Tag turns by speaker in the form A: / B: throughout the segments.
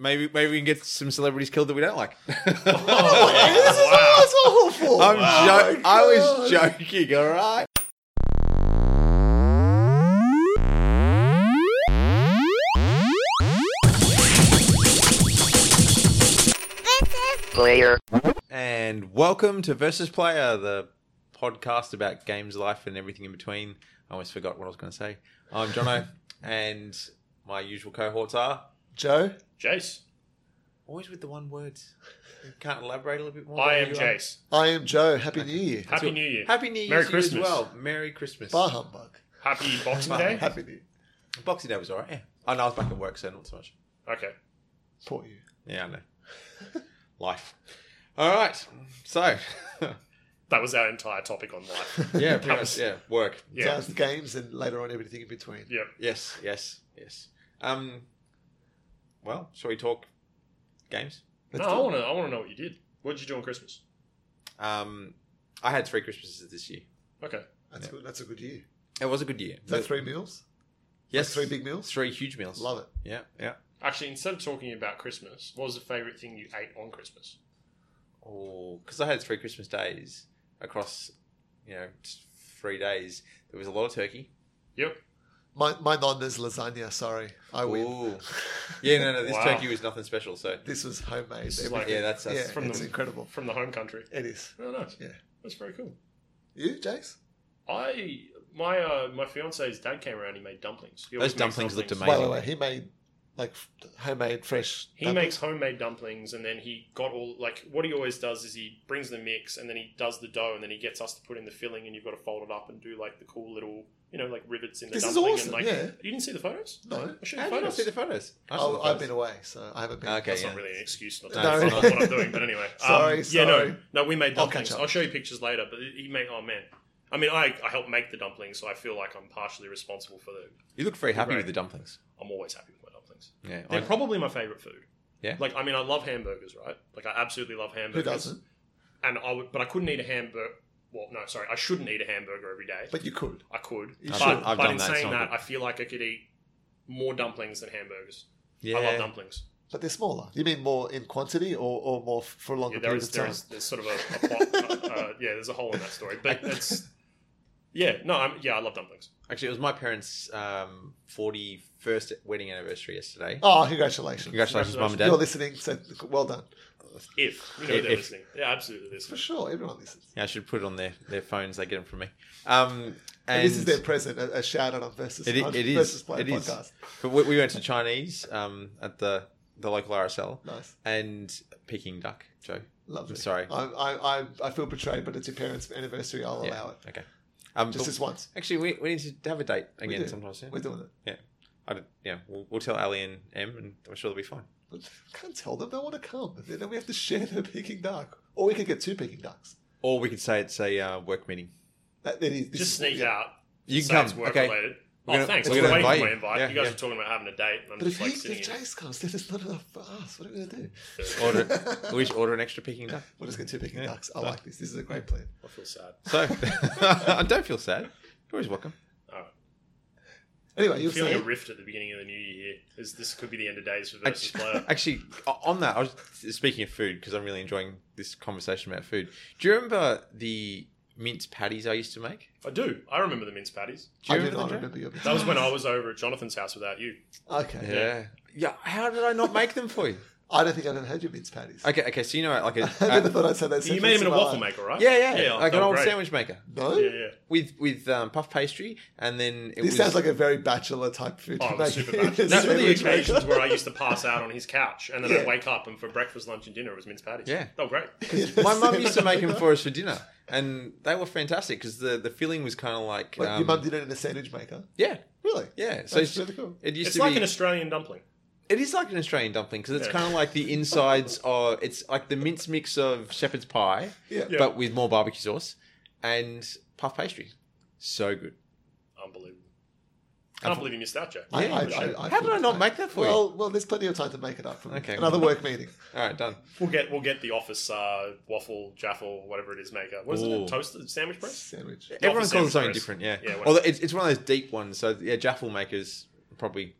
A: Maybe maybe we can get some celebrities killed that we don't like. Oh,
B: this is that's awful.
A: I'm
B: Oh,
A: jo-
B: my
A: I
B: God.
A: was joking, all right.
C: player.
A: And welcome to Versus Player, the podcast about games, life, and everything in between. I almost forgot what I was going to say. I'm Jono, and my usual cohorts are
B: Joe.
D: Jace.
A: always with the one words. You can't elaborate a little bit more.
D: I
A: There
D: am
A: you are.
D: Jace.
B: I am Joe. Happy New Year.
D: Happy New Year.
A: Happy New Year
D: Merry
A: to you
D: Christmas.
A: as well. Merry Christmas.
B: Bar humbug.
D: Happy Boxing Day.
B: Happy New Year.
A: Boxing Day was all right. Yeah. Oh, no, I was back at work, so not so much.
D: Okay.
B: Poor you.
A: Yeah, I know. Life. All right. So,
D: That was our entire topic on life.
A: yeah, pretty much.
D: was-
A: Yeah, work.
B: So
D: Yeah.
B: that's the games and later on everything in between.
D: yeah.
A: Yes, yes, yes. Um, well, shall we talk games?
D: No, I want to. I want to know what you did. What did you do on Christmas?
A: Um, I had three Christmases this year.
D: Okay.
B: That's, good. that's a good year.
A: It was a good year.
B: Is that three meals?
A: Yes,
B: Three big meals?
A: three huge meals.
B: Love it.
A: Yeah, yeah.
D: Actually, instead of talking about Christmas, what was the favorite thing you ate on Christmas?
A: Oh, because I had three Christmas days across, you know, t- three days. There was a lot of turkey.
D: Yep.
B: My, my non is lasagna. Sorry. I win.
A: Ooh. Yeah, no, no. This
D: Wow.
A: turkey was nothing special. So
B: This was homemade.
D: This is
B: Every-
D: like
A: yeah, that's,
B: yeah,
A: that's
D: from
B: it's
D: the-
B: incredible.
D: from the home country.
B: It is.
D: Oh, nice.
B: Yeah.
D: That's very cool.
B: You, Jace?
D: I my uh, my fiance's dad came around. He made dumplings. He always
A: Those
D: makes
A: dumplings looked amazing.
B: Wait, wait, wait. He made like f- homemade fresh.
D: He
B: dumplings?
D: makes homemade dumplings, and then he got all like what he always does is he brings the mix, and then he does the dough, and then he gets us to put in the filling, and you've got to fold it up and do like the cool little you know like rivets in the
B: This is
D: dumpling.
B: awesome,
D: and, like,
B: yeah.
D: You didn't see the photos?
B: No.
D: I showed you
A: How did you not
D: photos.
A: see the photos? I saw the
B: Oh, I've
A: photos.
B: been away, so I haven't been.
A: Okay,
D: That's
A: yeah.
D: not really an excuse not to
B: No.
D: no. what I'm doing, but anyway. Um,
B: Sorry,
D: Yeah,
B: sorry.
D: no, no, we made
B: I'll
D: dumplings.
B: catch
D: I'll,
B: up.
D: show you pictures later, but he made. Oh man, I mean, I I helped make the dumplings, so I feel like I'm partially responsible for the.
A: You looked very happy
D: Right.
A: with the dumplings.
D: I'm always happy with my dumplings.
A: Yeah,
D: They're
A: I-
D: probably my favorite food.
A: Yeah.
D: Like I mean, I love hamburgers, right? Like I absolutely love hamburgers.
B: Who doesn't?
D: And I would, but I couldn't eat a hamburger. Well, no, sorry, I shouldn't eat a hamburger every day.
B: But you could.
D: I could.
B: You
D: but
B: should.
A: I've
D: but
A: done
D: in
A: that, it's
D: saying
A: not
D: that,
A: good.
D: I feel like I could eat more dumplings than hamburgers.
A: yeah.
D: I love dumplings.
B: But they're smaller. You mean more in quantity or, or more f- for a longer
D: Yeah, there
B: period
D: is,
B: of
D: there
B: time?
D: is there's sort of a, a plot, uh, uh, yeah, there's a hole in that story, but it's yeah, no, I'm, yeah, I love dumplings.
A: Actually, it was my parents' um, 41st wedding anniversary yesterday.
B: Oh, congratulations.
A: Congratulations, mum and dad.
B: You're listening, so well done.
D: If you know
A: If-
D: they're
A: if-
D: listening, yeah, absolutely
B: For
D: listening.
B: sure, everyone listens.
A: Yeah, I should put it on their, their phones. They get them from me. Um, and
B: And this is their present, a, a shout out on Versus,
A: It i-
B: on
A: it is.
B: versus Play
A: It is.
B: podcast.
A: but we, we went to Chinese um, at the, the local RSL
B: Nice.
A: and Peking duck, Joe.
B: Lovely.
A: I'm sorry.
B: I, I, I, I feel betrayed, but it's your parents' anniversary. I'll
A: Yeah,
B: allow it.
A: Okay. Um,
B: Just
A: but-
B: this once.
A: actually, we, we need to have a date
B: We
A: again
B: do.
A: sometime soon.
B: We're doing it.
A: I don't, yeah, we'll, we'll tell Ali and M, and I'm sure they'll be fine.
B: But can't tell them they want to come. Then we have to share their Peking duck. Or we could get two Peking ducks.
A: Or we could say it's a uh, work meeting.
B: That, that is, this
D: Just
B: is-
D: sneak
B: yeah.
D: out.
A: You
D: say
A: can
D: it's
A: come.
D: work
A: Okay.
D: related.
A: We're gonna-
D: oh, thanks.
A: we're
D: I was
A: gonna
D: waiting for
A: invite
D: my
A: you.
D: invite.
A: Yeah,
D: you guys
A: yeah.
D: were talking about having a date, and I'm
B: But if,
D: just like
B: he,
D: sitting
B: if
D: here.
B: Jace comes, then there's not enough for us. What are we going to do?
A: Order, we should order an extra Peking duck.
B: We'll just get two Peking
A: Yeah.
B: ducks. I like this. This is a great plan.
D: I feel sad.
A: So, I don't feel sad. You're always welcome.
D: All right.
B: Anyway, you're
D: I'm feeling a
B: saying
D: rift at the beginning of the new year. Is this could be the end of days for versus
A: Actually,
D: player?
A: actually, o- on that, I was speaking of food because I'm really enjoying this conversation about food. Do you remember the mince patties I used to make?
D: I do. I remember the mince patties.
A: you
B: I do
A: remember
B: not
A: the
B: remember your.
D: That was when I was over at Jonathan's house without you.
B: Okay.
A: Yeah. yeah. how did I not make them for you?
B: I don't think I've ever had your mince patties.
A: Okay, okay. So you know, like a
B: I
A: uh,
B: never thought I'd say that.
D: You
B: sentence
D: made him in a
B: my
D: waffle
B: life.
D: maker, right?
A: yeah, yeah, like
D: they
A: an
D: were
A: old
D: great.
A: sandwich maker
B: No.
D: Yeah, yeah.
A: with with um, puff pastry, and then it
B: This
A: was,
B: sounds like a very bachelor type food.
D: Oh,
B: to
D: it
B: make.
D: was super bad.
B: It's
D: That's one of the
B: sandwich maker.
D: occasions where I used to pass out on his couch, and then
B: Yeah.
D: I'd wake up, and for breakfast, lunch, and dinner, it was mince patties.
A: Yeah.
D: Oh, great.
A: my mum used to make them for us for dinner, and they were fantastic because the the filling was kind of like,
B: Like, your
A: um,
B: mum did it in a sandwich maker.
A: yeah,
B: Really?
A: yeah. So
B: That's
A: it's-
B: really cool.
A: it used
D: It's
A: to
D: like
A: be
D: an Australian dumpling.
A: It is like an Australian dumpling because it's
D: Yeah.
A: kind of like the insides are. It's like the mince mix of shepherd's pie,
B: Yeah.
D: Yeah.
A: but with more barbecue sauce and puff pastry. So good.
D: Unbelievable. Can't believe you missed that, Jack.
B: I-
A: Yeah.
B: I- I- I
A: How did
B: feel
A: I not
B: bad.
A: make that for you?
B: Well, well, there's plenty of time to make it up for me.
A: Okay.
B: Another work meeting.
A: All right, done.
D: We'll get we'll get the office uh, waffle jaffle whatever it is maker. What is
A: Ooh.
D: it? Toasted sandwich press.
B: Sandwich.
A: Everyone calls it
D: the sandwich
A: something
D: press.
A: different, yeah.
D: Yeah, whatever.
A: Although it's, it's one of those deep ones, so yeah, jaffle makers probably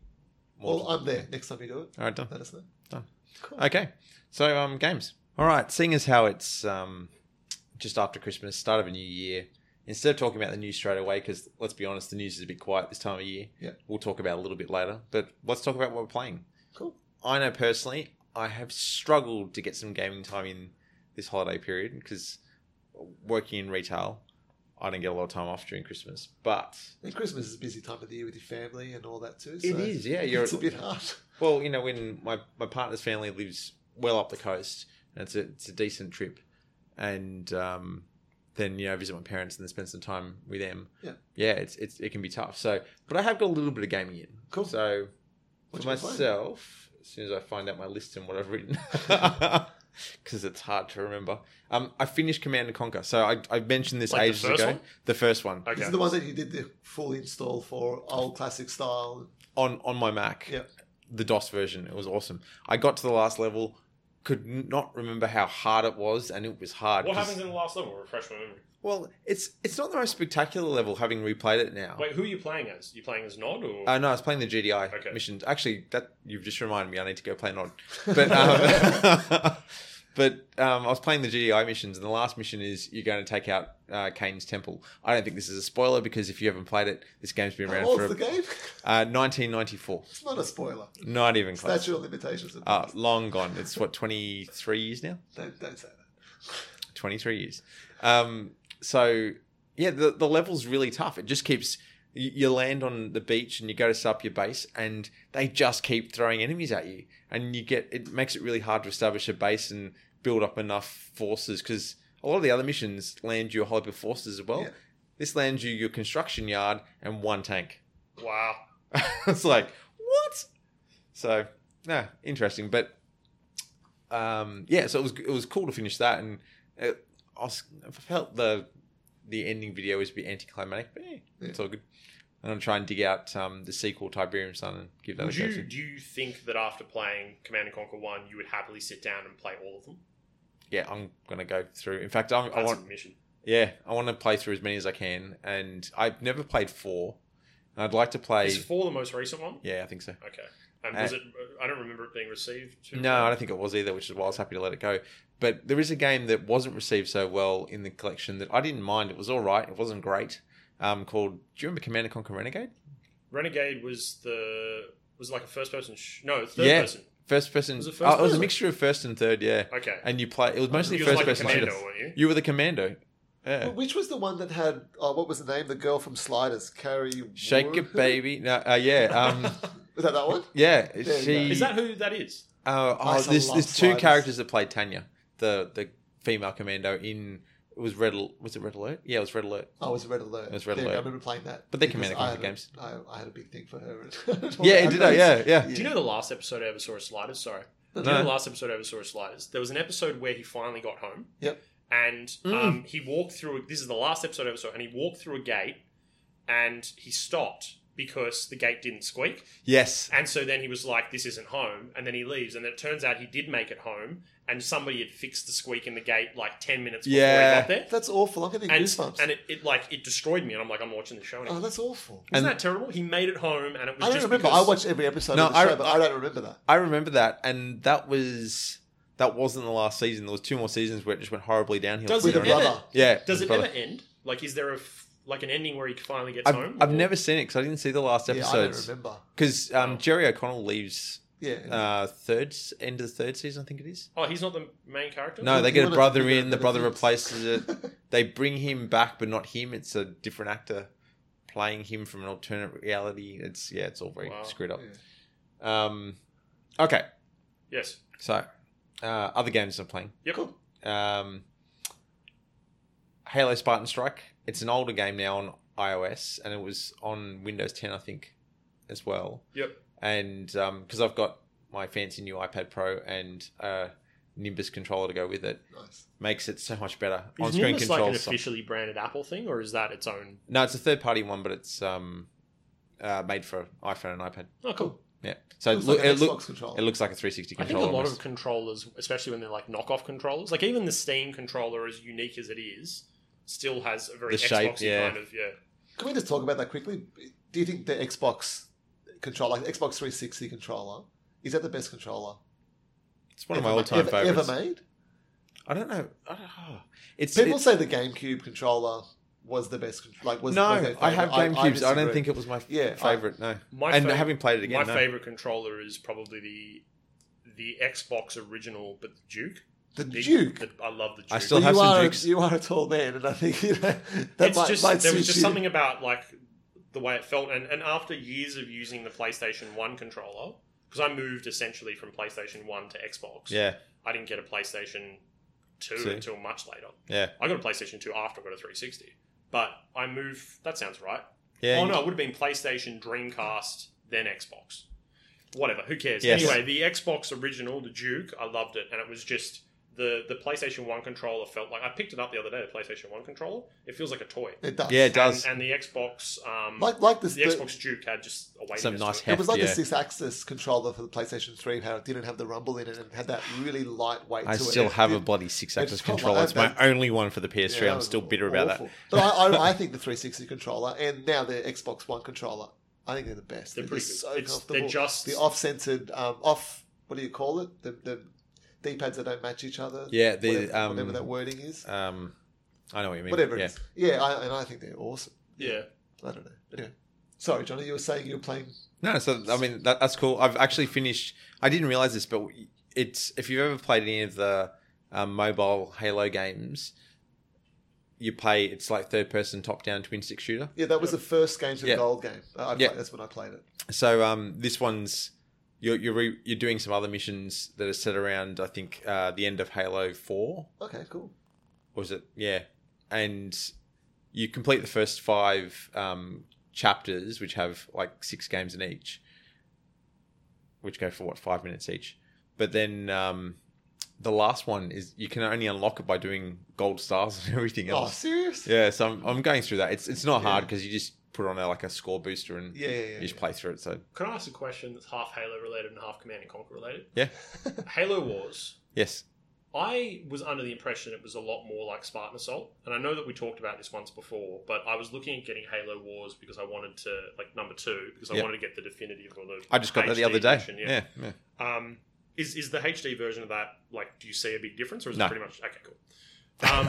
A: more.
B: Well, I'm there next time you do it.
A: All right, done.
B: Let us know.
A: Done.
B: Cool.
A: Okay, so um, games. All right, seeing as how it's um, just after Christmas, start of a new year, instead of talking about the news straight away, because let's be honest, the news is a bit quiet this time of year.
B: Yeah.
A: we'll talk about it a little bit later, but let's talk about what we're playing.
B: Cool.
A: I know personally, I have struggled to get some gaming time in this holiday period because working in retail, I didn't get a lot of time off during Christmas. But
B: And Christmas is a busy time of the year with your family and all that too. So
A: it is, yeah. You're
B: it's a bit hard.
A: Well, you know, when my, my partner's family lives well up the coast, and it's a, it's a decent trip, and um, then you know visit my parents and then spend some time with them.
B: Yeah.
A: yeah, it's, it's it can be tough. So, but I have got a little bit of gaming in.
B: Cool.
A: So
B: What
A: for
B: you been playing?
A: myself, as soon as I find out my list and what I've written, because it's hard to remember. Um, I finished Command and Conquer. So I, I mentioned this
D: Like the
A: ages
D: first
A: ago.
D: one?
A: The first one
D: Okay.
B: This is the ones that you did the full install for old classic style.
A: on on my Mac.
B: Yeah.
A: the DOS version. It was awesome. I got to the last level, could n- not remember how hard it was, and it was hard.
D: What
A: 'cause-
D: happens in the last level? Refresh my memory.
A: well, it's it's not the most spectacular level, having replayed it now.
D: Wait, who are you playing as? You playing as Nod or?
A: Oh. Uh, no, I was playing the GDI
D: Okay.
A: missions. Actually, that you've just reminded me. I need to go play Nod. But um, but um, I was playing the GDI missions, and the last mission is you're going to take out uh, Kane's temple. I don't think this is a spoiler because if you haven't played it, this game's been
B: How
A: around
B: old's
A: for
B: the game?
A: Uh, 1994.
B: It's not a spoiler.
A: Not even close.
B: Statute of limitations. and
A: Uh, long gone. It's what 23 years now.
B: don't, don't say that.
A: 23 years. Um, so yeah, the, the level's really tough. It just keeps you, you land on the beach and you go to set up your base, and they just keep throwing enemies at you, and you get it makes it really hard to establish a base and build up enough forces because a lot of the other missions land you a whole heap of forces as well.
B: Yeah.
A: This lands you your construction yard and one tank.
D: Wow.
A: it's like what? So no, interesting, but um, yeah, so it was it was cool to finish that, and it, I, was, I felt the the ending video was a bit anticlimactic, but yeah, it's all good. I'm gonna try and dig out um, the sequel, Tiberium Sun, and give that
D: Would
A: a go.
D: you
A: too.
D: do you think that after playing Command and Conquer One, you would happily sit down and play all of them?
A: Yeah, I'm gonna go through. In fact, I'm, I
D: That's
A: want
D: a mission.
A: yeah, I want to play through as many as I can, and I've never played four, and I'd like to play.
D: Is four the most recent one?
A: Yeah, I think so.
D: Okay. And was it? I don't remember it being received. to-
A: No, I don't think it was either, which is why I was happy to let it go. But there is a game that wasn't received so well in the collection that I didn't mind. It was all right. It wasn't great. Um, called. Do you remember Command and Conquer Renegade?
D: Renegade was the was it like a first person. Sh- no, it's third
A: Yeah.
D: person.
A: First person.
D: Was it
A: oh,
D: first
A: it was a
D: person?
A: mixture of first and third. Yeah,
D: Okay.
A: and you play. It was mostly
D: you
A: first
D: was like a
A: person.
D: commando,
A: shooter.
D: weren't you?
A: You were the commando. Yeah.
B: Well, which was the one that had, oh, what was the name? The girl from Sliders, Carrie.
A: Shake
B: Wood?
A: it, baby. No, uh, yeah. Um,
B: Was that that one?
A: yeah.
B: you
A: She.
B: go.
D: Is that who that is?
A: Uh,
B: I
A: oh,
B: saw
A: there's,
B: Love
A: there's two
B: Sliders.
A: characters that played Tanya, the the female commando in. It was Red. Al- Was it Red Alert? Yeah, it was Red Alert.
B: Oh, it was Red Alert.
A: It was Red
B: There you go.
A: Alert.
B: I remember playing that.
A: But they
B: because
A: Command and
B: I
A: Conquer
B: had a-
A: games.
B: I, I had a big thing for her.
A: Yeah, it did. uh, Yeah, yeah.
D: Do you know the last episode I ever saw of Sliders? Sorry. Do you
A: No.
D: know the last episode I ever saw of Sliders? There was an episode where he finally got home.
B: Yep.
D: And um, he walked through. This is the last episode I ever saw, and he walked through a gate, and he stopped because the gate didn't squeak.
A: Yes.
D: And so then he was like, "This isn't home," and then he leaves. And then it turns out he did make it home, and somebody had fixed the squeak in the gate like ten minutes before
A: Yeah.
D: he got there.
B: That's awful. I'm getting
D: And,
B: goosebumps.
D: and it, it like it destroyed me, and I'm like, I'm watching the show. Now.
B: oh, that's awful.
D: Isn't
A: and-
D: that terrible? He made it home, and it was
B: I don't
D: just
B: remember.
D: because
B: I watched every episode
A: No,
B: of the
A: I-
B: show, but I, don't remember that.
A: I remember that, and that was that wasn't the last season. There was two more seasons where it just went horribly downhill.
D: Does
A: from
B: With
D: it
B: a
A: there
D: ever-
A: on.
B: brother.
A: Yeah.
D: Does
A: his
D: it
A: brother.
D: ever end? Like, is there a f- like an ending where he finally gets
A: I've,
D: home?
A: I've
D: or-
A: never seen it because I didn't see the last
B: Yeah, I don't
A: episodes.
B: remember. Oh.
A: Because um, Jerry O'Connell leaves
B: Yeah.
A: uh, third end of the third season, I think it is.
D: Oh, he's not the main character.
A: No,
B: Do
A: they
B: you
A: get a
B: wanna
A: brother
B: do the
A: in. The
B: benefits?
A: brother replaces it. They bring him back, but not him. It's a different actor playing him from an alternate reality. It's yeah, it's all very
D: Wow.
A: screwed up.
B: Yeah.
A: Um, okay,
D: Yes.
A: so uh, other games I'm playing.
D: Yep.
B: Cool.
A: um, Halo Spartan Strike. It's an older game now on iOS, and it was on Windows 10, I think, as well.
D: Yep.
A: And because I've got my fancy new iPad Pro and a Nimbus controller to go with it,
B: Nice.
A: makes it so much better.
D: Is
A: On-screen
D: Nimbus like an
A: controls.
D: officially branded Apple thing, or is that its own?
A: no, it's a third-party one, but it's um, uh, made for iPhone and iPad.
D: Oh, cool.
A: Yeah. So
B: Looks
A: look-
B: like an
A: it, look-
B: Xbox controller.
A: it looks like a 360
D: I think
A: controller.
D: a lot
A: almost.
D: of controllers, especially when they're like knockoff controllers, like even the Steam controller, as unique as it is, still has a very
A: The shape,
D: Xboxy
A: yeah.
D: kind of yeah.
B: Can we just talk about that quickly? Do you think the Xbox controller, like the Xbox 360 controller, is that the best controller?
A: one of my
B: Ever-
A: all-time
B: ever, ever
A: favorites.
B: made?
A: I don't know. I don't know. It's
B: People
A: it-
B: say the GameCube controller was the best. con- Like was
A: no.
B: was their
A: I have
B: favourite.
A: GameCubes. I, don't
B: disagree.
A: think it was my
B: Yeah, I-
A: favorite. No,
D: My
A: and
D: fav-
A: having played it
D: my
A: again, no.
D: favorite controller is probably the the Xbox original, but the Duke.
B: the
D: The-
B: Duke.
D: the- I love the Duke.
A: I still
B: But
A: have
B: you
A: some
B: are,
A: Dukes.
B: You are a tall man, and I think you know, that
D: it's
B: might,
D: just
B: might
D: there was
B: suit
D: just
B: you.
D: something about like the way it felt, and, and after years of using the PlayStation One controller, because I moved essentially from PlayStation One to Xbox.
A: Yeah,
D: I didn't get a PlayStation Two
A: See.
D: until much later.
A: yeah,
D: I got a PlayStation Two after I got a 360. But I moved. That sounds right.
A: yeah.
D: oh
A: you-
D: no, it would have been PlayStation, Dreamcast, then Xbox. Whatever, who cares?
A: Yes.
D: Anyway, the Xbox original, the Duke, I loved it, and it was just the the PlayStation One controller felt like I picked it up the other day. The PlayStation One controller, it feels like a toy.
B: It does.
A: Yeah, it does.
D: And, and the Xbox, um,
B: Like like this.
D: the,
B: the-
D: Xbox Duke had just a weightiness
A: Some
D: to
A: nice
D: it.
B: It was like
A: Yeah.
B: a six-axis controller for the PlayStation Three. How it didn't have the rumble in it and had that really light weight.
A: I
B: to
A: still
B: it.
A: have a
B: It-
A: bloody six-axis
B: it's got like
A: controller. It's my
B: that-
A: only one for the PS3.
B: Yeah, that
A: I'm
B: was
A: still bitter about that.
B: awful. But I, I, I think the 360 controller and now the Xbox One controller, I think they're the best.
D: They're
B: They're,
D: pretty
B: just
D: good.
B: so
D: It's-
B: comfortable.
D: they're just-
B: the off-centered, um, off. What do you call it? The, the D-pads that don't match each other.
A: Yeah, the,
B: whatever,
A: um,
B: whatever that wording is.
A: Um, I know what you mean.
B: whatever it
A: yeah.
B: is. Yeah, I, and I think they're awesome.
D: Yeah,
B: I don't know. Anyway. Sorry, Johnny, you were saying you were playing.
A: No, so I mean that, that's cool. I've actually finished. I didn't realize this, but it's if you've ever played any of the um, mobile Halo games, you play. It's like third-person top-down twin-stick shooter.
B: Yeah, that was the first game to the
A: Yeah.
B: gold game. I, I
A: Yeah.
B: played, that's when I played it.
A: So um, this one's you're you're, re, you're doing some other missions that are set around I think uh, the end of Halo Four
B: Okay, cool.
A: or is it yeah, and you complete the first five um, chapters, which have like six games in each, which go for what five minutes each. But then um, the last one is you can only unlock it by doing gold stars and everything
B: Oh,
A: else.
B: serious?
A: Yeah, so I'm, I'm going through that. It's it's not
B: Yeah.
A: hard because you just put on a, like a score booster and
B: Yeah, yeah, yeah.
A: you just play through it. So
D: can I ask a question that's half Halo related and half Command and Conquer related?
A: Yeah.
D: Halo Wars.
A: yes,
D: I was under the impression it was a lot more like Spartan Assault, and I know that we talked about this once before, but I was looking at getting Halo Wars because I wanted to like number two because I
A: Yeah.
D: wanted to get the definitive or the
A: I just got that the
D: HD
A: other day.
D: edition,
A: yeah. yeah.
D: Um, is is the HD version of that like? Do you see a big difference, or is
A: No.
D: it pretty much okay? Cool. Um,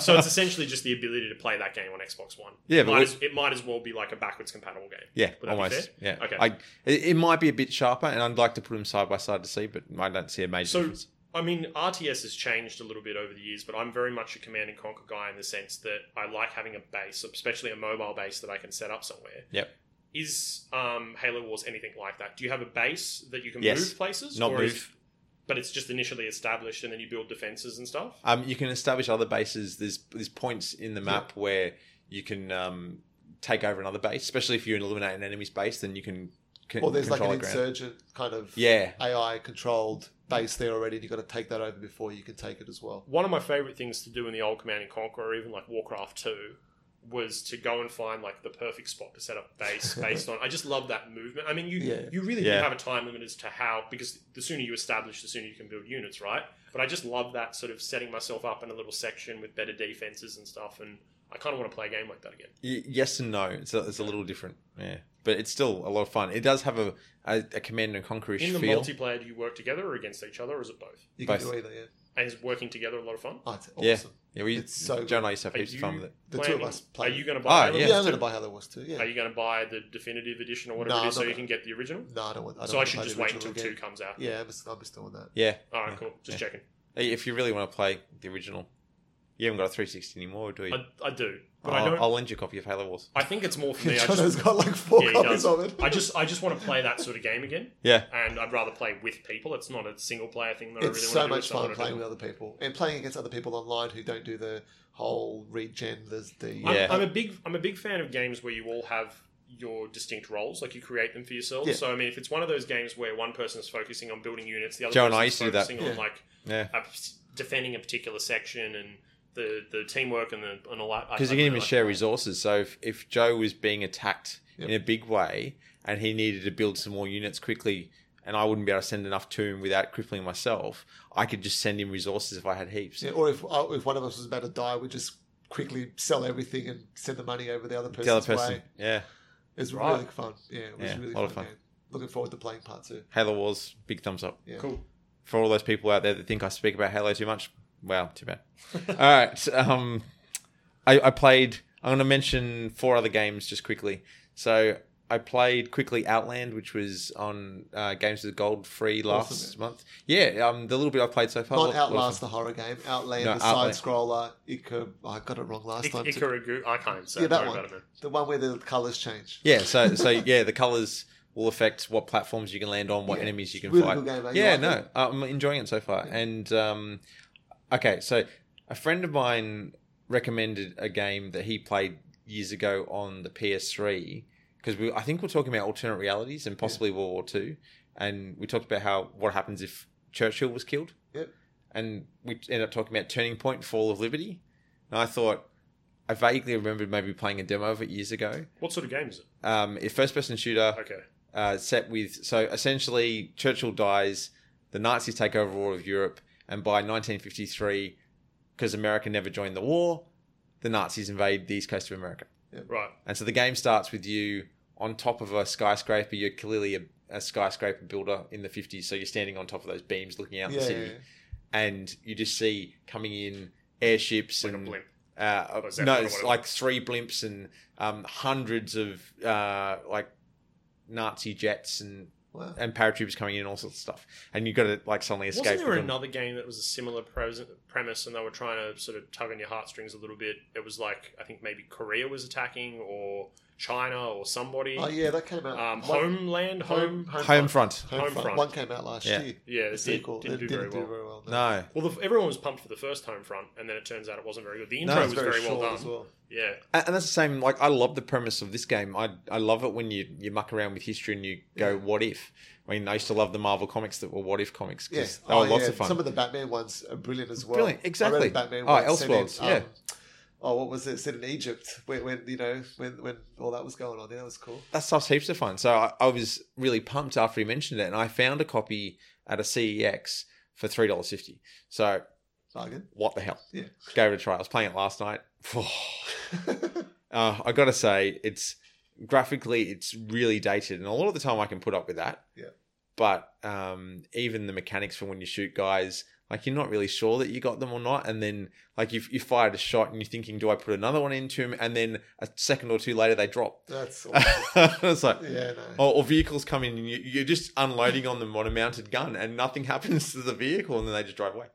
D: so it's essentially just the ability to play that game on Xbox One.
A: Yeah,
D: it
A: but
D: might,
A: we-
D: as, it might as well be like a backwards compatible game.
A: Yeah,
D: Would that be
A: almost. Yeah.
D: Okay.
A: I, it, it might be a bit sharper, and I'd like to put them side by side to see, but I don't see a major
D: So-
A: difference.
D: I mean, RTS has changed a little bit over the years, but I'm very much a Command and Conquer guy in the sense that I like having a base, especially a mobile base that I can set up somewhere.
A: Yep.
D: Is um, Halo Wars anything like that? Do you have a base that you can
A: Yes.
D: move places?
A: Not
D: or is-
A: move.
D: but it's just initially established and then you build defenses and stuff?
A: Um, you can establish other bases. There's there's points in the map where you can um, take over another base, especially if you eliminate an enemy's base, then you can. c-
B: Or there's like an
A: control the ground.
B: insurgent kind of
A: Yeah,
B: AI controlled base there already, and you've got to take that over before you can take it as well.
D: one of my favorite things to do in the old Command and Conquer, or even like Warcraft Two, was to go and find like the perfect spot to set up base based on. I just love that movement. I mean, you
B: Yeah.
D: you really
A: Yeah.
D: do have a time limit as to how because the sooner you establish, the sooner you can build units, right? But I just love that sort of setting myself up in a little section with better defenses and stuff, and I kind of want to play a game like that again.
A: Y- yes and no. It's a, it's a little different. Yeah, but it's still a lot of fun. It does have a a, a command and conquerish
D: In the
A: feel.
D: multiplayer, do you work together or against each other, or is it both?
B: You can
A: Both.
B: do either, yeah.
D: And is working together a lot of fun?
B: Oh, it's awesome.
A: Yeah. yeah, we,
B: It's so
A: Joe and I used to have
D: Are
A: heaps of fun
D: you
A: with it.
B: The two of us
D: Are
B: played.
D: you going to buy?
A: Ah,
D: Halo
B: Yeah,
D: Wars
B: I'm going to
D: too?
B: buy Halo Wars too. Yeah.
D: Are you going to buy the definitive edition or whatever
B: No,
D: it is,
B: I'm
D: so
B: not
D: you can get the original?
B: No, I don't want. I don't
D: So I
B: want to
D: should
B: play the
D: just wait
B: original
D: until two
B: again.
D: comes out.
B: Yeah, I'm just, I'm just doing that.
A: Yeah,
D: All right,
A: Yeah.
D: cool. Just checking.
A: Hey, if you really want to play the original, you haven't got a 360 anymore, do you?
D: I, I do, but
A: I'll,
D: I don't.
A: I'll lend you a copy of Halo Wars.
D: I think it's more for me. I
B: Jono's
D: just,
B: got like four
D: Yeah, he
B: copies
D: does.
B: of it.
D: I just, I just want to play that sort of game again,
A: Yeah,
D: and I'd rather play with people. It's not a single player thing that
B: it's
D: I really
B: so
D: want to do.
B: much
D: so I
B: fun
D: wanna
B: playing
D: do.
B: with other people and playing against other people online who don't do the whole regen. There's the
D: I'm,
A: Yeah.
D: I'm a big, I'm a big fan of games where you all have your distinct roles, like you create them for yourselves.
B: Yeah.
D: So I mean, if it's one of those games where one person is focusing on building units, the other
A: Joe and
D: person
A: I
D: is
A: used to do that.
D: focusing on
B: Yeah.
D: like
A: yeah.
D: a, defending a particular section and the, the teamwork and the and all that. I-
A: Because
D: I
A: you can
D: really
A: even
D: like
A: share
D: that.
A: resources. So if, if Joe was being attacked
B: Yep.
A: in a big way and he needed to build some more units quickly, and I wouldn't be able to send enough to him without crippling myself, I could just send him resources if I had heaps.
B: Yeah, or if uh, if one of us was about to die, we just quickly sell everything and send the money over the other person's
A: the other person,
B: way.
A: yeah.
B: It's
A: Right.
B: really fun. Yeah, it was
A: Yeah,
B: really
A: a lot of
B: fun.
A: fun.
B: game. Looking forward to playing part two.
A: Halo Wars, big thumbs up.
B: Yeah.
D: Cool.
A: for all those people out there that think I speak about Halo too much, wow, too bad. all right, um, I, I played. I'm going to mention four other games just quickly. So I played quickly Outland, which was on uh, Games with Gold free last
B: Awesome.
A: month. Yeah, um, the little bit I've played so far.
B: Not
A: what- what have
B: Outlast, the horror game. Outland,
A: No,
B: the
A: Outland.
B: side scroller. Ica- oh, I got it wrong last
D: Ik-
B: time. too.
D: Ikarigu, I can't say.
B: yeah, that
D: Sorry
B: one.
D: about it, man.
B: The one where the colours change.
A: Yeah, so so yeah, the colors will affect what platforms you can land on, what
B: Yeah.
A: enemies you can
B: Really
A: fight.
B: good game, mate. You
A: yeah,
B: like
A: no,
B: it?
A: I'm enjoying it so far. And um, okay, so a friend of mine recommended a game that he played years ago on the PS3 because we, I think we're talking about alternate realities and possibly World War Two, and we talked about how what happens if Churchill was killed.
B: Yep.
A: And we ended up talking about Turning Point, Fall of Liberty, and I thought. I vaguely remembered maybe playing a demo of it years ago.
D: What sort of game is it?
A: Um, a first-person shooter
D: Okay.
A: uh, set with so essentially Churchill dies, the Nazis take over all of Europe, and by 1953, because America never joined the war, the Nazis invade the east coast of America.
D: Right.
A: And so the game starts with you on top of a skyscraper. You're clearly a, a skyscraper builder in the 50s, so you're standing on top of those beams looking out
B: Yeah,
A: the
B: yeah,
A: city,
B: yeah.
A: and you just see coming in airships
D: Like a
B: Mm,
A: and
D: blimp.
A: uh,
D: Or is that
A: no,
D: kind of
A: it's
D: what it-
A: like three blimps and um, hundreds of uh, like Nazi jets and
B: Wow.
A: and paratroopers coming in and all sorts of stuff. And you've got to like suddenly escape.
D: Wasn't there
A: with them.
D: another game that was a similar pres- premise, and they were trying to sort of tug on your heartstrings a little bit? It was like I think maybe Korea was attacking, or China, or somebody.
B: Oh, yeah, that came out.
D: Um,
B: one-
D: Homeland,
A: Home
D: home.
A: front?
B: Home
D: Home
B: front.
D: Front.
B: One came out last
A: Yeah.
B: year.
D: Yeah,
B: The
D: it did,
B: sequel.
D: didn't
B: it
D: do
B: didn't
D: very well.
A: No.
D: Well, the, everyone was pumped for the first Home Front, and then it turns out it wasn't very good. The
A: No,
D: intro
B: It's
D: was very, well
B: short
D: done.
B: as well.
D: Yeah,
A: And and that's the same. Like I love the premise of this game. I I love it when you you muck around with history and you go, "What if?" I mean, I used to love the Marvel comics that were "What if" comics
B: Yeah. Oh,
A: because they were Oh, lots
B: yeah.
A: of fun.
B: Some of the Batman ones are brilliant as well.
A: Brilliant,
B: I read a
A: exactly.
B: Batman
A: Oh,
B: one set in,
A: Elseworlds, yeah.
B: Oh, what was it? Set in Egypt when, when you know when when all that was going on. Yeah, that was cool.
A: that stuff's heaps of fun. So I, I was really pumped after he mentioned it, and I found a copy at a CEX for three dollars fifty. So
B: Bargain.
A: what the hell?
B: Yeah.
A: Gave it a try. I was playing it last night. Oh, uh, I gotta say, it's graphically it's really dated, and a lot of the time I can put up with that.
B: Yeah.
A: But um, even the mechanics for when you shoot guys, like you're not really sure that you got them or not, and then like you you fired a shot and you're thinking, do I put another one into him? And then a second or two later they drop.
B: That's awesome.
A: it's like.
B: yeah. No.
A: Or, or vehicles come in and you, you're just unloading on them on a mounted gun and nothing happens to the vehicle and then they just drive away.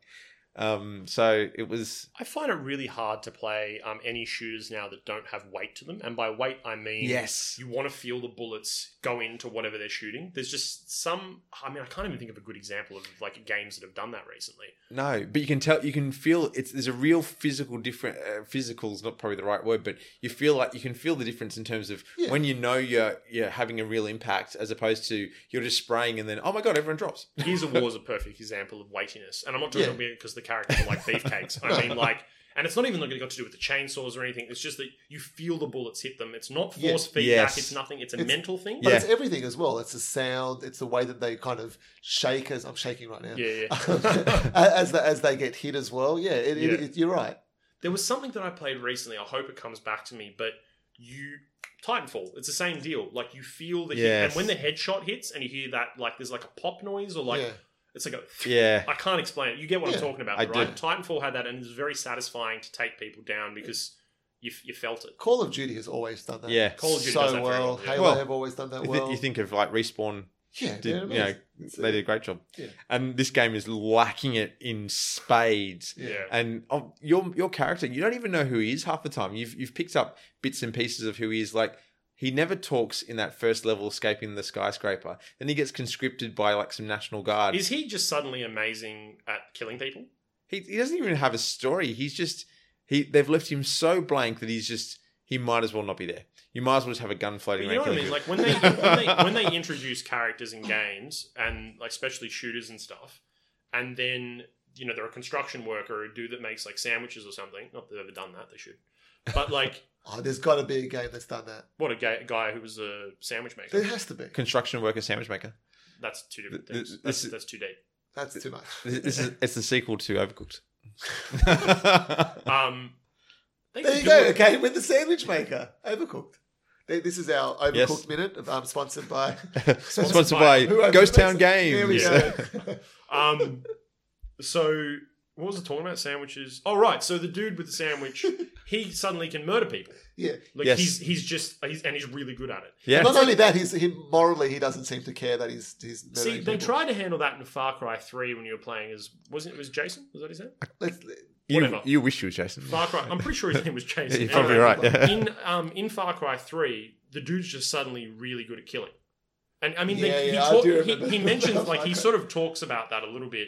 A: Um, so it was,
D: I find it really hard to play um, any shooters now that don't have weight to them, and by weight I mean
A: yes.
D: you want to feel the bullets go into whatever they're shooting. There's just some. I mean, I can't even think of a good example of like games that have done that recently.
A: No, but you can tell, you can feel it's there's a real physical different. Uh, physical is not probably the right word, but you feel like you can feel the difference in terms of
B: Yeah.
A: when you know you're you're having a real impact as opposed to you're just spraying and then oh my god everyone drops.
D: Gears of War is a perfect example of weightiness, and I'm not talking
B: Yeah.
D: about because the characters are like beefcakes. I mean, like, and it's not even like it got to do with the chainsaws or anything. It's just that you feel the bullets hit them. It's not force
B: Yeah.
D: feedback.
A: Yes.
D: It's nothing. It's a
B: It's-
D: mental thing.
B: But
A: Yeah.
B: it's everything as well. It's the sound. It's the way that they kind of shake as I'm shaking right now.
D: yeah, yeah.
B: as the, as they get hit as well. Yeah, it, It,
D: Yeah.
B: it, you're right.
D: There was something that I played recently. I hope it comes back to me, but you Titanfall. It's the same deal. Like you feel the hit,
A: Yes.
D: and when the headshot hits, and you hear that, like there's like a pop noise or like
B: yeah.
D: it's like a.
A: Yeah,
D: I can't explain it. You get what
B: Yeah,
D: I'm talking about,
A: I
D: right?
A: do.
D: Titanfall had that, and it was very satisfying to take people down because you you felt it.
B: Call of Duty has always done that.
A: yeah.
D: Call of Duty
B: so
D: does that very
B: well.
D: well, yeah.
B: Halo
A: Well,
B: have always done that
A: You,
B: well.
A: th- you think of like respawn
B: yeah,
A: did
B: they're
A: you know
B: amazing. It's-
A: they did a great job,
B: Yeah.
A: and this game is lacking it in spades.
D: Yeah.
A: and oh, your your character you don't even know who he is half the time you've you've picked up bits and pieces of who he is like he never talks in that first level escaping the skyscraper then he gets conscripted by like some national guard
D: Is he just suddenly amazing at killing people?
A: he, he doesn't even have a story he's just he they've left him so blank that he's just he might as well not be there you might as well just have a gun
D: But
A: floating
D: you
A: around
D: know what I
A: killing
D: mean?
A: people.
D: Like when they, when they when they introduce characters in games and like especially shooters and stuff, and then you know they're a construction worker or a dude that makes like sandwiches or something. Not that they've ever done that. They should. But like,
B: Oh, there's got to be a game that's done that.
D: what a guy, guy who was a sandwich
B: There
D: maker.
B: has to be.
A: construction worker sandwich maker
D: That's two different
A: Th- th-
D: things.
A: this
D: That's,
A: is-
D: that's too deep.
B: That's too much.
A: this, this is it's the sequel to overcooked
D: Um, they
B: There
D: could
B: you
D: do
B: go.
D: it.
B: Okay, with the sandwich maker, overcooked. Th- This is our overcooked
A: Yes.
B: minute, um, sponsored by
A: Sponsored,
D: Sponsored
A: by,
D: by-
B: Who
A: Ghost
B: Opens
A: Town
B: Next? There we
A: Games.
B: go.
D: Um, so what was I talking about? Sandwiches. Oh right. So the dude with the sandwich, he suddenly can murder people.
B: yeah.
D: Like
A: Yes.
D: he's he's just he's and he's really good at it.
A: yeah.
B: Not only that, he's he, morally he doesn't seem to care that he's he's.
D: See,
B: murdering
D: they
B: people.
D: tried to handle that in Far Cry Three when you were playing as wasn't it was Jason? Was that his name?
B: Let's,
A: You,
D: whatever.
A: you wish you were Jason.
D: Far Cry. I'm pretty sure his name was Jason.
A: You're probably
D: Anyway,
A: right. yeah.
D: in um in Far Cry Three, the dude's just suddenly really good at killing. And I mean,
B: Yeah,
D: they,
B: yeah, I
D: he, talk,
B: do
D: he,
B: remember.
D: he mentions like he
B: Okay.
D: sort of talks about that a little bit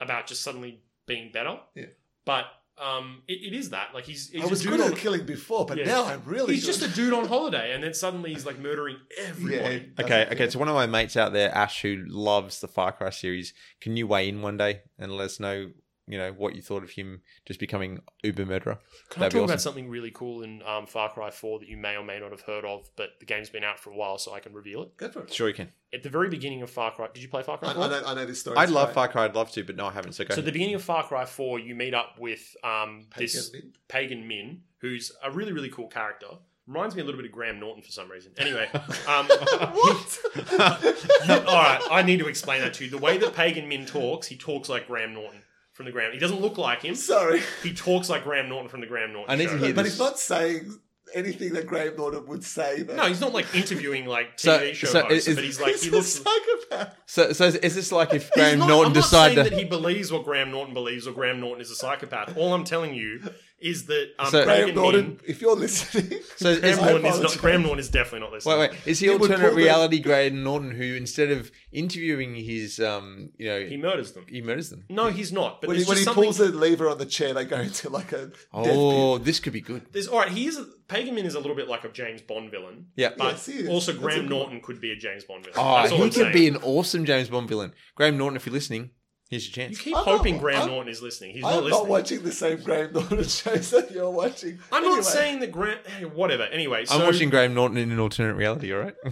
D: about just suddenly being better.
B: Yeah.
D: But um, it, it is that like he's, he's
B: I was
D: a dude
B: good
D: on,
B: at killing before, but
D: Yeah.
B: now I'm really.
D: he's
B: good.
D: just a dude on holiday, and then suddenly he's like murdering everybody.
B: Yeah.
A: Okay, okay. So one of my mates out there, Ash, who loves the Far Cry series, can you weigh in one day and let us know, you know, what you thought of him just becoming uber murderer?
D: Can
A: That'd be
D: I talk about
A: awesome.
D: something really cool in um, Far Cry 4 that you may or may not have heard of, but the game's been out for a while, so I can reveal it.
B: Go for it.
A: Sure, you can.
D: At the very beginning of Far Cry, did you play Far
B: I,
D: Cry
B: I
D: 4?
B: know, I know this story.
A: I'd
B: It's
A: love
B: great.
A: Far Cry. I'd love to, but no, I haven't. So go.
D: so
A: ahead.
D: the beginning of Far Cry 4, you meet up with um,
B: Pagan
D: this
B: Mint.
D: pagan Min, who's a really really cool character. Reminds me a little bit of Graham Norton for some reason. Anyway, um,
B: What?
D: all right, I need to explain that to you. The way that pagan Min talks, he talks like Graham Norton from the Graham. He doesn't look like him.
B: Sorry,
D: He talks like Graham Norton from the Graham Norton.
A: I need to
D: show.
A: hear
B: but
A: this.
B: he's not saying anything that Graham Norton would say. Though.
D: No, he's not like interviewing like
A: So-
D: TV show
A: so
D: hosts,
A: is-
D: but he's like
B: he's
D: he
B: a
D: looks.
B: psychopath.
A: so, so is, is this like if
D: He's
A: Graham
D: not-
A: Norton
D: I'm not saying
A: decided to?
D: that he believes what Graham Norton believes or Graham Norton is a psychopath. All I'm telling you is that um,
A: So-
B: Graham
D: Pagan Min,
B: Norton, if you're listening,
A: So is-
B: I
D: Graham Norton is not
B: apologize.
D: Graham Norton is definitely not listening.
A: Wait, wait. Is he
B: He would
A: alternate
B: call them-
A: reality Graham Norton, who instead of interviewing his, um, you know,
D: He
A: he,
D: murders them.
A: murders them?
D: No, he's not. But
B: when he,
D: there's
B: when he
D: just something.
B: pulls the lever on the chair, they go into like a death
A: Oh, this could be good.
D: there's all right. He is a, Pagan Min is a little bit like a James Bond villain.
A: Yeah.
D: But
B: Yes, he is.
D: also,
B: That's a
D: Graham
B: good
D: Norton could be a James Bond villain.
A: Oh,
D: That's all
A: he
D: I'm
A: could
D: saying.
A: be an awesome James Bond villain. Graham Norton, if you're listening, here's your
D: You
A: chance.
D: keep
B: I'm not-
D: hoping Graham
B: I'm-
D: Norton is listening. He's
B: pit. I'm
D: not
B: not
D: listening.
B: watching the same Graham Norton shows that you're watching.
D: I'm
B: Anyway,
D: not saying that Graham. Hey, whatever. Anyway, so
A: I'm watching Graham Norton in an alternate reality. All right.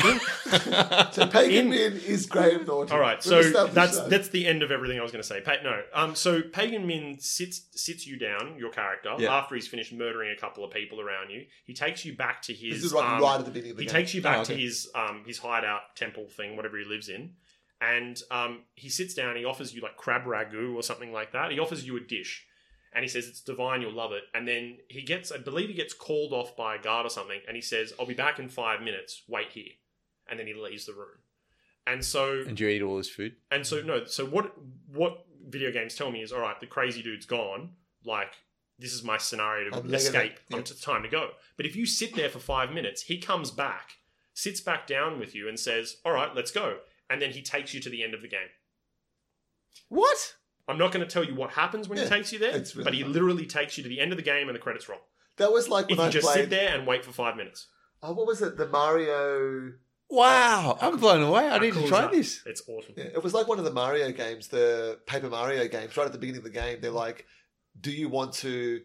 B: So Pagan
D: In-
B: Min is Graham Norton.
D: All right,
B: We've
D: so
B: established
D: that's
B: that.
D: that's the end of everything I was going to say. Pa- no, um, so Pagan Min sits sits you down, your character,
A: Yeah.
D: after he's finished murdering a couple of people around you. He takes you back to his.
B: This is like
D: um,
B: right at the beginning of the
D: he
B: game.
D: takes you back
A: Oh, okay.
D: to his um, his hideout temple thing, whatever he lives in, and um, he sits down. He offers you like crab ragu or something like that. He offers you a dish, and he says it's divine, you'll love it. And then he gets, I believe, he gets called off by a guard or something, and he says, "I'll be back in five minutes. Wait here," and then he leaves the room. And so
A: and you eat all his food?
D: and so no, so what what video games tell me is all right, the crazy dude's gone, like this is my scenario to
B: I'm legging
D: escape.
B: it, yeah.
D: I'm it's time to go. But if you sit there for 5 minutes, he comes back, sits back down with you and says, "All right, let's go." And then he takes you to the end of the game.
A: What?
D: I'm not going to tell you what happens when he
B: Yeah,
D: takes you there,
B: it's really
D: but he
B: fun.
D: literally takes you to the end of the game and the credits roll.
B: that was like
D: If
B: when
D: you
B: I
D: just sit
B: played.
D: there and wait for 5 minutes.
B: Oh, what was it? The Mario.
A: Wow!
D: How
A: I'm
D: cool-
A: blown away. I
D: how
A: need
D: cool
A: to
D: is
A: try
D: that?
A: this.
D: It's awesome.
B: Yeah, it was like one of the Mario games, the Paper Mario games. Right at the beginning of the game, they're like, "Do you want to?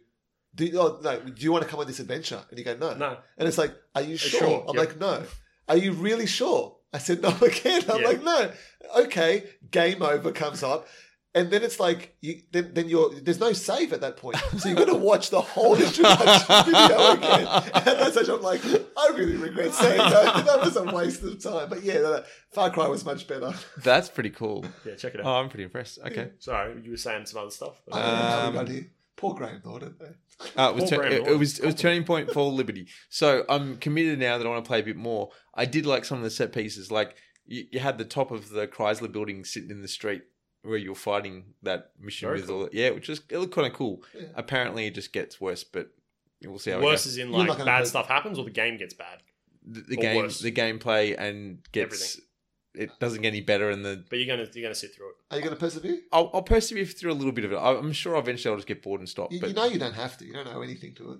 B: Do you, oh, no? Do you want to come on this adventure?" And you go, "No."
D: No.
B: And it's like, "Are you sure?"
D: sure,
B: I'm
D: yeah.
B: like, "No." Are you really sure? I said no again. I'm
D: Yeah.
B: like, "No." Okay, game over comes up. And then it's like you, then, then you're there's no save at that point, so you've got to watch the whole introduction video again. And at that stage, I'm like, I really regret saying that. That was a waste of time. But yeah, no, no, Far Cry was much better.
A: That's pretty cool.
D: Yeah, check it out.
A: Oh, I'm pretty impressed. Okay.
D: Sorry, you were saying some other stuff.
B: I don't know how we
A: Um,
B: got here. Poor Graham Norton.
A: Uh, it, was
D: Paul
A: tur-
D: Graham
A: it, it
D: Norton.
A: was it was turning point for Liberty. So I'm committed now that I want to play a bit more. I did like some of the set pieces. Like you, you had the top of the Chrysler building sitting in the street where you're fighting that mission
D: Very
A: with all yeah, which is it looked kind of cool.
B: Yeah.
A: Apparently, it just gets worse, but we'll see how
D: Worse
A: it
D: is in
B: You're
D: like
B: not gonna
D: bad
B: play-
D: stuff happens or the game gets bad.
A: goes. The, the
D: or
A: game,
D: worse.
A: the gameplay, and gets it doesn't get any better. And the
D: But you're gonna you're gonna sit through it.
B: Are you going to persevere?
A: I'll, I'll persevere through a little bit of it. I- I'm sure eventually I'll just get bored and stop.
B: You,
A: but
B: you know you don't have to. You don't know anything to it.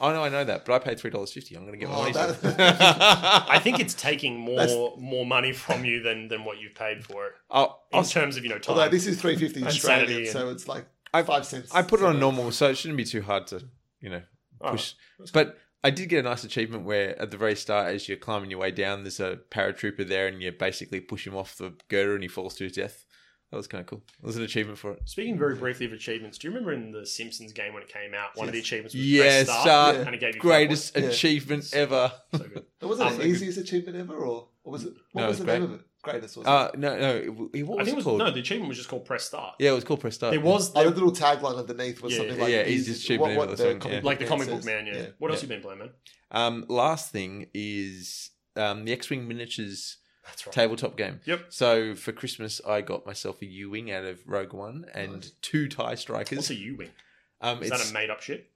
A: I know I know that, but I paid three dollars fifty. I'm going to get my
B: Oh,
A: money's
B: that-
A: worth.
D: I think it's taking more
B: That's-
D: more money from you than than what you've paid for it
A: I'll,
D: in
A: I'll
D: terms of you know time.
B: Although this is three fifty
D: And
B: Australian,
D: sanity and-
B: so it's like
A: I-
B: five cents.
A: I put it on
B: So-
A: normal, so it shouldn't be too hard to, you know,
D: Oh,
A: push. But I did get a nice achievement where at the very start, as you're climbing your way down, there's a paratrooper there, and you basically push him off the girder, and he falls to his death. That was kind of cool. That was an achievement for it.
D: Speaking very briefly of achievements, do you remember in the Simpsons game when it came out, one of the
B: Yes.
D: achievements was
A: Yes,
D: press
A: uh,
D: start, and it gave you
A: Greatest
B: Yeah.
A: achievement ever.
D: So good.
B: That wasn't
D: Um,
B: the easiest achievement ever, or, or was it? What
A: No,
B: was
A: it
B: the
A: was
B: name of it? Greatest, wasn't
A: Uh, no, no. It, it, what
D: I
A: was it
D: think it was
A: called?
D: no. The achievement was just called press start.
A: Yeah, it was called Press Start.
D: There was
B: it? Oh,
D: there,
B: the little tagline underneath was
D: Yeah,
B: something
A: yeah,
B: like
A: yeah,
B: the
A: easiest achievement ever, that's right, yeah.
D: like the comic book
B: says.
D: man. Yeah. What else you been playing, man?
A: Um, last thing is um, the X Wing miniatures
D: That's right.
A: tabletop game.
D: Yep.
A: So for Christmas, I got myself a U Wing out of Rogue One and
B: Nice.
A: two TIE
D: What's
A: Strikers.
D: a U wing?
A: Um,
D: Is
A: it's,
D: that a made up shit?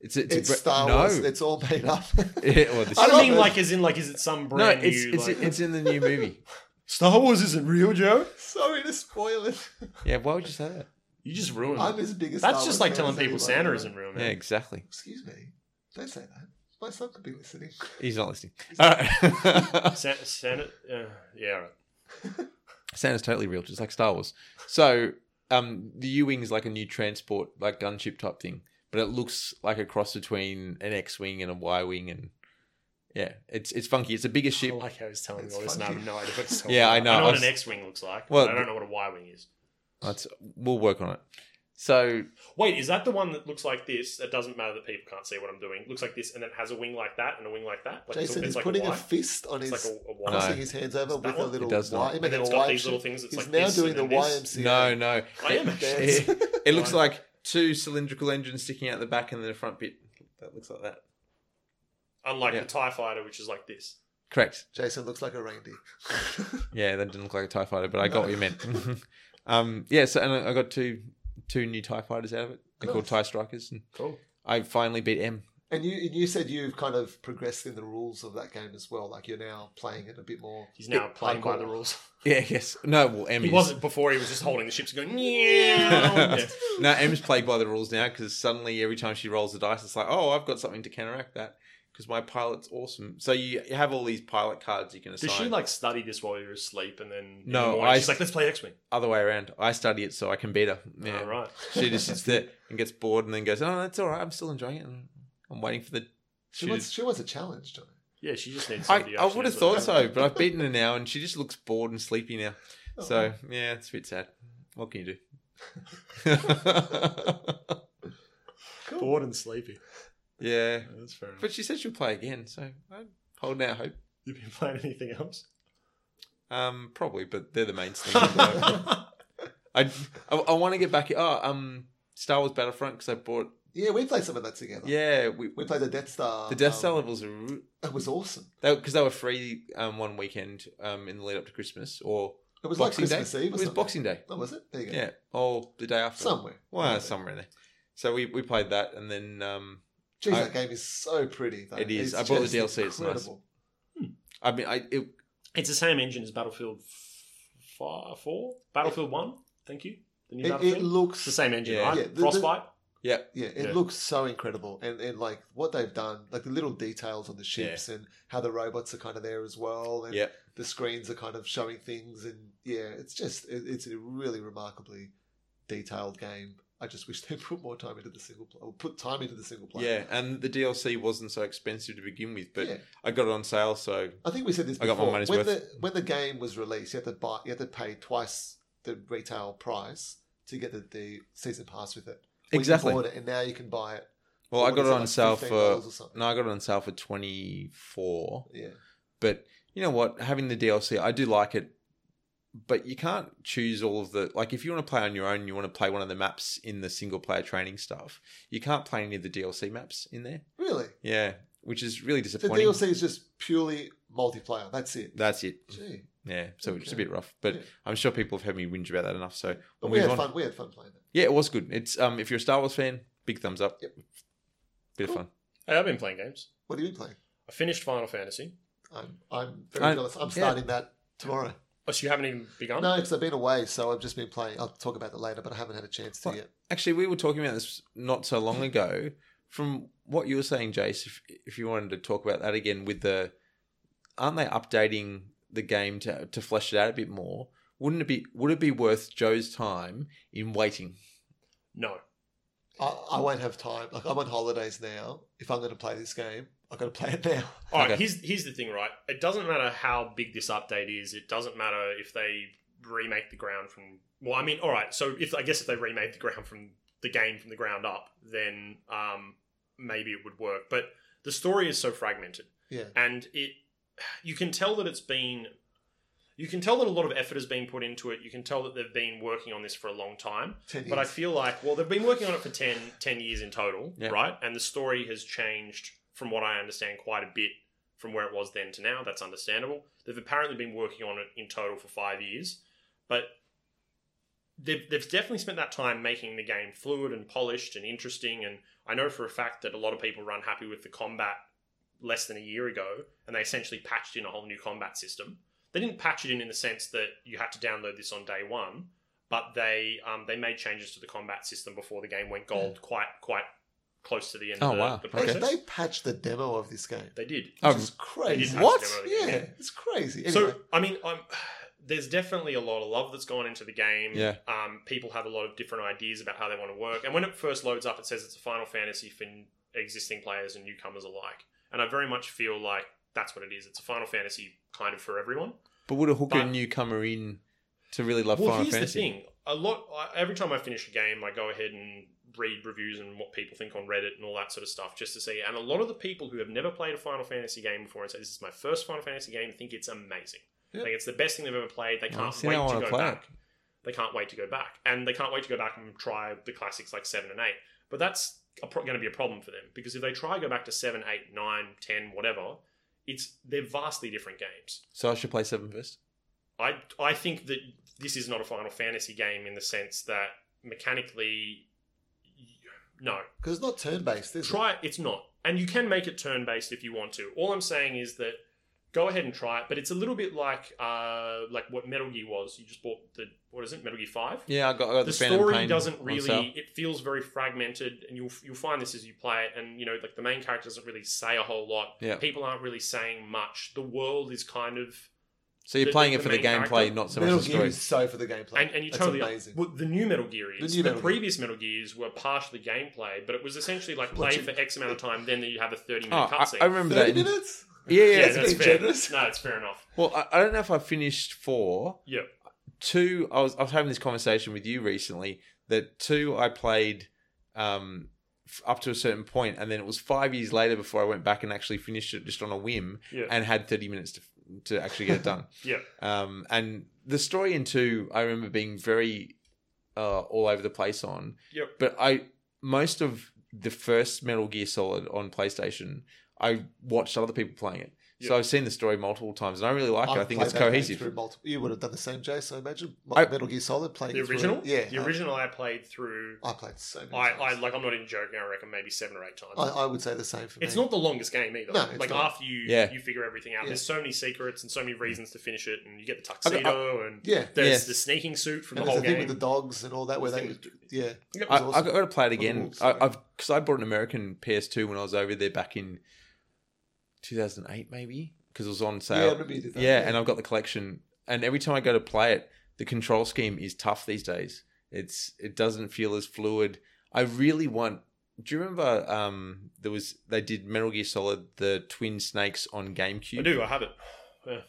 A: it's, it's, a
B: It's
A: bre-
B: Star
A: no.
B: Wars. It's all made up.
A: Yeah, well, this
B: I
D: I
A: is-
D: don't
B: love
D: mean
B: it.
D: like as in like is it some
A: no,
D: brand
A: it's,
D: new
A: it's,
D: like,
A: it's in the new movie.
D: Star Wars isn't real, Joe.
B: Sorry to spoil it.
A: Yeah, why would you say that?
D: You just ruined.
B: I'm
D: it.
B: as big as
D: Hmm. That's just like telling people Santa isn't real,
A: Yeah,
D: Oh, man.
A: exactly.
B: Excuse me. Don't say that. My son could be listening.
A: He's not listening. All right.
D: Sa- Santa, uh, yeah, all right.
A: Santa's totally real, just like Star Wars. So, um, the U Wing is like a new transport, like gunship type thing, but it looks like a cross between an X Wing and a Y Wing, and yeah, it's it's funky. It's a bigger
D: I
A: ship.
D: like how he's telling me
B: It's
D: all this, and I
B: funny.
D: have no idea what it's
A: Yeah, I know.
D: I
A: I
D: know what
A: was-
D: an X-wing looks like.
A: Well,
D: but I don't know what a Y-wing is.
A: That's, we'll work on it. So,
D: Wait, is that the one that looks like this? That doesn't matter that people can't see what I'm doing. Looks like this, and then has a wing like that, and a wing like that. Like
B: Jason
D: it's,
B: is
D: like
B: putting
D: a,
B: a,
D: Y.
B: fist on
D: It's
B: his,
D: like a, a Y.
A: No.
B: crossing his hands over
D: that
B: with a
D: one?
B: little
A: It does not.
B: Y.
D: And then it's
B: a
D: got
B: Y
D: these little
B: shape.
D: things. It's
B: He's
D: like
B: now
D: this
B: doing
D: and
B: the
D: then this.
B: YMCA.
A: no, no,
D: I am actually.
B: Dance.
A: it looks
D: Why?
A: like two cylindrical engines sticking out the back, and then a front bit that looks like that.
D: Unlike
A: Yeah.
D: the TIE fighter, which is like this.
A: Correct.
B: Jason looks like a reindeer.
A: Yeah, that didn't look like a Tie Fighter, but I got what you meant. um, yeah, so and I I got two two new Tie Fighters out of it. They're called
B: Nice.
A: Tie Strikers, and
D: Cool.
A: I finally beat M.
B: and you and you said you've kind of progressed in the rules of that game as well. Like you're now playing it a bit more.
D: He's now playing by
B: hardcore.
D: the rules.
A: Yeah, yes. No, well, M
D: He
A: is.
D: wasn't before. He was just holding the ships and going. Yeah. Yeah.
A: no, M's played by the rules now because suddenly every time she rolls the dice, it's like, oh, I've got something to counteract that because my pilot's awesome. So you, you have all these pilot cards you can assign.
D: Does she like study this while you're asleep, and then in
A: No,
D: the morning,
A: I-
D: she's like, let's play X-wing.
A: Other way around. I study it so I can beat her. Yeah.
D: All right.
A: She just sits there and gets bored and then goes, oh, that's all right. I'm still enjoying it. And I'm waiting for the.
B: She
A: shooters
B: wants, she wants a challenge, Johnny.
D: Yeah, she just needs.
A: I,
D: somebody
A: I
D: actually
A: would have
D: knows
A: thought
D: what
A: so, but I've beaten her now, and she just looks bored and sleepy now. So
B: Oh.
A: yeah, it's a bit sad. What can you do?
D: they're doing. Bored and sleepy.
A: yeah,
D: Yeah, That's fair enough.
A: but she said she'll play again, so I'm holding out hope.
D: you been playing anything else?
A: Um, probably, but they're the mainstay. I I, I want to get back. Oh, um, Star Wars Battlefront because I bought.
B: Yeah, we played some of that together.
A: Yeah, we,
B: we played the Death Star.
A: the Death
B: um,
A: Star levels are ru-
B: It was awesome.
A: they because they were free um, one weekend um, in the lead up to Christmas or
B: It was
A: Boxing
B: like Christmas
A: Day.
B: Eve.
A: it was Boxing Day.
B: Day. Oh, was it? There you go.
A: Yeah, or the day after.
B: Somewhere.
A: Well, somewhere in there. So we, we played that, and then um,
B: Jeez,
A: I-
B: that game is so pretty. Though.
A: It is. I
B: It's
A: bought the
B: just
A: DLC, it's nice.
B: incredible.
A: I mean, I it,
D: It's the same engine as Battlefield f- Four, Battlefield One. Thank you. The new
B: It,
D: Battlefield.
B: it
D: it's
B: looks.
D: the same engine,
A: Yeah.
D: right?
B: Yeah, the- the-
D: Frostbite.
A: yeah,
B: Yeah, it
D: Yeah.
B: looks so incredible, and and like what they've done, like the little details on the ships and how the robots are kind of there as well, and
A: yeah.
B: the screens are kind of showing things, and yeah, it's just it, it's a really remarkably detailed game. I just wish they put more time into the single player, or put time into the single player.
A: Yeah, and the DLC wasn't so expensive to begin with, but
B: Yeah.
A: I got it on sale, so
B: I think we said this
A: I
B: before.
A: got my money's
B: when
A: worth.
B: the when the game was released, you had to buy, you had to pay twice the retail price to get the, the season pass with it. When you
A: Exactly.
B: bought it, and now you can buy it.
A: well,
B: for
A: I
B: what
A: got
B: is
A: it on
B: like
A: sale
B: $15
A: for
B: or something.
A: no, I got it on sale for twenty four.
B: Yeah,
A: But you know what? Having the DLC, I do like it, but you can't choose all of the like. If you want to play on your own, you want to play one of the maps in the single player training stuff. You can't play any of the DLC maps in there.
B: really.
A: Yeah, which is really
B: The
A: disappointing.
B: DLC is just purely multiplayer. That's it.
A: That's it.
B: Gee,
A: Yeah, so it's a
B: Okay.
A: bit rough, but
B: Yeah.
A: I'm sure people have heard me whinge about that enough. So
B: but
A: we'll
B: we
A: move
B: had
A: on.
B: fun. We had fun playing it.
A: Yeah, it was good. It's um, if you're a Star Wars fan, big thumbs up.
B: Yep.
A: Bit
B: Cool.
A: of fun.
D: Hey, I've been playing games.
B: What have you been playing?
D: I finished Final Fantasy.
B: I'm I'm very
A: I-
B: jealous. I'm
A: yeah.
B: starting that tomorrow.
D: Oh, so you haven't even begun?
B: No, because I've been away, so I've just been playing. I'll talk about that later, but I haven't had a chance to
A: What?
B: yet.
A: Actually, we were talking about this not so long ago. From what you were saying, Jace, if if you wanted to talk about that again with the, aren't they updating the game to to flesh it out a bit more? Wouldn't it be would it be worth Joe's time in waiting?
D: No.
B: I, I won't have time. Like I'm on holidays now. If I'm going to play this game, I've got to play it now.
D: All right,
A: Okay.
D: here's here's the thing, right? It doesn't matter how big this update is. It doesn't matter if they remake the ground from. Well, I mean, all right. So if I guess if they remake the ground from the game from the ground up, then um, maybe it would work. But the story is so fragmented,
B: Yeah.
D: and it you can tell that it's been. You can tell that a lot of effort has been put into it. You can tell that they've been working on this for a long time.
B: Ten years.
D: But I feel like, well, they've been working on it for 10, 10 years in total,
A: Yeah.
D: right? And the story has changed, from what I understand, quite a bit from where it was then to now. That's understandable. They've apparently been working on it in total for five years, but they've, they've definitely spent that time making the game fluid and polished and interesting. And I know for a fact that a lot of people were unhappy with the combat less than a year ago, and they essentially patched in a whole new combat system. They didn't patch it in in the sense that you had to download this on day one, but they um, they made changes to the combat system before the game went gold, quite quite close to the end
A: Oh,
D: of the,
A: wow.
D: the
B: Like,
D: process.
B: They patched the demo of this game.
D: They did.
A: Oh,
B: It's crazy.
D: didn't
A: What?
D: patch the demo of the
B: Yeah,
D: game.
B: it's crazy.
D: So
B: Anyway,
D: I mean, I'm, there's definitely a lot of love that's gone into the game.
A: Yeah.
D: Um, people have a lot of different ideas about how they want to work, and when it first loads up, it says it's a Final Fantasy for n- existing players and newcomers alike. And I very much feel like that's what it is. It's a Final Fantasy kind of for everyone.
A: But would a hooker
D: But-
A: newcomer in to really love
D: well,
A: Final
D: here's
A: Fantasy?
D: the thing. A lot. I, every time I finish a game, I go ahead and read reviews and what people think on Reddit and all that sort of stuff, just to see. And a lot of the people who have never played a Final Fantasy game before and say this is my first Final Fantasy game think it's amazing.
B: Yeah.
D: Like it's the best thing they've ever played. They
A: Oh,
D: can't
A: see,
D: wait
A: now I
D: to
A: wanna
D: go
A: play it.
D: back. They can't wait to go back, and they can't wait to go back and try the classics like seven and eight. But that's a pro- going to be a problem for them because if they try to go back to seven, eight, nine, ten, whatever, it's they're vastly different games.
A: So I should play Seven first.
D: I I think that this is not a Final Fantasy game in the sense that mechanically, no.
B: because it's not turn based, is
D: Try it. It's not, and you can make it turn based if you want to. All I'm saying is that go ahead and try it. But it's a little bit like uh like what Metal Gear was. You just bought the what is it Metal Gear Five.
A: Yeah, I got, I got the,
D: The
A: Phantom
D: story
A: Pain
D: doesn't
A: on
D: really.
A: sale.
D: It feels very fragmented, and you'll you'll find this as you play it. And you know, like the main character doesn't really say a whole lot.
A: Yeah.
D: People aren't really saying much. The world is kind of
A: So you're
D: the-
A: playing
D: the-
A: it for
D: the
A: the
D: main
A: gameplay,
D: character-
A: not
B: it?
A: so
B: Metal
A: much the
B: Gear
A: story.
B: is so for the gameplay.
D: And, and you
B: That's
D: totally
B: amazing.
D: Well, the new Metal Gear
B: The
D: is
B: new
D: the,
B: Metal Gear.
D: previous Metal Gears were partially gameplay, but it was essentially like play
B: Watching-
D: for X amount of time, then you have a thirty
A: Oh,
D: minute
A: I,
D: cutscene.
A: I remember that.
B: Thirty
A: in-
B: minutes.
A: yeah, yeah.
D: yeah,
A: yeah.
B: it's
D: that's
B: being
D: fair.
B: generous.
D: No, it's fair enough.
A: Well, I, I don't know if I finished four.
D: Yeah,
A: two I was I was having this conversation with you recently that two I played um f- up to a certain point and then it was 5 years later before I went back and actually finished it just on a whim
D: Yeah.
A: and had 30 minutes to to actually get it done.
D: yeah,
A: Um and the story in two I remember being very uh all over the place on.
D: Yep.
A: But I most of the first Metal Gear Solid on PlayStation I watched other people playing it. So
D: Yep.
A: I've seen the story multiple times and I really like it. I
B: I've
A: think
B: played
A: it's
B: that game
A: cohesive.
B: through multiple- you would have done the same, Jay. So imagine
A: I-
B: Metal Gear Solid playing
D: the
B: it through-
D: original.
B: Yeah,
D: the original I played through.
B: I played so many.
D: I, I
B: times.
D: like. I'm not even joking. I reckon maybe seven or eight times.
B: I, I would say the same for me.
D: it's not the longest game either.
B: No, it's
D: like
B: not.
D: after you
A: Yeah.
D: you figure everything out,
B: Yeah.
D: there's so many secrets and so many reasons to finish it, and you get the tuxedo and
B: Yeah,
D: there's
A: Yes.
D: the sneaking suit from
B: and
D: the
B: there's
D: whole
B: the thing
D: game.
B: with the dogs and all that, where
D: The
B: they,
D: thing with-
B: yeah,
D: Yep.
A: I,
B: It was awesome.
A: I've got to play it
B: What a
A: again.
B: waltz,
A: I,
B: yeah.
A: I've because I bought an American PS2 when I was over there back in 2008, maybe because it was on
B: yeah, I
A: sale.
B: remember you did
A: Yeah,
B: that.
A: and I've got the collection. And every time I go to play it, the control scheme is tough these days. It's it doesn't feel as fluid. I really want. Do you remember um, there was they did Metal Gear Solid the Twin Snakes on GameCube?
D: I do. I have it. Yeah.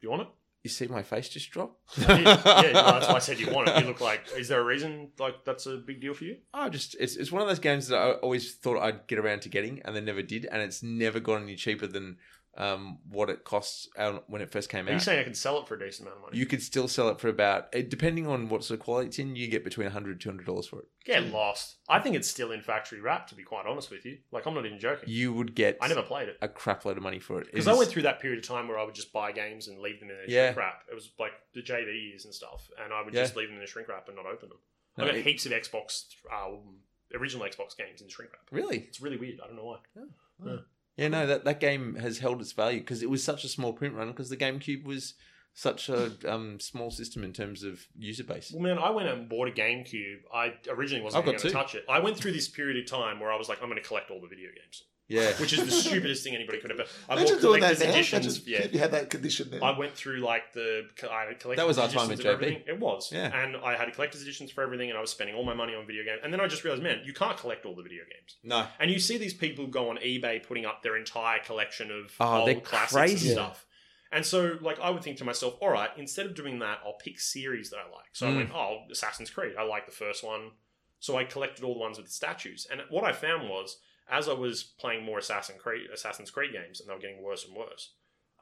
D: You want it?
A: You see my face just drop?
D: yeah, yeah, no, that's why I said you want it. You look like. Is there a reason? Like that's a big deal for you?
A: Oh, just it's it's one of those games that I always thought I'd get around to getting, and then never did, and it's never got any cheaper than um, what it costs out when it first came
D: Are you
A: out.
D: saying I can sell it for a decent amount of money?
A: you could still sell it for about, eh, depending on what sort of quality it's in, you get between 100 200 dollars for it.
D: get lost. I think it's still in factory wrap. To be quite honest with you, like I'm not even joking.
A: You would get
D: I never played it
A: a crap load of money for it. It
D: because I
A: is-
D: went through that period of time where I would just buy games and leave them in their
A: Yeah.
D: shrink wrap. It was like the JV years and stuff, and I would
A: Yeah.
D: just leave them in the shrink wrap and not open them.
A: No,
D: I got
A: it-
D: heaps of Xbox um, original Xbox games in shrink wrap.
A: Really?
D: It's really weird. I don't know why.
A: Yeah, no, that, that game has held its value because it was such a small print run because the GameCube was such a um, small system in terms of user base.
D: Well, man, I went and bought a GameCube. I originally wasn't
A: I've got
D: going to
A: two.
D: touch it. I went through this period of time where I was like, I'm going to collect all the video games,
A: Yeah.
D: which is the stupidest thing anybody could have. done. I
B: Imagine
D: bought
B: doing that
D: collector's
B: now. Imagine
D: editions. Yeah,
B: if you had that condition then.
D: I went through like the I collected
A: That was our time at JB.
D: It was,
A: Yeah.
D: And I had collector's editions for everything, and I was spending all my money on video games. And then I just realized, man, you can't collect all the video games.
A: No.
D: And you see these people go on eBay putting up their entire collection of
A: Oh, they're
D: old classics
A: crazy.
D: and stuff. And so, like, I would think to myself, all right, instead of doing that, I'll pick series that I like. So I
A: Mm.
D: went, oh, Assassin's Creed. I like the first one. So I collected all the ones with the statues. And what I found was, as I was playing more Assassin Creed, Assassin's Creed games, and they were getting worse and worse,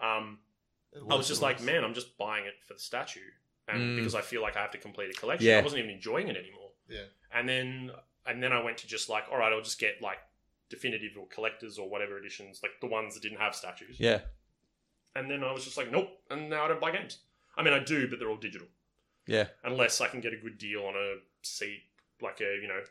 D: um, I was just like, man, I'm just buying it for the statue, and
A: Mm.
D: because I feel like I have to complete a collection.
A: Yeah.
D: I wasn't even enjoying it anymore.
B: Yeah.
D: And then and then I went to just like, all right, I'll just get like definitive or collectors or whatever editions, like the ones that didn't have statues.
A: Yeah.
D: And then I was just like, nope. And now I don't buy games. I mean, I do, but they're all digital.
A: Yeah.
D: Unless I can get a good deal on a seat, like a you know, a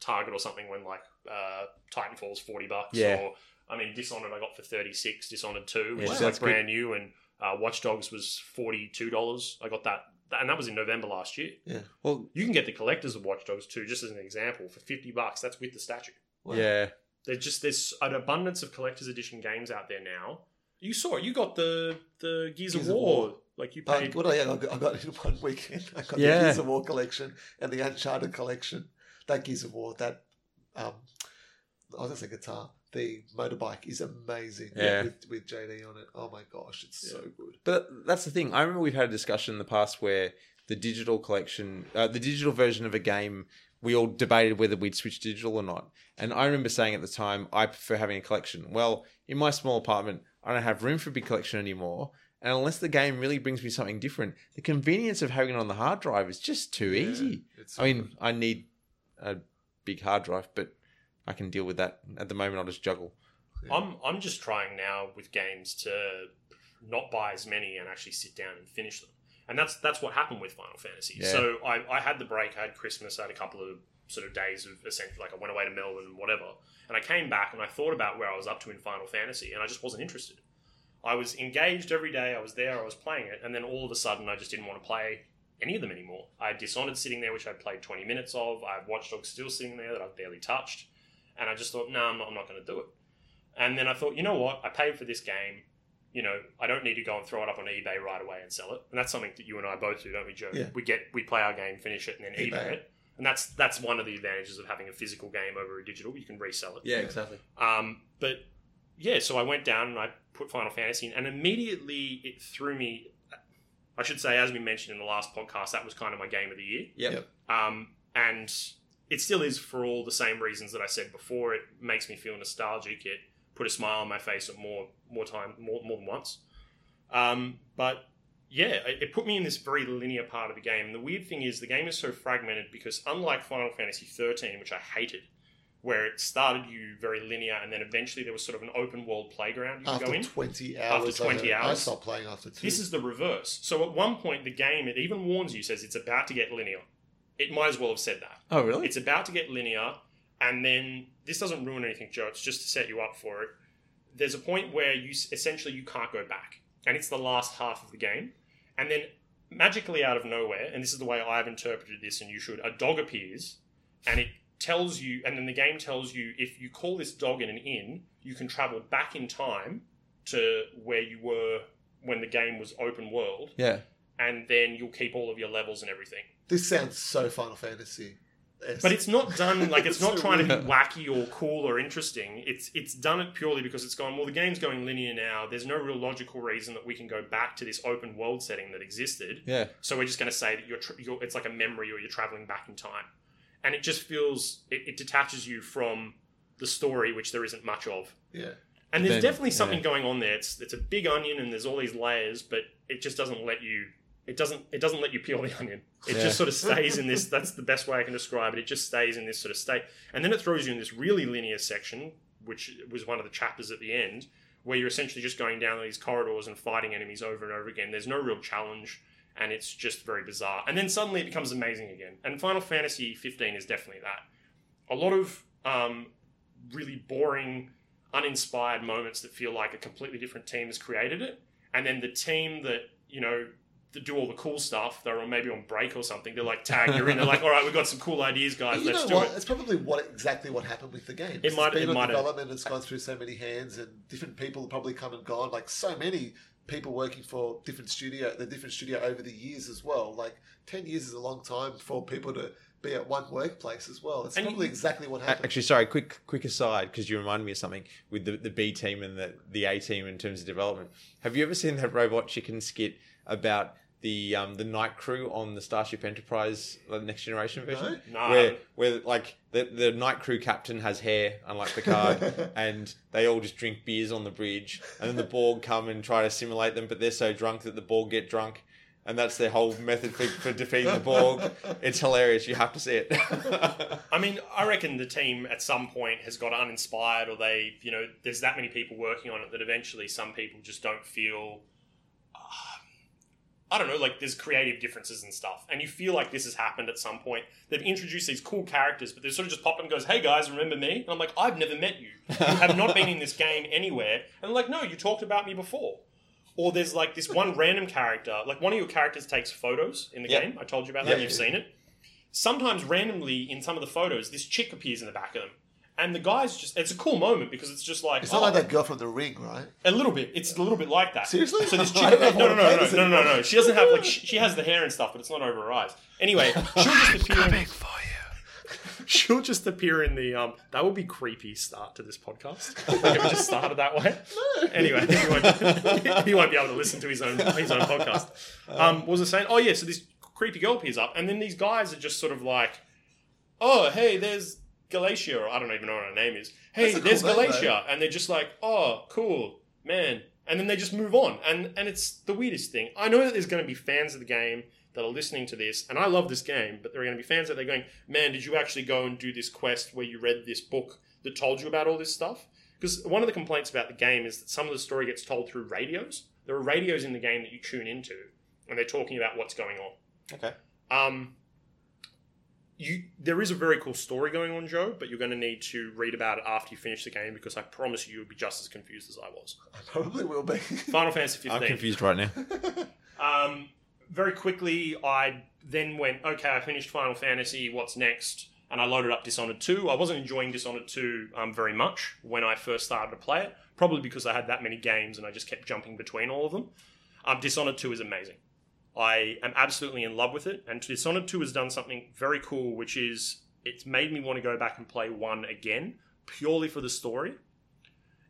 D: Target or something, when like uh, Titanfall's forty bucks.
A: Yeah.
D: Or I mean, Dishonored I got for thirty six. Dishonored
A: Yeah,
D: two, which is
A: so that's
D: like brand new, and uh, Watch Dogs was forty two dollars. I got that, and that was in November last year.
A: Well,
D: You can get the collectors of Watch Dogs too, just as an example, for fifty bucks. That's with the statue.
B: Wow.
A: yeah.
D: There's just there's an abundance of collector's edition games out there now. You saw it. You got the the
B: Gears
D: Gears, of,
B: of
D: War.
B: War.
D: Like you
B: Um,
D: paid.
B: what I, I got, I got in one weekend. I got
A: Yeah.
B: the Gears of War collection and the Uncharted collection. That Gears of War, that um, I was gonna say guitar. The motorbike is amazing.
A: Yeah.
B: with, with JD on it. Oh my gosh, it's so good.
A: But that's the thing. I remember we've had a discussion in the past where the digital collection, uh, the digital version of a game, we all debated whether we'd switch digital or not. And I remember saying at the time, I prefer having a collection. Well, in my small apartment, I don't have room for a big collection anymore. And unless the game really brings me something different, the convenience of having it on the hard drive is just too
B: Yeah,
A: easy.
B: it's
A: I mean, I need a big hard drive, but I can deal with that. At the moment, I'll just juggle.
B: good. Yeah.
D: I'm I'm just trying now with games to not buy as many and actually sit down and finish them. And that's that's what happened with Final Fantasy.
A: Yeah.
D: So I, I had the break, I had Christmas, I had a couple of sort of days of essentially like I went away to Melbourne and whatever. And I came back and I thought about where I was up to in Final Fantasy and I just wasn't interested. I was engaged every day, I was there, I was playing it, and then all of a sudden I just didn't want to play any of them anymore. I had Dishonored sitting there, which I played 20 minutes of. I have Watch Dogs still sitting there that I've barely touched. And I just thought, no, I'm not, I'm not going to do it. And then I thought, you know what? I paid for this game. You know, I don't need to go and throw it up on eBay right away and sell it. And that's something that you and I both do, don't we, Joe?
B: Yeah.
D: We get we play our game, finish it, and then eBay,
B: eBay.
D: it. And that's that's one of the advantages of having a physical game over a digital. You can resell it.
A: Yeah,
B: exactly.
D: Um, but yeah, so I went down and I put Final Fantasy in, and immediately it threw me. I should say, as we mentioned in the last podcast, that was kind of my game of the year.
A: Yep.
B: Yep.
D: Um, and it still is for all the same reasons that I said before. It makes me feel nostalgic. It put a smile on my face at more more time more, more than once. Um, but yeah, it, it put me in this very linear part of the game. And the weird thing is, the game is so fragmented because unlike Final Fantasy XIII, which I hated, where it started you very linear, and then eventually there was sort of an open world playground you could go
B: After
D: in.
B: twenty hours, I
D: 20
B: don't- I,
D: hours.
B: stopped playing after two.
D: This is the reverse. So at one point, the game it even warns you, says it's about to get linear. It might as well have said that.
A: Oh, really?
D: It's about to get linear, and then this doesn't ruin anything, Joe. It's just to set you up for it. There's a point where you s- essentially you can't go back, and it's the last half of the game, and then magically out of nowhere, and this is the way I've interpreted this, and you should. A dog appears, and it tells you, and then the game tells you if you call this dog in an inn, you can travel back in time to where you were when the game was open world,
A: yeah.
D: and then you'll keep all of your levels and everything.
B: this sounds so Final Fantasy.
D: But it's not done like it's not
B: So
D: trying to
A: weird.
D: be wacky or cool or interesting. It's it's done it purely because it's gone. Well, the game's going linear now. There's no real logical reason that we can go back to this open world setting that existed.
A: Yeah.
D: So we're just going to say that you're, tr you're it's like a memory or you're traveling back in time, and it just feels it, it detaches you from the story, which there isn't much of.
B: yeah.
D: And there's
A: Then-
D: definitely something going on there. It's it's a big onion, and there's all these layers, but it just doesn't let you. It doesn't. It doesn't let you peel the onion. It
A: Yeah.
D: just sort of stays in this. That's the best way I can describe it. It just stays in this sort of state, and then it throws you in this really linear section, which was one of the chapters at the end, where you're essentially just going down these corridors and fighting enemies over and over again. There's no real challenge, and it's just very bizarre. And then suddenly it becomes amazing again. And Final Fantasy 15 is definitely that. A lot of um, really boring uninspired moments that feel like a completely different team has created it. And then the team that, you know, that do all the cool stuff, they're on maybe on break or something, they're like, tag, you're in. They're like, all right, we've got some cool ideas, guys,
B: you
D: let's
B: know
D: do
B: what?
D: it.
B: It's probably what exactly what happened with the game.
D: It might-
B: it's been
D: it
B: on
D: might have-
B: development. It's gone through so many hands, and different people have probably come and gone. Like so many people working for different studio, the different studio over the years as well. Like ten years is a long time for people to be at one workplace as well. It's
D: And you-
B: probably exactly what happened.
A: Actually, sorry, quick quick aside because you remind me of something with the, the B team and the, the A team in terms of development. Have you ever seen that Robot Chicken skit about the um, the night crew on the Starship Enterprise the next generation version?
D: Nah.
A: Where where like the, the night crew captain has hair, unlike the card, and they all just drink beers on the bridge, and then the Borg come and try to assimilate them, but they're so drunk that the Borg get drunk. And that's their whole method for, for defeating the Borg. It's hilarious. You have to see it.
D: I mean, I reckon the team at some point has got uninspired, or they, you know, there's that many people working on it that eventually some people just don't feel. um, I don't know, like there's creative differences and stuff, and you feel like this has happened at some point. They've introduced these cool characters, but they sort of just popped up and goes, "Hey guys, remember me?" And I'm like, "I've never met you. You have not been in this game anywhere." And they're like, "No, you talked about me before." Or there's like this one random character, like one of your characters takes photos in the
A: Yeah.
D: game. I told you about
A: Yeah.
D: that. You've seen it sometimes randomly in some of the photos, this chick appears in the back of them. And the guy's just, it's a cool moment because it's just like,
B: it's not
D: oh,
B: like that girl from The Ring, right?
D: a little bit, it's a little bit like that.
B: Seriously?
D: So this
B: I
D: chick,
B: don't
D: no,
B: know what
D: no, no, no,
B: that is
D: no, no, no.
B: anymore.
D: She doesn't have, like, she, she has the hair and stuff, but it's not over her eyes. Anyway, she'll just appear in, she'll just appear in the, um, that would be creepy start to this podcast. If we just started that way. Anyway, he won't, he won't be able to listen to his own, his own podcast. Um, what was I saying? Oh yeah, so this creepy girl appears up, and then these guys are just sort of like, "Oh hey, there's Galatia," or I don't even know what her name is. Hey,
B: That's a cool
D: there's
B: name,
D: Galatia, and they're just like, "Oh, cool, man," and then they just move on, and and it's the weirdest thing. I know that there's going to be fans of the game that are listening to this, and I love this game, but there are going to be fans that they're going, "Man, did you actually go and do this quest where you read this book that told you about all this stuff?" Because one of the complaints about the game is that some of the story gets told through radios. There are radios in the game that you tune into, and they're talking about what's going on.
A: okay.
D: Um, you there is a very cool story going on, Joe, but you're going to need to read about it after you finish the game because I promise you, you'll be just as confused as I was.
B: I probably will be.
D: Final Fantasy
A: I'm
D: 15.
A: confused right now.
D: Um, very quickly, I then went, okay, I finished Final Fantasy, what's next? And I loaded up Dishonored 2. I wasn't enjoying Dishonored 2 um, very much when I first started to play it, probably because I had that many games and I just kept jumping between all of them. Um, Dishonored 2 is amazing. I am absolutely in love with it, and Dishonored 2 has done something very cool, which is it's made me want to go back and play 1 again, purely for the story.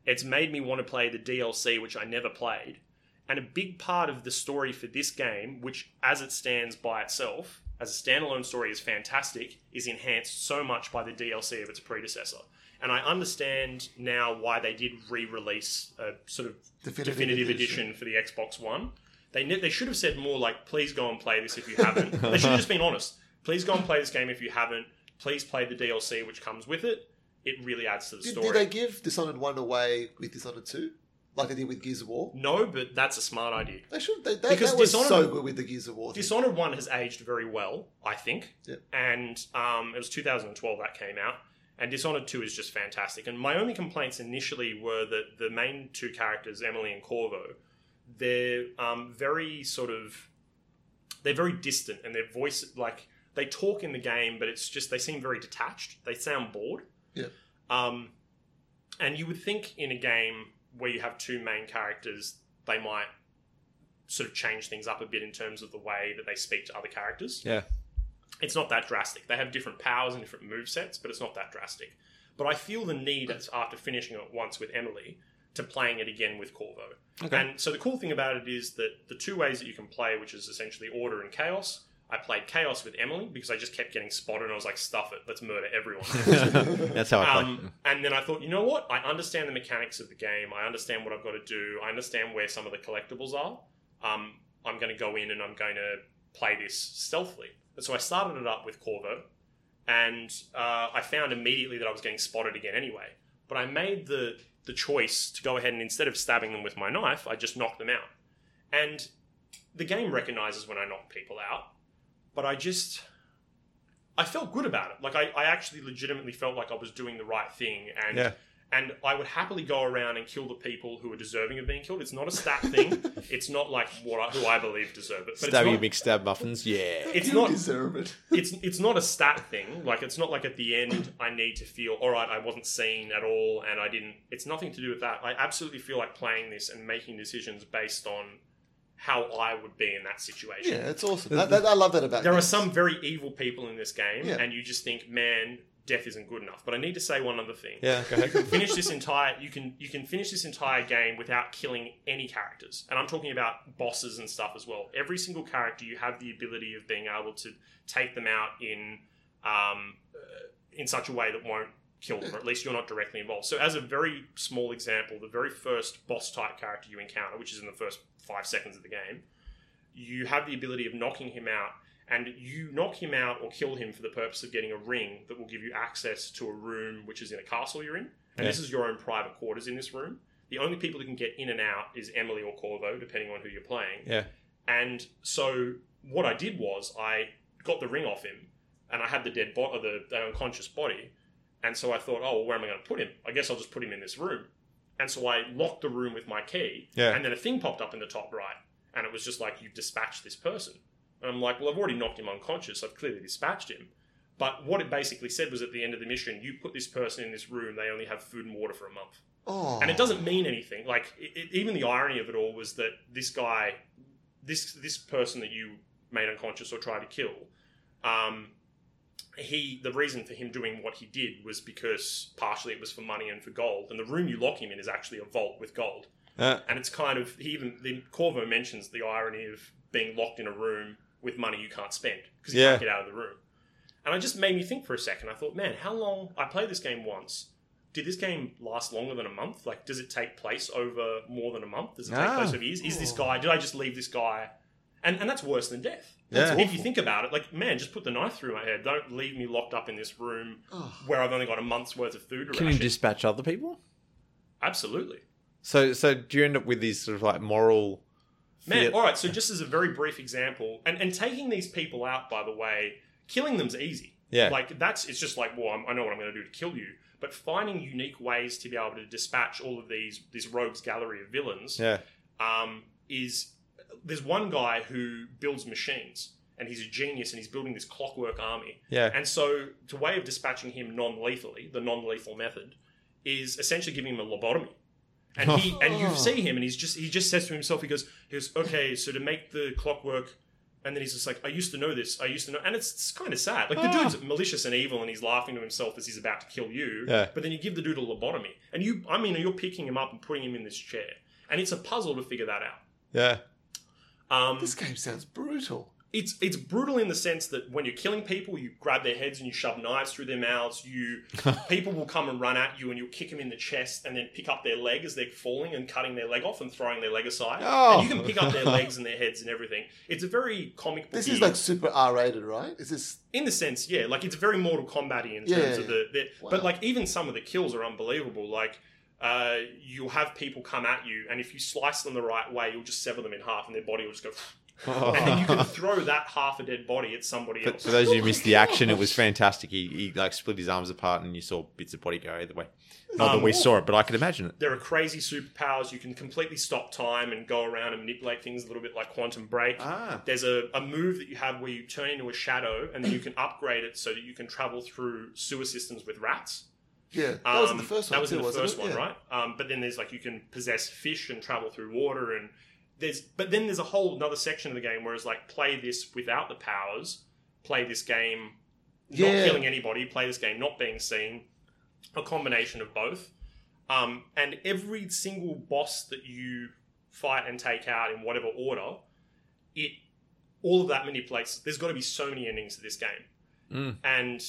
D: It's made me want to play the DLC, which I never played. And a big part of the story for this game, which as it stands by itself, as a standalone story is fantastic, is enhanced so much by the DLC of its predecessor. And I understand now why they did re release a sort of
B: Definitive
D: definitive
B: edition.
D: edition for the Xbox One. They ne- they should have said more like, please go and play this if you haven't. they should have just been honest. Please go and play this game if you haven't. Please play the DLC which comes with it. It really adds to the
B: Did,
D: story.
B: did they give Dishonored 1 away with Dishonored 2? Like they did with Gears of War?
D: No, but that's a smart idea.
B: They should. They, they,
D: Because
B: that was so
D: Dishonored-
B: good with the Gears of War. thing.
D: Dishonored One has aged very well, I think.
B: Yep.
D: And um, it was 2012 that came out, and Dishonored Two is just fantastic. And my only complaints initially were that the main two characters, Emily and Corvo, they're um, very sort of they're very distant, and their voice like they talk in the game, but it's just they seem very detached. They sound bored.
B: Yep.
D: Um, and you would think in a game where you have two main characters, they might sort of change things up a bit in terms of the way that they speak to other characters.
A: Yeah.
D: It's not that drastic. They have different powers and different movesets, but it's not that drastic. But I feel the need as- after finishing it once with Emily to playing it again with Corvo.
A: Okay.
D: And so the cool thing about it is that the two ways that you can play, which is essentially order and chaos. I played chaos with Emily because I just kept getting spotted and I was like, stuff it, let's murder everyone.
A: That's how I play.
D: Um, and then I thought, you know what? I understand the mechanics of the game. I understand what I've got to do. I understand where some of the collectibles are. Um, I'm going to go in and I'm going to play this stealthily. And so I started it up with Corvo, and uh, I found immediately that I was getting spotted again anyway. But I made the the choice to go ahead and instead of stabbing them with my knife, I just knocked them out. And the game recognizes when I knock people out, but I just I felt good about it. Like I, I actually legitimately felt like I was doing the right thing and
A: Yeah.
D: and I would happily go around and kill the people who are deserving of being killed. It's not a stat thing. it's not like what I, who I believe deserve it. But it's
A: Stabby
D: not-
A: mixed stab muffins. Yeah.
D: it's
B: you
D: not
B: deserve it.
D: it's it's not a stat thing. Like it's not like at the end I need to feel all right. I wasn't seen at all, and I didn't. It's nothing to do with that. I absolutely feel like playing this and making decisions based on how I would be in that situation.
B: Yeah, it's awesome. That- that- I love that about
D: There are
B: games.
D: some very evil people in this game,
B: Yeah.
D: and you just think, man, death isn't good enough. But I need to say one other thing.
A: Yeah, go
D: You can
A: ahead.
D: finish this entire you can you can finish this entire game without killing any characters. And I'm talking about bosses and stuff as well. Every single character you have the ability of being able to take them out in um, uh, in such a way that won't kill them, or at least you're not directly involved. So as a very small example, the very first boss type character you encounter, which is in the first five seconds of the game, you have the ability of knocking him out and you knock him out or kill him for the purpose of getting a ring that will give you access to a room which is in a castle you're in. And this is your own private quarters in this room. The only people who can get in and out is Emily or Corvo, depending on who you're playing.
A: Yeah.
D: And so what I did was I got the ring off him, and I had the dead body, or the, the unconscious body. And so I thought, oh, well, where am I going to put him? I guess I'll just put him in this room. And so I locked the room with my key.
A: Yeah.
D: And then a thing popped up in the top right, and it was just like you've dispatched this person. And I'm like, well, I've already knocked him unconscious. I've clearly dispatched him. But what it basically said was at the end of the mission, you put this person in this room, they only have food and water for a month.
B: Oh.
D: And it doesn't mean anything. Like, it, it, even the irony of it all was that this guy, this this person that you made unconscious or tried to kill, um, he the reason for him doing what he did was because partially it was for money and for gold. And the room you lock him in is actually a vault with gold.
A: Uh,
D: And it's kind of he even the Corvo mentions the irony of being locked in a room with money you can't spend because you
A: Yeah.
D: can't get out of the room. And it just made me think for a second. I thought, man, how long? I played this game once. Did this game last longer than a month? Like, does it take place over more than a month? Does it take
A: No.
D: place over years? Is this guy? Did I just leave this guy? And and that's worse than death.
A: That's
D: If you
B: awful.
D: think about it, like, man, just put the knife through my head. Don't leave me locked up in this room
B: Oh.
D: where I've only got a month's worth of food. To
A: can you
D: ration.
A: dispatch other people?
D: Absolutely.
A: So, so do you end up with these sort of like moral?
D: Man,
A: Yeah.
D: all right. So just as a very brief example, and, and taking these people out, by the way, killing them's easy.
A: Yeah.
D: Like that's it's just like, well, I'm, I know what I'm going to do to kill you, but finding unique ways to be able to dispatch all of these this rogues gallery of villains
A: Yeah.
D: um, is there's one guy who builds machines and he's a genius and he's building this clockwork army.
A: Yeah.
D: And so, to way of dispatching him non-lethally, the non-lethal method is essentially giving him a lobotomy. And he and
A: Oh.
D: you see him, and he's just he just says to himself, he goes, he goes, okay, so to make the clockwork, and then he's just like, I used to know this, I used to know, and it's, it's kind of sad. Like the
A: Ah.
D: dude's malicious and evil, and he's laughing to himself as he's about to kill you.
A: Yeah.
D: But then you give the dude a lobotomy, and you, I mean, you're picking him up and putting him in this chair, and it's a puzzle to figure that out.
A: Yeah.
D: Um,
B: Oh, This game sounds brutal.
D: it's it's brutal in the sense that when you're killing people, you grab their heads and you shove knives through their mouths. You people will come and run at you, and you'll kick them in the chest, and then pick up their leg as they're falling and cutting their leg off and throwing their leg aside.
A: Oh.
D: And you can pick up their legs and their heads and everything. It's a very comic book.
B: This is like super R rated, right? Is this
D: in the sense, yeah, like it's very Mortal Kombat in terms
B: Yeah, yeah,
D: of the, the
B: Wow.
D: but like even some of the kills are unbelievable. Like uh, you'll have people come at you, and if you slice them the right way, you'll just sever them in half, and their body will just go. And then you can throw that half a dead body at somebody
A: But
D: else.
A: for those who missed the
B: Oh my
A: action, it
B: gosh.
A: was fantastic. He, he like split his arms apart, and you saw bits of body go either way. Not
D: Um,
A: that we saw it, but I could imagine it.
D: there are crazy superpowers. You can completely stop time and go around and manipulate things a little bit like Quantum Break.
A: Ah,
D: There's a, a move that you have where you turn into a shadow and then you can upgrade it so that you can travel through sewer systems with rats.
B: yeah? That was in the
D: Um,
B: first one.
D: That was
B: too,
D: in the
B: wasn't
D: first
B: it?
D: one,
B: Yeah.
D: right? Um, but then there's like you can possess fish and travel through water, and there's but then there's a whole another section of the game where it's like play this without the powers, play this game
B: Yeah.
D: not killing anybody, play this game not being seen, a combination of both. Um, and every single boss that you fight and take out in whatever order, it all of that manipulates. There's got to be so many endings to this game,
A: Mm.
D: and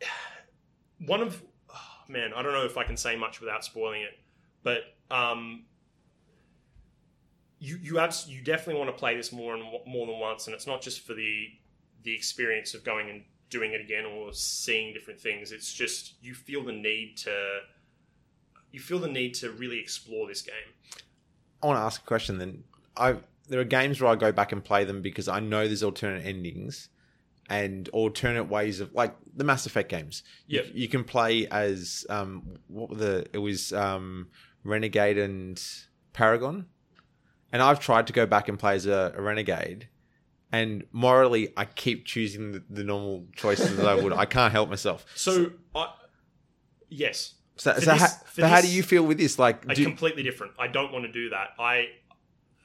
D: one of oh, man, I don't know if I can say much without spoiling it, but um, you you abs- you definitely want to play this more and more than once, and it's not just for the the experience of going and doing it again or seeing different things. It's just you feel the need to you feel the need to really explore this game.
A: I want to ask a question. Then I there are games where I go back and play them because I know there's alternate endings and alternate ways of like the Mass Effect games. You-
D: Yep.
A: you, can play as um what were the it was um Renegade and Paragon, and I've tried to go back and play as a, a Renegade. And morally, I keep choosing the, the normal choices that I would. I can't help myself.
D: So, I, yes,
A: So,
D: For
A: so,
D: this-
A: how,
D: for
A: so how do
D: this-
A: you feel with this? Like,
D: I
A: do,
D: completely different. I don't want to do that. I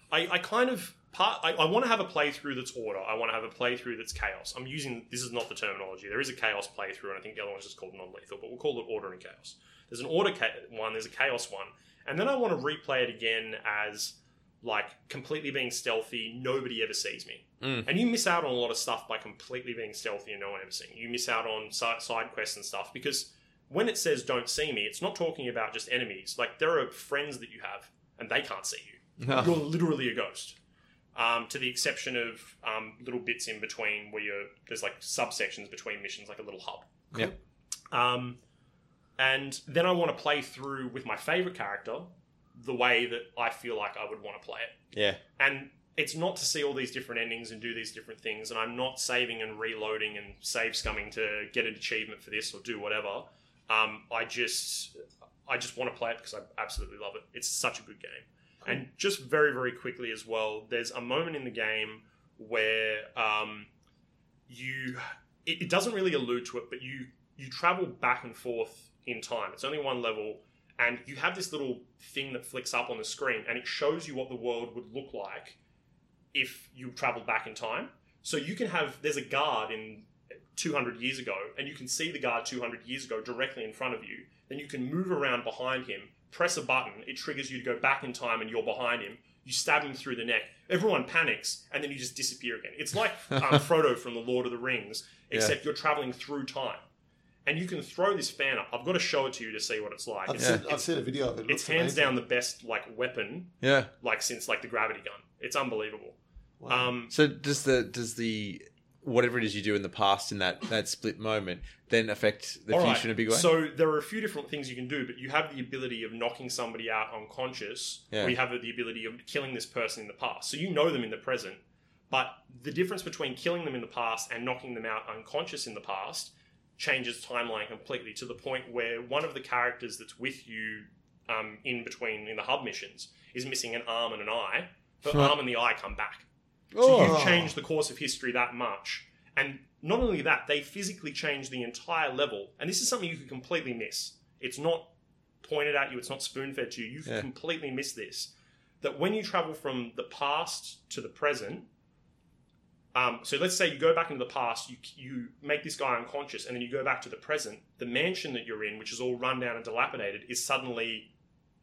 D: I, I kind of part. I, I want to have a playthrough that's order. I want to have a playthrough that's chaos. I'm using this is not the terminology. There is a chaos playthrough, and I think the other one's just called non-lethal, but we'll call it order and chaos. There's an order ca- one. There's a chaos one, and then I want to replay it again as like completely being stealthy. Nobody ever sees me,
A: Mm.
D: and you miss out on a lot of stuff by completely being stealthy and no one ever seeing you. You miss out on side, side quests and stuff because when it says "don't see me," it's not talking about just enemies. Like there are friends that you have, and they can't see you
A: Ah. Oh,
D: you're literally a ghost. Um, to the exception of um, little bits in between where you're there's like subsections between missions, like a little hub.
A: Yeah.
D: Um, and then I want to play through with my favorite character the way that I feel like I would want to play it
A: yeah.
D: and it's not to see all these different endings and do these different things and i'm not saving and reloading and save scumming to get an achievement for this or do whatever um, i just i just want to play it because i absolutely love it it's such a good game and just very very quickly as well there's a moment in the game where um, you it, it doesn't really allude to it but you you travel back and forth in time it's only one level and you have this little thing that flicks up on the screen and it shows you what the world would look like if you traveled back in time so you can have there's a guard in 200 years ago and you can see the guard 200 years ago directly in front of you then you can move around behind him press a button it triggers you to go back in time and you're behind him you stab him through the neck everyone panics and then you just disappear again it's like um, frodo from the lord of the rings
A: Yeah.
D: except you're traveling through time and you can throw this fan up i've got to show it to you to see what it's like
B: I've,
D: It's-
B: seen,
D: it's-
B: I've seen a video of it. it
D: it's hands down the best like weapon
A: Yeah.
D: like since like the gravity gun it's unbelievable
B: down.
D: um
A: So does the does the whatever it is you do in the past in that that split moment then affect the
D: all
A: future
D: right,
A: in a big way?
D: so there are a few different things you can do but you have the ability of knocking somebody out unconscious
A: Yeah.
D: or you have the ability of killing this person in the past so you know them in the present but the difference between killing them in the past and knocking them out unconscious in the past changes timeline completely to the point where one of the characters that's with you um, in between in the hub missions is missing an arm and an eye the
A: Right.
D: arm and the eye come back So
A: oh,
D: you've changed the course of history that much. And not only that, they physically change the entire level. And this is something you could completely miss. It's not pointed at you, it's not spoon fed to you. You could
A: Yeah.
D: completely miss this. That when you travel from the past to the present, um, so let's say you go back into the past, you, you make this guy unconscious, and then you go back to the present. The mansion that you're in, which is all run down and dilapidated, is suddenly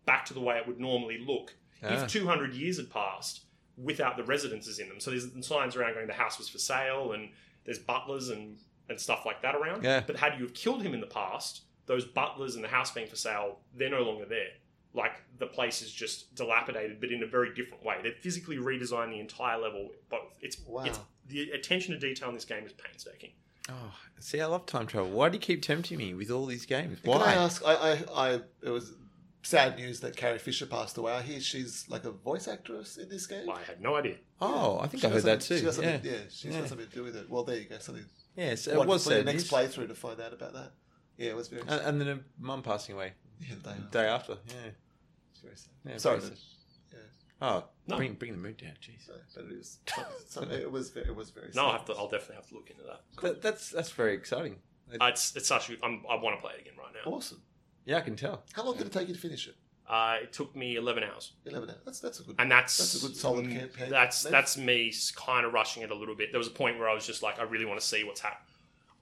D: back to the way it would normally look
A: Ah.
D: if 200 years had passed without the residences in them. So there's signs around going the house was for sale and there's butlers and, and stuff like that around.
A: Yeah.
D: But had you have killed him in the past, those butlers and the house being for sale, they're no longer there. Like the place is just dilapidated, but in a very different way. They physically redesigned the entire level. Both. It's,
B: Wow.
D: it's the attention to detail in this game is painstaking.
A: Oh, see, I love time travel. Why do you keep tempting me with all these games?
B: Can I
A: Why?
B: ask? I, I, I, it was sad news that Carrie Fisher passed away. I hear she's like a voice actress in this game.
D: I had no idea.
A: Oh, I think
B: She
A: I heard
B: has
A: that
B: something-
A: too.
B: She has
A: yeah.
B: something, yeah. she's
A: Yeah.
B: got something to do with it. Well, there you go. Something.
A: yeah, so it
B: Wonderful.
A: was
B: for your
A: sad
B: next
A: news.
B: playthrough to find out about that. Yeah, it was
D: Uh,
B: very.
A: And, and then her mum passing away
B: yeah,
A: the
B: they are.
A: day after. Yeah.
B: It's very sad.
A: yeah
B: Sorry,
A: very
B: to-
A: sad.
B: yeah,
A: Oh,
D: No.
A: bring bring the mood down. Jeez.
B: sorry, but it was. Something, it was. It was very.
D: No,
B: sad.
D: I'll have to. I'll definitely have to look into that.
A: That, that's that's very exciting.
D: Uh, it's it's such. a- I'm, I want to play it again right now.
B: Awesome.
A: Yeah, I can tell.
B: How long did it take you to finish it?
D: Uh, it took me 11 hours.
B: Eleven hours. That's that's a good.
D: and that's
B: That's a good solid
D: mm,
B: campaign.
D: That's
B: That's-
D: that's me kind of rushing it a little bit. There was a point where I was just like, I really want to see what's happening.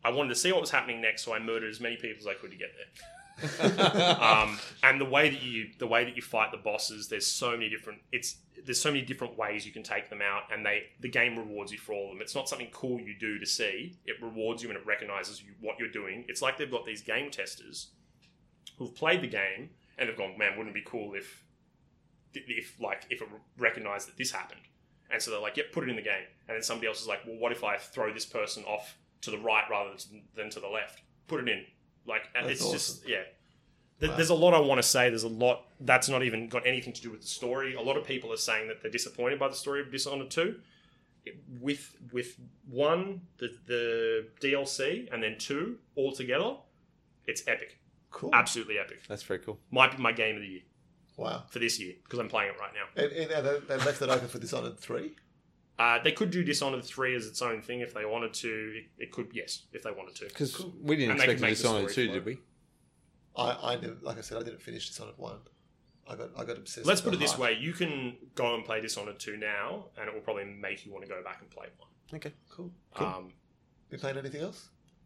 D: I wanted to see what was happening next, so I murdered as many people as I could to get there. Um, and the way that you the way that you fight the bosses, there's so many different it's there's so many different ways you can take them out, and they the game rewards you for all of them. It's not something cool you do to see. It rewards you and it recognizes you, what you're doing. It's like they've got these game testers who've played the game and they've gone, man, wouldn't it be cool if if like if it recognized that this happened and so they're like yep put it in the game and then somebody else is like well what if i throw this person off to the right rather than- than to the left put it in like and
B: That's
D: it's just yeah Th-
B: Wow.
D: there's a lot i want to say there's a lot that's not even got anything to do with the story a lot of people are saying that they're disappointed by the story of dishonored 2 It- with with one the the dlc and then two all together it's epic
B: cool.
D: absolutely epic
A: That's very cool.
D: might be my game of the year
B: Wow.
D: for this year because i'm playing it right now
B: And, and now they, they left it open for Dishonored three.
D: Uh, they could do Dishonored 3 as its own thing if they wanted to. It, it could, yes, if they wanted to.
A: Because we didn't
D: And they could
A: expect a
D: make the
A: Dishonored
D: story
A: two, did we?
B: I, I never, like I said, I didn't finish Dishonored one. I got I got obsessed.
D: Let's
B: with
D: put it
B: the
D: this
B: hype.
D: way: you can go and play Dishonored two now, and it will probably make you want to go back and play one.
A: Okay.
B: Cool. cool.
D: Um,
B: you playing anything else?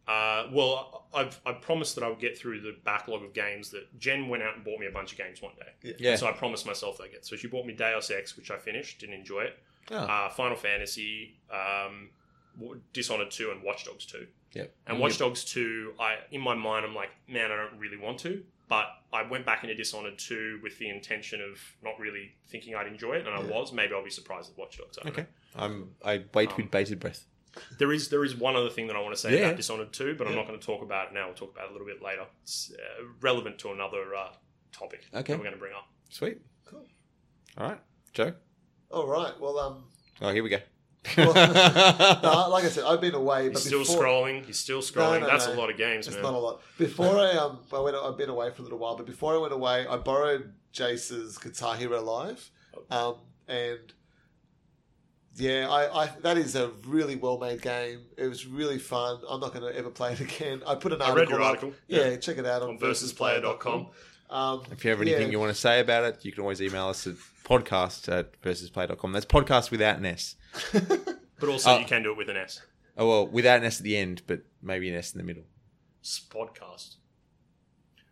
D: uh, well, I've I promised that I would get through the backlog of games that Jen went out and bought me a bunch of games one day.
A: Yeah.
D: So I promised myself that I get. So she bought me Deus Ex, which I finished, didn't enjoy it.
A: Oh.
D: Uh, Final Fantasy, um, w- Dishonored two, and Watch Dogs two.
A: Yep.
D: And Watch Dogs 2, I in my mind, I'm like, man, I don't really want to. But I went back into Dishonored 2 with the intention of not really thinking I'd enjoy it, and I
B: Yeah.
D: was. Maybe I'll be surprised with Watch Dogs. I don't
A: Okay.
D: know.
A: I'm. I wait
D: Um,
A: with bated breath.
D: There is there is one other thing that I want to say
A: Yeah.
D: about Dishonored 2, but I'm
B: Yeah.
D: not going to talk about it now. We'll talk about it a little bit later. It's uh, relevant to another uh, topic
A: Okay.
D: that we're going to bring up.
A: Sweet.
B: Cool.
A: All right, Joe.
B: All right. Well, um,
A: Oh, here we go.
B: no, like I said, I've been away.
D: He's
B: but
D: still
B: before-
D: scrolling. He's still scrolling.
B: no,
D: That's
B: no.
D: a lot of games,
B: It's
D: man.
B: not a lot. Before I um, I went. I've been away for a little while, but before I went away, I borrowed Jace's Guitar Hero Live, um, and yeah, I, I that is a really well made game. It was really fun. I'm not going to ever play it again. I put an
D: I
B: article.
D: read your
B: up.
D: article.
B: Yeah, check it out on,
D: On
B: versusplayer.com.
D: versusplayer.com.
B: Um,
A: If you have anything
B: yeah.
A: you want to say about it, you can always email us at podcast at versusplay.com. That's podcast without an S.
D: But also,
A: Uh,
D: you can do it with an S.
A: Oh, well, without an S at the end, but maybe an S in the middle.
D: Podcast.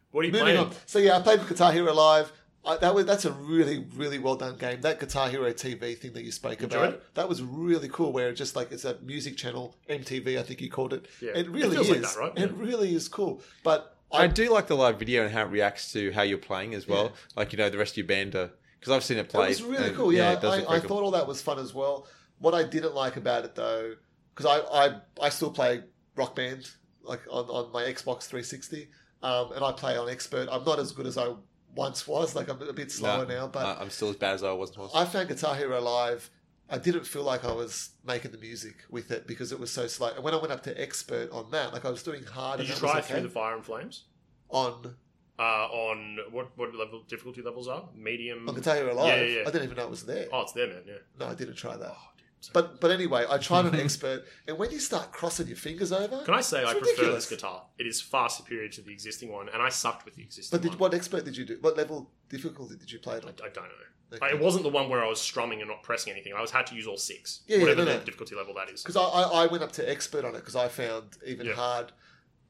D: What are you
B: Moving
D: playing?
B: on. So yeah, I played Guitar Hero Live. I, that was that's a really really well done game. That Guitar Hero TV thing that you spoke
D: Enjoyed
B: about that was really cool. Where it just like it's a music channel MTV, I think you called it.
D: Yeah.
B: It
D: It
B: really
D: feels
B: is.
D: like that, right?
B: It
D: Yeah.
B: really is cool. But
A: I
B: I,
A: do like the live video and how it reacts to how you're playing as well.
B: Yeah.
A: Like, you know, the rest of your band are. Because I've seen it
B: That
A: played.
B: was really
A: and,
B: cool. Yeah,
A: it does look
B: I, I
A: pretty cool.
B: thought all that was fun as well. What I didn't like about it though, because I, I I still play Rock Band like on, on my Xbox 360, um, and I play on expert. I'm not as good as I once was. Like I'm a bit slower
A: No,
B: now, but
A: I- I'm still as bad as I was. once.
B: I found Guitar Hero Live. I didn't feel like I was making the music with it because it was so slow. And when I went up to expert on that, like I was doing hard.
D: Did you
B: and
D: try
B: that was
D: through
B: okay.
D: the fire and flames?
B: on
D: uh, on what what level difficulty levels are medium.
B: on Oh, Guitar Hero Live?
D: Mm. Yeah, yeah, yeah.
B: I didn't even know it was there.
D: Oh, it's there, man. Yeah.
B: No, I didn't try that.
D: dude, so-
B: But but anyway, I tried on expert, and when you start crossing your fingers over,
D: Can I say I
B: It's
D: prefer
B: ridiculous.
D: this guitar? It is far superior to the existing one, and I sucked with the existing
B: but did,
D: one.
B: what expert did you do? What level difficulty did you play it on?
D: I, I don't know.
B: Okay.
D: Like, it wasn't the one where I was strumming and not pressing anything. I was had to use all six,
B: Yeah, yeah,
D: whatever
B: no,
D: the
B: no.
D: difficulty level that is.
B: because I, I, I went up to expert on it because I found even
D: Yeah.
B: hard.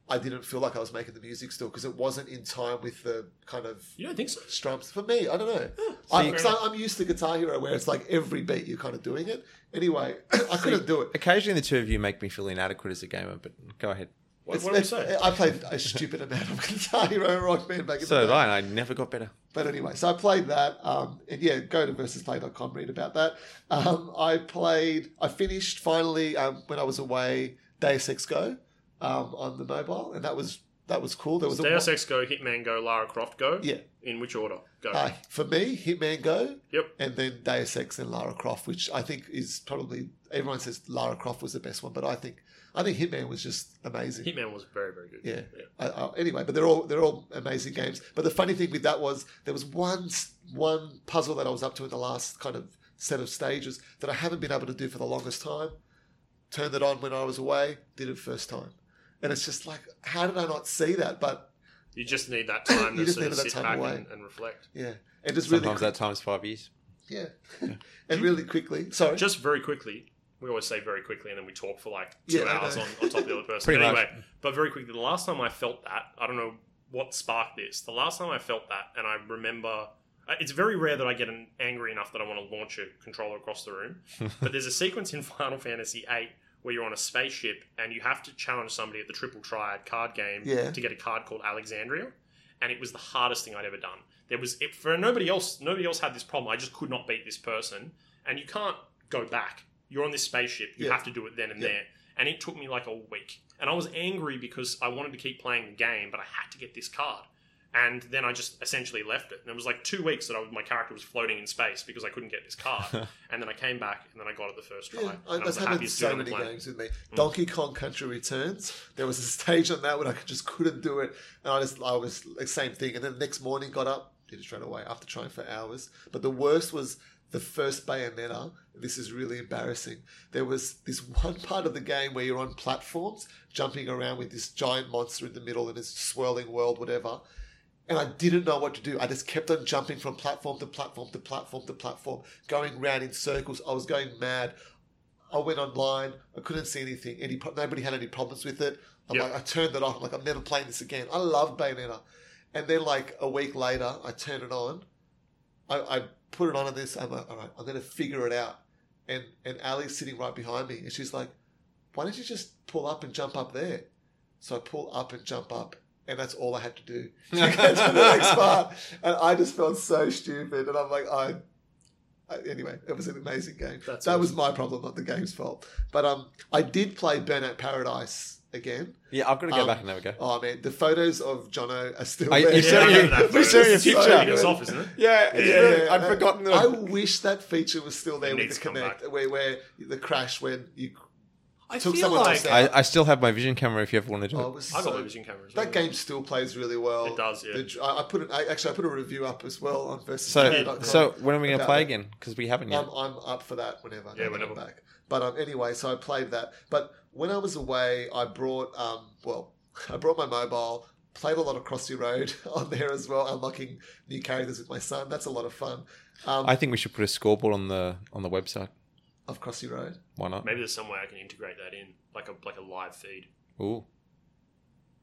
B: I didn't feel like I was making the music still because it wasn't in time with the kind of
D: You don't think so?
B: strums. For me, I don't know.
D: so
B: I,
D: you-
B: cause I, am used to Guitar Hero where it's like every beat you're kind of doing it. Anyway, I couldn't do it.
A: Occasionally, the two of you make me feel inadequate as a gamer, but go ahead.
D: What,
B: It's-
D: what do we
B: it's-
D: say?
B: I played a stupid amount of Guitar Hero Rock Band back in
A: So
B: the
A: did
B: day.
A: I, and I never got better.
B: But anyway, so I played that. Um, and yeah, go to versusplay.com, read about that. Um, I played, I finished finally um, when I was away Deus Ex Go um, on the mobile, and that was that was cool. There was
D: Deus
B: a
D: Ex Go, Hitman Go, Lara Croft Go.
B: Yeah.
D: In which order? Go.
B: uh, for me, Hitman Go,
D: Yep.
B: and then Deus Ex and Lara Croft, which I think is probably everyone says Lara Croft was the best one, but I think I think Hitman was just amazing.
D: Hitman was very very good.
B: Yeah. I, I, anyway, but they're all they're all amazing games. But the funny thing with that was there was one s- one puzzle that I was up to in the last kind of set of stages that I haven't been able to do for the longest time. Turned it on when I was away. Did it first time, and it's just like, how did I not see that? But
D: You just need that time
B: You
D: to
B: just
D: sort of
B: need that
D: sit
B: time
D: back
B: away.
D: and, and reflect.
B: yeah, and just
A: Sometimes
B: really
A: that time's five years.
B: quick, yeah, and really quickly. Sorry,
D: just very quickly. We always say very quickly, and then we talk for like two
B: Yeah, I
D: hours
B: know.
D: on, on top of the other person.
A: Pretty
D: But
A: much.
D: anyway, but very quickly, the last time I felt that, I don't know what sparked this. The last time I felt that, and I remember, uh, it's very rare that I get an angry enough that I want to launch a controller across the room. but there's a sequence in Final Fantasy VIII where you're on a spaceship and you have to challenge somebody at the Triple Triad card game
B: Yeah.
D: to get a card called Alexandria, and it was the hardest thing I'd ever done. There was it, for nobody else. Nobody else had this problem. I just could not beat this person, and you can't go back. You're on this spaceship. You
B: Yeah.
D: have to do it then and
B: Yeah.
D: there. And it took me like a week, and I was angry because I wanted to keep playing the game, but I had to get this card. And then I just essentially left it, and it was like two weeks that I, was- my character was floating in space because I couldn't get this card. and then I came back, and then I got it the first try.
B: Yeah,
D: and
B: I,
D: I was
B: that's
D: the
B: happened
D: happiest
B: so
D: dude on the
B: many
D: planet.
B: games with me.
D: Mm.
B: Donkey Kong Country Returns. There was a stage on that when I could- just couldn't do it, and I just I was like same thing. And then the next morning, got up, did it straight away after trying for hours. But the worst was the first Bayonetta. This is really embarrassing. There was this one part of the game where you're on platforms, jumping around with this giant monster in the middle and it's swirling world, whatever. and I didn't know what to do. I just kept on jumping from platform to platform to platform to platform, going round in circles. I was going mad. I went online. I couldn't see anything. Any pro- nobody had any problems with it. I'm
D: Yeah.
B: like, I turned it off. I'm like, I'm never playing this again. I love Bayonetta. And then like a week later, I turn it on. I, I put it on and this. I'm like, all right, I'm gonna figure it out. And and Ali's sitting right behind me, and she's like, why don't you just pull up and jump up there? So I pull up and jump up, and that's all I had to do to go to the next part. And I just felt so stupid. And I'm like, I. I anyway, it was an amazing game.
D: That's
B: that
D: awesome.
B: was my problem, not the game's fault. But um, I did play Burnout Paradise again.
A: Yeah, I've got to go
B: Um,
A: back and have a go.
B: Oh man, the photos of Jono are still
A: Are you-
B: there.
A: you sure
D: I
A: you-
D: remember that
A: we
D: photo.
A: showed you a
D: It's
A: picture.
D: taking us off, isn't it?
A: Yeah,
D: it's really-
B: I've forgotten
A: that.
B: I wish that feature was still there
D: It
B: with
D: needs
B: the
D: to come
B: connect, where where the crash when you
D: I
B: Took
D: feel
B: someone
D: like
B: else out.
A: I, I still have my vision camera if you ever want to do
B: oh,
A: it.
B: it was
D: I got my
B: so,
D: vision camera. as well.
B: that game still plays really well.
D: It does, yeah.
B: The dr- I I put it, I, actually I put a review up as well on versus.
A: So,
B: Player.com.
A: so when are we going to
B: About Um,
A: play
B: it.
A: again? Because we haven't yet.
B: I'm, I'm up for that whenever. now
D: Yeah,
B: that
D: whenever.
B: I'm back. But um, anyway, so I played that. But when I was away, I brought um, well, I brought my mobile. Played a lot of Crossy Road on there as well, unlocking new characters with my son. That's a lot of fun. Um,
A: I think we should put a scoreboard on the on the website.
B: of Crossy Road.
A: Why not?
D: Maybe there's some way I can integrate that in, like a like a live feed.
A: Ooh,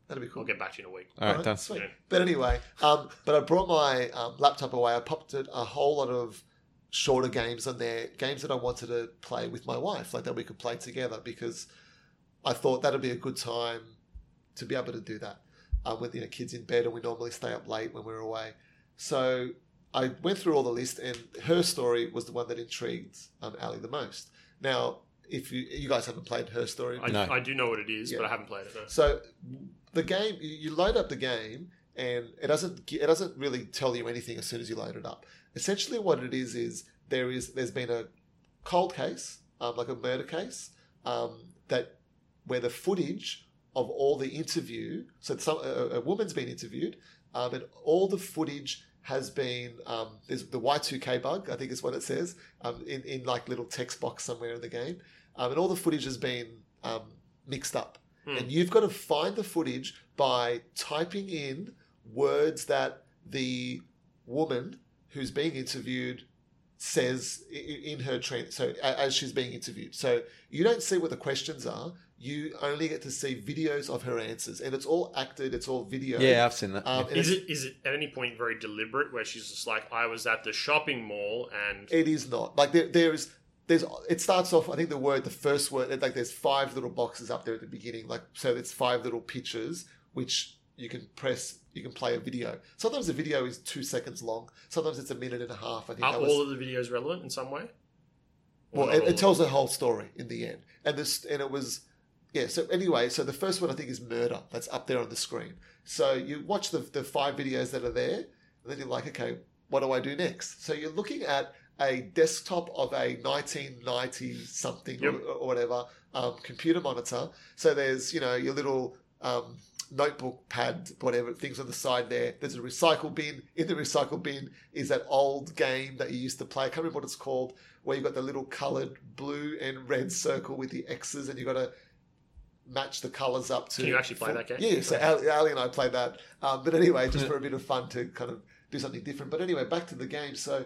B: That'd be cool.
D: I'll get back to you in a week.
A: all right,
B: Alright,
A: done.
B: sweet.
D: Yeah.
B: But anyway, um, but I brought my um, laptop away. I popped it a whole lot of shorter games on there, games that I wanted to play with my wife, like that we could play together, because I thought that'd be a good time to be able to do that uh, with you know kids in bed, and we normally stay up late when we're away. So I went through all the list, and her story was the one that intrigued um, Ali the most. Now, if you you guys haven't played her story,
D: I,
A: No.
D: I do know what it is,
B: Yeah.
D: but I haven't played it. Though.
B: so the game, you- you load up the game, and it doesn't gi- it doesn't really tell you anything as soon as you load it up. Essentially, what it is is there is there's been a cold case, um, like a murder case, um, that where the footage of all the interview, so some, a, a woman's been interviewed, um, and all the footage has been um, there's the Y2K bug, I think is what it says, um, in in like little text box somewhere in the game, um, and all the footage has been um, mixed up and you've got to find the footage by typing in words that the woman who's being interviewed says i- i- in her trend so a- as she's being interviewed so you don't see what the questions are you only get to see videos of her answers and it's all acted it's all video
A: Yeah, I've seen that.
B: um, and
D: Is
B: it's-
D: it is it at any point very deliberate where she's just like, I was at the shopping mall and
B: it is not like there, there is there's it starts off i think the word the first word like there's five little boxes up there at the beginning like so it's five little pictures which you can press you can play a video sometimes the video is two seconds long sometimes it's a minute and a half i think
D: are
B: that
D: all
B: was
D: of the videos relevant in some way?
B: well
D: Or not
B: it,
D: all
B: it
D: of
B: tells the whole story in the end and this and it was yeah so anyway so the first one i think is murder that's up there on the screen so you watch the, the five videos that are there And then you're like, okay, what do I do next? So you're looking at a desktop of a 1990 something
D: Yep.
B: or, or whatever um, computer monitor. So there's, you know, your little um, notebook pad, whatever, things on the side there. There's a recycle bin. In the recycle bin is that old game that you used to play. I can't remember what it's called, where you've got the little colored blue and red circle with the X's and you've got to match the colors up to.
D: Can you actually play
B: for-
D: that game?
B: Yeah, so
D: Okay.
B: Ali, Ali and I played that. Um, but anyway, just for a bit of fun to kind of do something different. But anyway, back to the game. So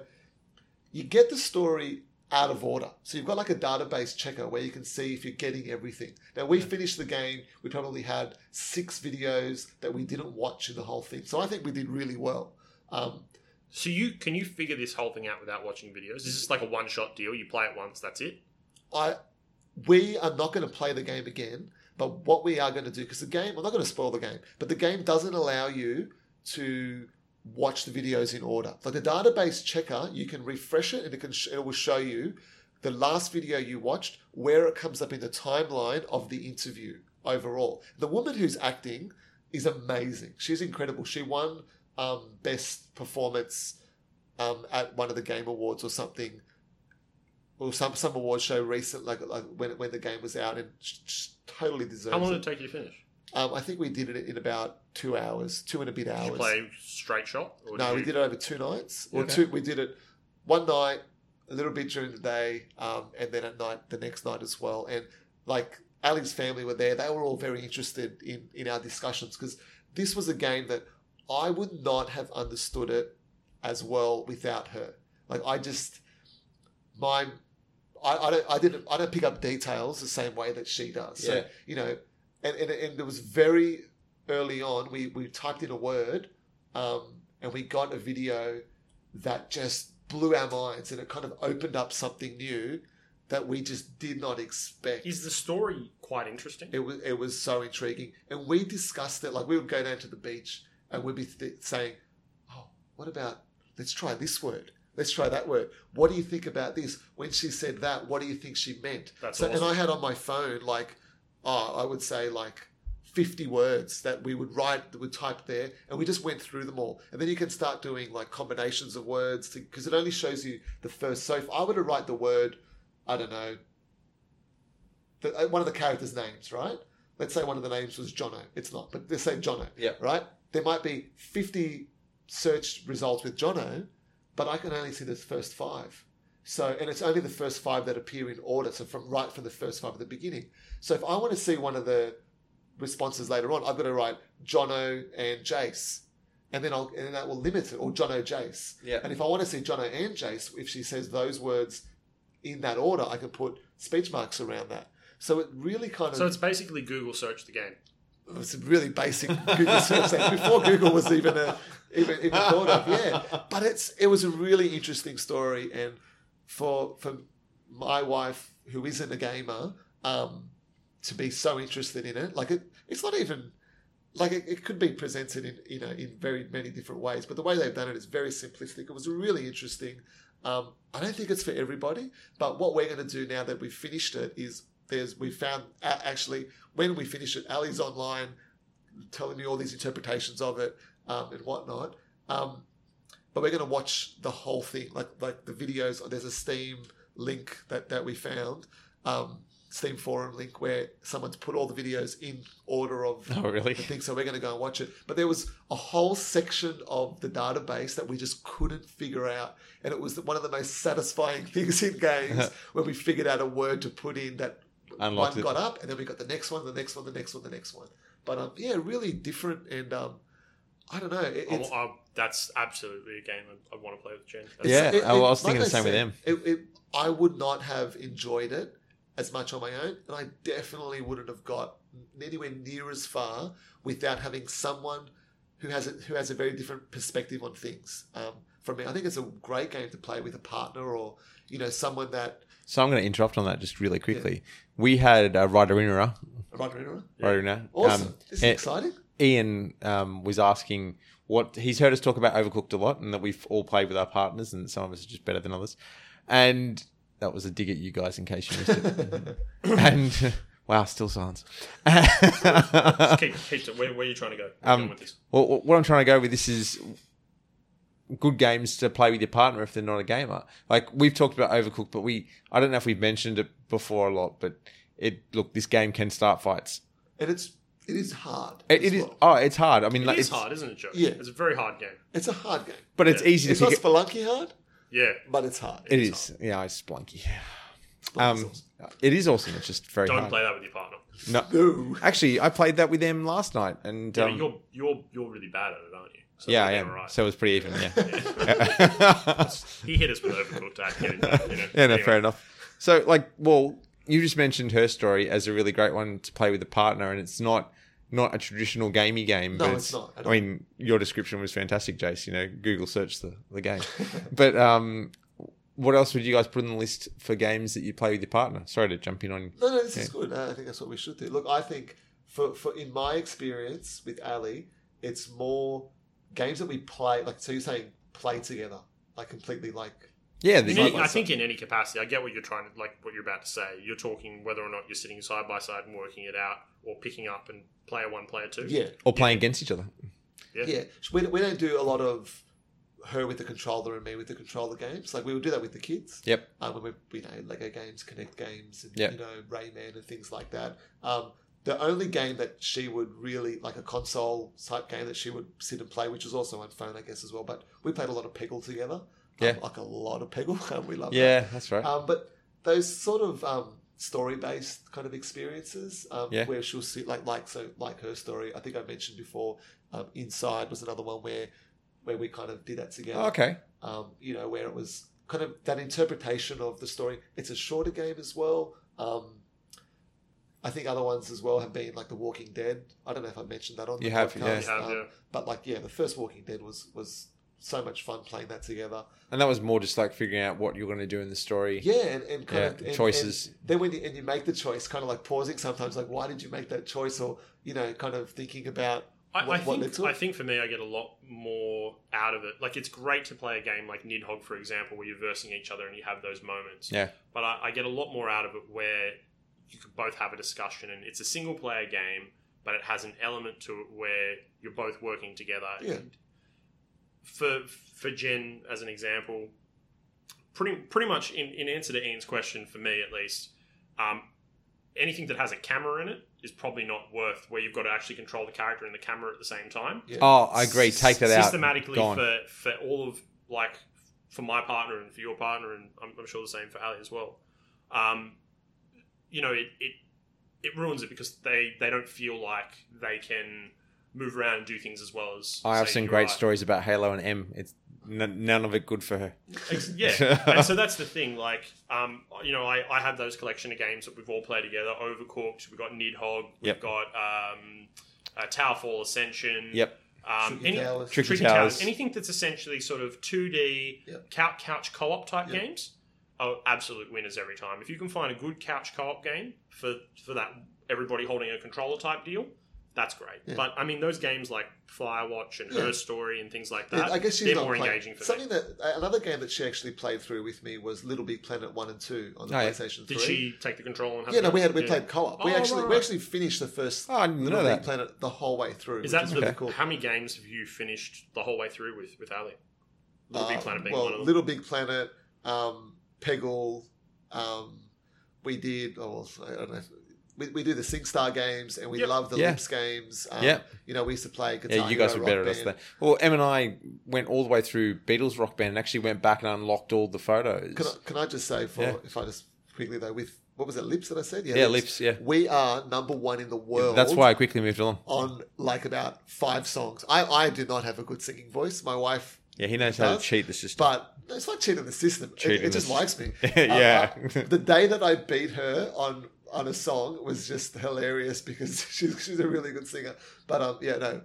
B: you get the story out of order. So you've got like a database checker where you can see if you're getting everything. Now we finished the game. We probably had six videos that we didn't watch in the whole thing. So I think we did really well. Um,
D: So you can you figure this whole thing out without watching videos? Is this like a one shot deal? You play it once, that's it.
B: I we are not going to play the game again. But what we are going to do, because the game, I'm not going to spoil the game, but the game doesn't allow you to watch the videos in order. Like the database checker, you can refresh it and it can sh- it will show you the last video you watched, where it comes up in the timeline of the interview overall. The woman who's acting is amazing. She's incredible. She won um, best performance um, at one of the game awards or something, or some some award show recent, like like when when the game was out, and sh- sh- totally deserves
D: How long
B: it.
D: did it take you to finish?
B: Um, I think we did it in about two hours, two and a bit
D: Did
B: hours.
D: you play straight shot? Or
B: no, we
D: you-
B: did it over two nights. Or
A: Okay.
B: two, we did it one night, a little bit during the day, um, and then at night, the next night as well. And like Ali's family were there; they were all very interested in in our discussions because this was a game that I would not have understood it as well without her. Like I just my I, I don't I didn't I don't pick up details the same way that she does. So
A: Yeah.
B: you know, and, and and it was very early on we we typed in a word um, and we got a video that just blew our minds and it kind of opened up something new that we just did not expect.
D: Is the story quite interesting?
B: It was it was so intriguing, and we discussed it. Like we would go down to the beach, and we'd be th- saying, "Oh, what about? Let's try this word. Let's try that word. What do you think about this? When she said that, what do you think she meant?"
D: That's
B: so, and
D: awesome.
B: I had on my phone like, oh, I would say like. 50 words that we would write, that would type there, and we just went through them all. And then you can start doing like combinations of words because it only shows you the first. So if I were to write the word, I don't know, the, uh, one of the characters' names, right? Let's say one of the names was Jono. It's not, but let's say Jono.
A: Yep.
B: Right? There might be 50 search results with Jono, but I can only see the first five. So, and it's only the first five that appear in order. So, from right from the first five at the beginning. So, if I want to see one of the responses later on, I've got to write Jono and Jace, and then I'll and then that will limit it or Jono Jace.
A: Yeah.
B: And if I want to see Jono and Jace, if she says those words in that order, I can put speech marks around that. So it really kind of
D: So it's basically Google search the game.
B: it was a really basic Google search thing before Google was even a, even even thought of. Yeah, but it's it was a really interesting story, and for for my wife who isn't a gamer um, to be so interested in it, like it, it's not even like it, it could be presented in you know in very many different ways, but the way they've done it is very simplistic. It was really interesting. Um, I don't think it's for everybody, but what we're going to do now that we've finished it is there's we found a- actually when we finish it, Ali's online telling me all these interpretations of it um, and whatnot. Um, but we're going to watch the whole thing, like like the videos. There's a Steam link that that we found, um, Steam forum link where someone's put all the videos in order of
A: Oh, really?
B: I think so. We're going to go and watch it. But there was a whole section of the database that we just couldn't figure out. And it was one of the most satisfying things in games when we figured out a word to put in that
A: Unlocked
B: one
A: it.
B: got up, and then we got the next one, the next one, the next one, the next one. But um, yeah, really different. And um, I don't know. It,
D: I,
B: it's,
D: I- that's absolutely a game I, I want to play with Jen. That's-
A: Yeah,
B: it-
A: I was
B: it- like
A: thinking the
B: I
A: same with
B: said,
A: them.
B: It, it, I would not have enjoyed it as much on my own, and I definitely wouldn't have got anywhere near as far without having someone who has a, who has a very different perspective on things um, from me. I think it's a great game to play with a partner or you know someone that
A: So I'm going to interrupt on that just really quickly. We had a writer winner,
B: Rodrigo.
A: writer winner.
B: Awesome!
A: Um,
B: this is
A: eh,
B: exciting.
A: Ian um, was asking what he's heard us talk about Overcooked a lot, and that we've all played with our partners, and some of us are just better than others. And that was a dig at you guys, in case you missed it. and wow, still silence.
D: Keep, keep to, where, where are you trying to go? Where are you
A: Um,
D: going with this?
A: Well, wh- what I'm trying to go with this is good games to play with your partner if they're not a gamer. Like we've talked about Overcooked, but we I don't know if we've mentioned it before a lot, but it look this game can start fights.
B: and it's it is hard.
A: It,
B: as
A: it is
B: well.
A: oh, it's hard. I mean,
D: It
A: like
D: is
A: it's-
D: hard, isn't it, Joe?
B: Yeah.
D: It's a very hard game.
B: It's a hard game.
A: but it's
D: Yeah.
A: easy
B: It's
A: to
B: not
A: pick.
B: spelunky hard,
D: Yeah.
B: but it's hard.
A: It is, yeah, it's Splunky. Um,
B: awesome.
A: it is awesome. It's just very
D: Don't
A: hard.
D: play that with your partner.
A: No,
B: No.
A: actually, I played that with them last night, and
D: Yeah,
A: um,
D: but you're, you're, you're really bad at it, aren't you? So
A: yeah, I
D: they're
A: am.
D: alright.
A: So it was pretty even. Yeah.
D: he hit us with Overcooked. I get it, you know.
A: yeah, no,
D: Anyway.
A: fair enough. So, like, well, you just mentioned her story as a really great one to play with a partner, and it's not not a traditional gamey game.
B: No,
A: but
B: it's not at
A: I mean, your description was fantastic, Jace. You know, Google search the the game. but um, what else would you guys put on the list for games that you play with your partner? Sorry to jump in on.
B: No, no, this is good. Uh, I think that's what we should do. Look, I think for, for in my experience with Ali, it's more games that we play. Like, so you're saying play together, like completely, like
A: Yeah,
D: In
A: the,
D: any-
B: by
D: I
B: side.
D: think in any capacity, I get what you're trying to like what you're about to say. You're talking whether or not you're sitting side by side and working it out, or picking up and player one, player two.
B: yeah,
A: or playing against each other.
D: yeah.
B: yeah. We, we don't do a lot of her with the controller and me with the controller games. Like we would do that with the kids.
A: Yep.
B: um, when we you know Lego games, Connect games, and
A: Yeah.
B: you know Rayman and things like that. Um, the only game that she would really like a console type game that she would sit and play, which was also on phone, I guess as well. But we played a lot of Peggle together. Um,
A: Yeah.
B: like a lot of Peggle. we love. Uh,
A: Yeah, that's right.
B: That. Um, but those sort of um, story based kind of experiences um,
A: Yeah.
B: where she'll see like like so like her story. I think I mentioned before. Um, Inside was another one where where we kind of did that together.
A: Oh, okay.
B: Um, you know where it was kind of that interpretation of the story. It's a shorter game as well. Um, I think other ones as well have been like The Walking Dead. I don't know if I mentioned that on the
A: You have,
B: podcast.
D: You have,
B: Um,
D: yeah.
B: But like yeah, the first Walking Dead was was so much fun playing that together.
A: And that was more just like figuring out what you're going to do in the story.
B: Yeah, and, and kind
A: Yeah,
B: of and-
A: choices.
B: and then when you, and you make the choice, kind of like pausing sometimes, like why did you make that choice, or you know, kind of thinking about
D: I,
B: what, what
D: I think
B: led to
D: I
B: it.
D: think for me, I get a lot more out of it. Like it's great to play a game like Nidhogg, for example, where you're versing each other and you have those moments.
A: Yeah.
D: But I, I get a lot more out of it where you can both have a discussion, and it's a single player game, but it has an element to it where you're both working together.
B: Yeah.
D: For for Jen as an example, pretty pretty much in, in answer to Ian's question, for me at least, um, anything that has a camera in it is probably not worth where you've got to actually control the character and the camera at the same time.
B: Yeah.
A: Oh, I agree. Take that out.
D: systematically
A: Gone.
D: for for all of like for my partner and for your partner, and I'm, I'm sure the same for Ali as well. Um, you know, it, it it ruins it because they they don't feel like they can move around and do things as well as
A: I have
D: say,
A: seen
D: you
A: great
D: are.
A: stories about Halo and M. It's n- none of it good for her.
D: Ex- yeah and so that's the thing like um you know I, I have those collection of games that we've all played together overcooked we've got nidhogg we've
A: Yep.
D: got um uh, towerfall ascension
A: Yep.
D: um
B: Tricky
D: any,
B: Towers.
A: Tricky
D: tricky
A: Towers.
D: towers anything that's essentially sort of 2d
B: Yep.
D: couch, couch co-op type
B: Yep.
D: games are absolute winners every time if you can find a good couch co-op game for for that everybody holding a controller type deal that's great,
B: Yeah.
D: but I mean those games like Firewatch and
B: Yeah.
D: Her Story and things like
B: Yeah,
D: that.
B: I guess she's
D: they're
B: not
D: more
B: playing.
D: engaging for me.
B: Something that uh, another game that she actually played through with me was Little Big Planet one and two on the
A: Oh, yeah.
B: PlayStation
D: Did
B: three.
D: she take the control and have
B: Yeah,
D: a
B: no,
D: go?
B: we had we
D: Yeah.
B: played co-op. we
D: Oh,
B: actually
D: right,
B: we
D: right.
B: actually finished the first
A: Oh, I didn't know
B: Little Big
A: that.
B: Planet the whole way through.
D: Is
B: which
D: that
B: is
D: the-
B: really cool.
D: how many games have you finished the whole way through with with Ali? Little Big
B: Uh,
D: Planet being
B: well,
D: one of them.
B: Little Big Planet, um, Peggle. Um, we did. Oh, well, I don't know. We, we do the SingStar games, and we
D: Yep.
B: love the
A: Yeah.
B: Lips games. Um,
A: Yep.
B: You know, we used to play guitar.
A: yeah, you guys were better
B: Hero, Rock
A: at us
B: Band.
A: there. Well, M and I went all the way through Beatles Rock Band and actually went back and unlocked all the photos.
B: Can I, can I just say, for
A: Yeah.
B: if I just quickly though, with what was it, Lips that I said?
A: yeah, lips. Yeah,
B: We are number one in the world.
A: that's why I quickly moved along.
B: on like about five songs. I I do not have a good singing voice. My wife
A: Yeah, he knows how to
B: Does?
A: cheat the system.
B: But it's not cheating the system. It-
A: Cheating the
B: it, just
A: system.
B: likes me.
A: Yeah.
B: Uh, uh, the day that I beat her on on a song was just hilarious because she's she's a really good singer. But um, yeah, no.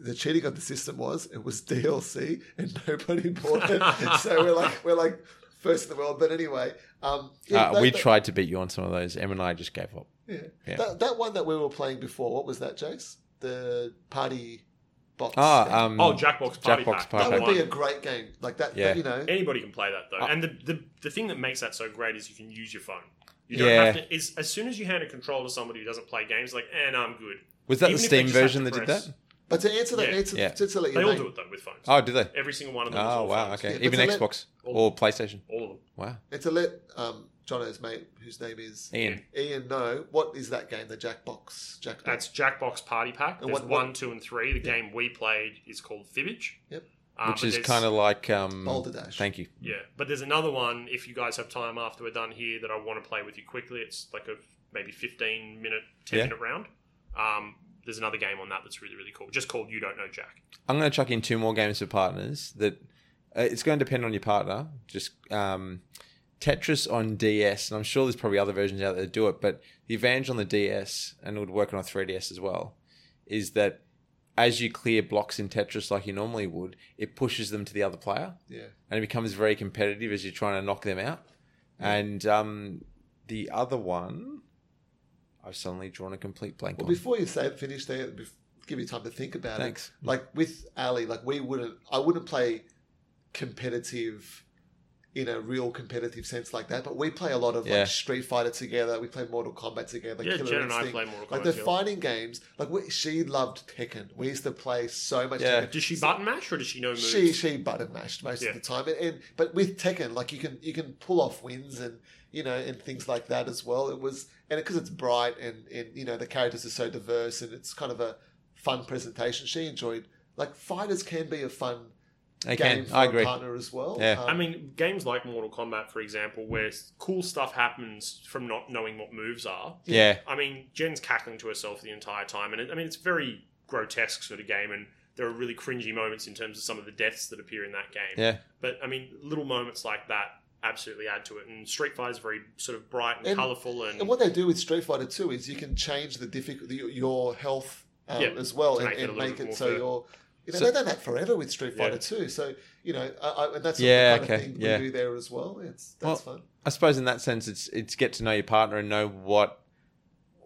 B: The cheating of the system was it was DLC and nobody bought it. so we're like we're like first in the world. But anyway, um, yeah,
A: uh,
B: that-
A: we
B: that-
A: tried to beat you on some of those. M and I just gave up.
B: yeah.
A: yeah.
B: That, that one that we were playing before. What was that, Jace? The party box. game.
A: Ah, um,
D: Oh, Jackbox Party
A: Jackbox
D: Pack.
A: Party
B: that
A: Pack.
B: would be a great game. Like that,
A: Yeah.
B: you know.
D: Anybody can play that though.
A: Uh,
D: and the, the the thing that makes that so great is you can use your phone. You don't
A: Yeah.
D: have to. Is as soon as you hand a control to somebody who doesn't play games, like, and I'm good.
A: was that
D: even
A: the
D: if they
A: Steam
D: just have
A: version
D: to
A: that did
D: press-
A: that?
B: But to answer that,
D: Yeah.
B: answer,
A: Yeah.
B: To, to let you
D: They
B: know,
D: all do it though with phones.
A: Oh, did they?
D: Every single one of them. is
A: Oh,
D: all
A: wow.
D: phones.
A: Okay,
B: Yeah, but
A: even
B: to let-
A: Xbox or PlayStation.
D: All of them.
A: Wow.
B: And to let um, Jono's mate, whose name is
A: Ian.
B: Ian, know what is that game? The Jackbox. Jackbox.
D: That's Jackbox Party Pack.
B: And
D: There's
B: what- what-
D: one, two, and three. The game we played is called Fibbage.
B: Yep.
D: Uh,
A: which
D: but
A: is
D: there's-
A: kind of like um,
B: Balderdash.
A: Thank you.
D: Yeah, but there's another one if you guys have time after we're done here that I want to play with you quickly. It's like a maybe 15 minute, 10
A: Yeah.
D: minute round. Um, there's another game on that that's really really cool, just called You Don't Know Jack.
A: I'm going to chuck in two more games for partners. That uh, it's going to depend on your partner. Just um, Tetris on DS, and I'm sure there's probably other versions out there that do it. But the advantage on the DS, and it would work on a 3DS as well, is that as you clear blocks in Tetris like you normally would, it pushes them to the other player,
B: Yeah.
A: and it becomes very competitive as you're trying to knock them out. And um, the other one, I've suddenly drawn a complete blank
B: Well,
A: on.
B: before you say finish there, bef- give you time to think about
A: Thanks.
B: it. Like with Ali, like we wouldn't. I wouldn't play competitive. In a real competitive sense like that, but we play a lot of
A: Yeah.
B: like Street Fighter together. We play Mortal Kombat together.
D: yeah,
B: Killer
D: Jen and I
B: Instinct.
D: play Mortal Kombat.
B: like the
D: together.
B: fighting games. Like we, she loved Tekken. We used to play so much.
A: Yeah.
B: Tekken.
D: Does she button mash or does she know moves?
B: She she button mashed most
D: Yeah.
B: of the time, and, and but with Tekken, like you can you can pull off wins and you know and things like that as well. It was and because it's bright and and you know the characters are so diverse and it's kind of a fun presentation. She enjoyed like fighters can be a fun
A: They
B: game
A: can.
B: for
A: I
B: a
A: agree.
B: partner as well.
A: Yeah.
B: Um,
D: I mean, games like Mortal Kombat, for example, where s- cool stuff happens from not knowing what moves are.
A: Yeah.
D: I mean, Jen's cackling to herself the entire time, and it, I mean, it's a very grotesque sort of game, and there are really cringy moments in terms of some of the deaths that appear in that game.
A: Yeah.
D: But I mean, little moments like that absolutely add to it. And Street Fighter's very sort of bright and,
B: And-
D: colourful, and,
B: And what they do with Street Fighter 2 is you can change the difficulty, your health um,
D: Yeah,
B: as well,
D: to
B: and
D: make it a
B: and
D: little
B: make
D: bit
B: it
D: more
B: so
D: fair.
B: you're. You know,
A: So-
B: they've done that forever with Street
D: Yeah.
B: Fighter 2. So, you know, I, I, and that's
A: Yeah,
B: the kind
A: okay,
B: of thing
A: yeah.
B: we do there as well. It's That's fun.
A: I suppose in that sense, it's it's get to know your partner and know what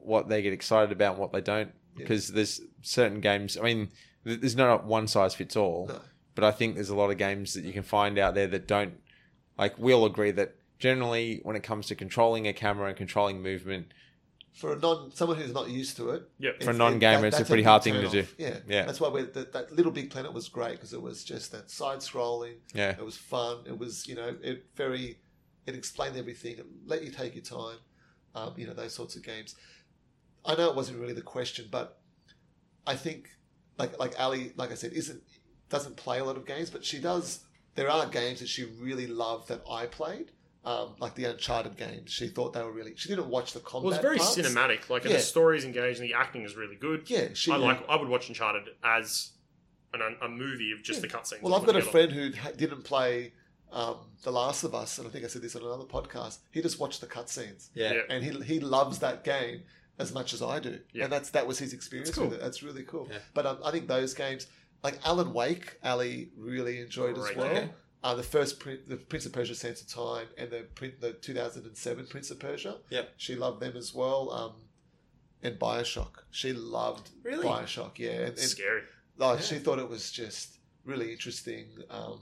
A: what they get excited about and what they don't.
B: Yeah.
A: Because there's certain games. I mean, th- there's not one size fits all.
B: No.
A: But I think there's a lot of games that you can find out there that don't. Like we all agree that generally, when it comes to controlling a camera and controlling movement,
B: For a non, someone who's not used to it,
D: yeah,
A: For a
B: It's-
A: non-gamer, it's a
B: that's
A: pretty
B: big
A: hard thing to
B: turn-off.
A: do.
B: Yeah,
A: Yeah.
B: That's why we, that, that Little Big Planet was great because it was just that side-scrolling.
A: yeah,
B: It was fun. It was you know it very it explained everything. It let you take your time. Um, you know those sorts of games. I know it wasn't really the question, but I think like like Ali, like I said, isn't doesn't play a lot of games, but she does. There are games that she really loved that I played. Um, like the Uncharted games, she thought they were really. She didn't watch the combat.
D: well, it's very
B: parts.
D: cinematic. Like, and
B: Yeah.
D: the story is engaging, the acting is really good.
B: Yeah, she
D: I like. I would watch Uncharted as an, a movie of just
B: Yeah.
D: the cutscenes.
B: Well,
D: all
B: I've got a
D: together.
B: friend who ha- didn't play um, The Last of Us, and I think I said this on another podcast. He just watched the cutscenes,
A: yeah,
D: Yeah.
B: and he he loves that game as much as I do.
D: Yeah.
B: And that's that was his experience
D: That's cool.
B: with it. That's really cool.
A: Yeah.
B: But um, I think those games, like Alan Wake, Ali really enjoyed
D: Great
B: as well.
A: game.
B: Uh, the first Prin- the Prince of Persia Sands of Time and the Prin- the 2007 Prince of Persia.
A: Yep.
B: she loved them as well. Um, and Bioshock, she loved
A: Really?
B: Bioshock. Yeah, and,
D: It's
B: and
D: scary.
B: like she thought it was just really interesting. Um,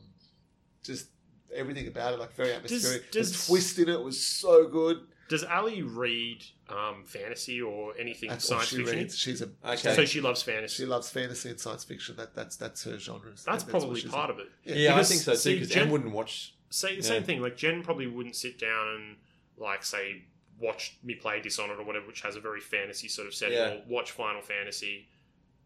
B: just everything about it, like very atmospheric.
D: does-
B: the twist in it was so good.
D: Does Ali read um, fantasy or anything
B: That's all
D: science
B: she
D: fiction?
B: reads. She's a
A: Okay.
D: So she loves fantasy.
B: she loves fantasy and science fiction. That that's that's her genre.
D: That's probably part of it.
A: yeah. I
D: Because,
A: think so too.
D: see,
A: Because
D: Jen-
A: Jen wouldn't watch.
D: Say the
A: Yeah.
D: same thing. Like Jen probably wouldn't sit down and like say watch me play Dishonored or whatever, which has a very fantasy sort of setting,
A: Yeah.
D: or watch Final Fantasy,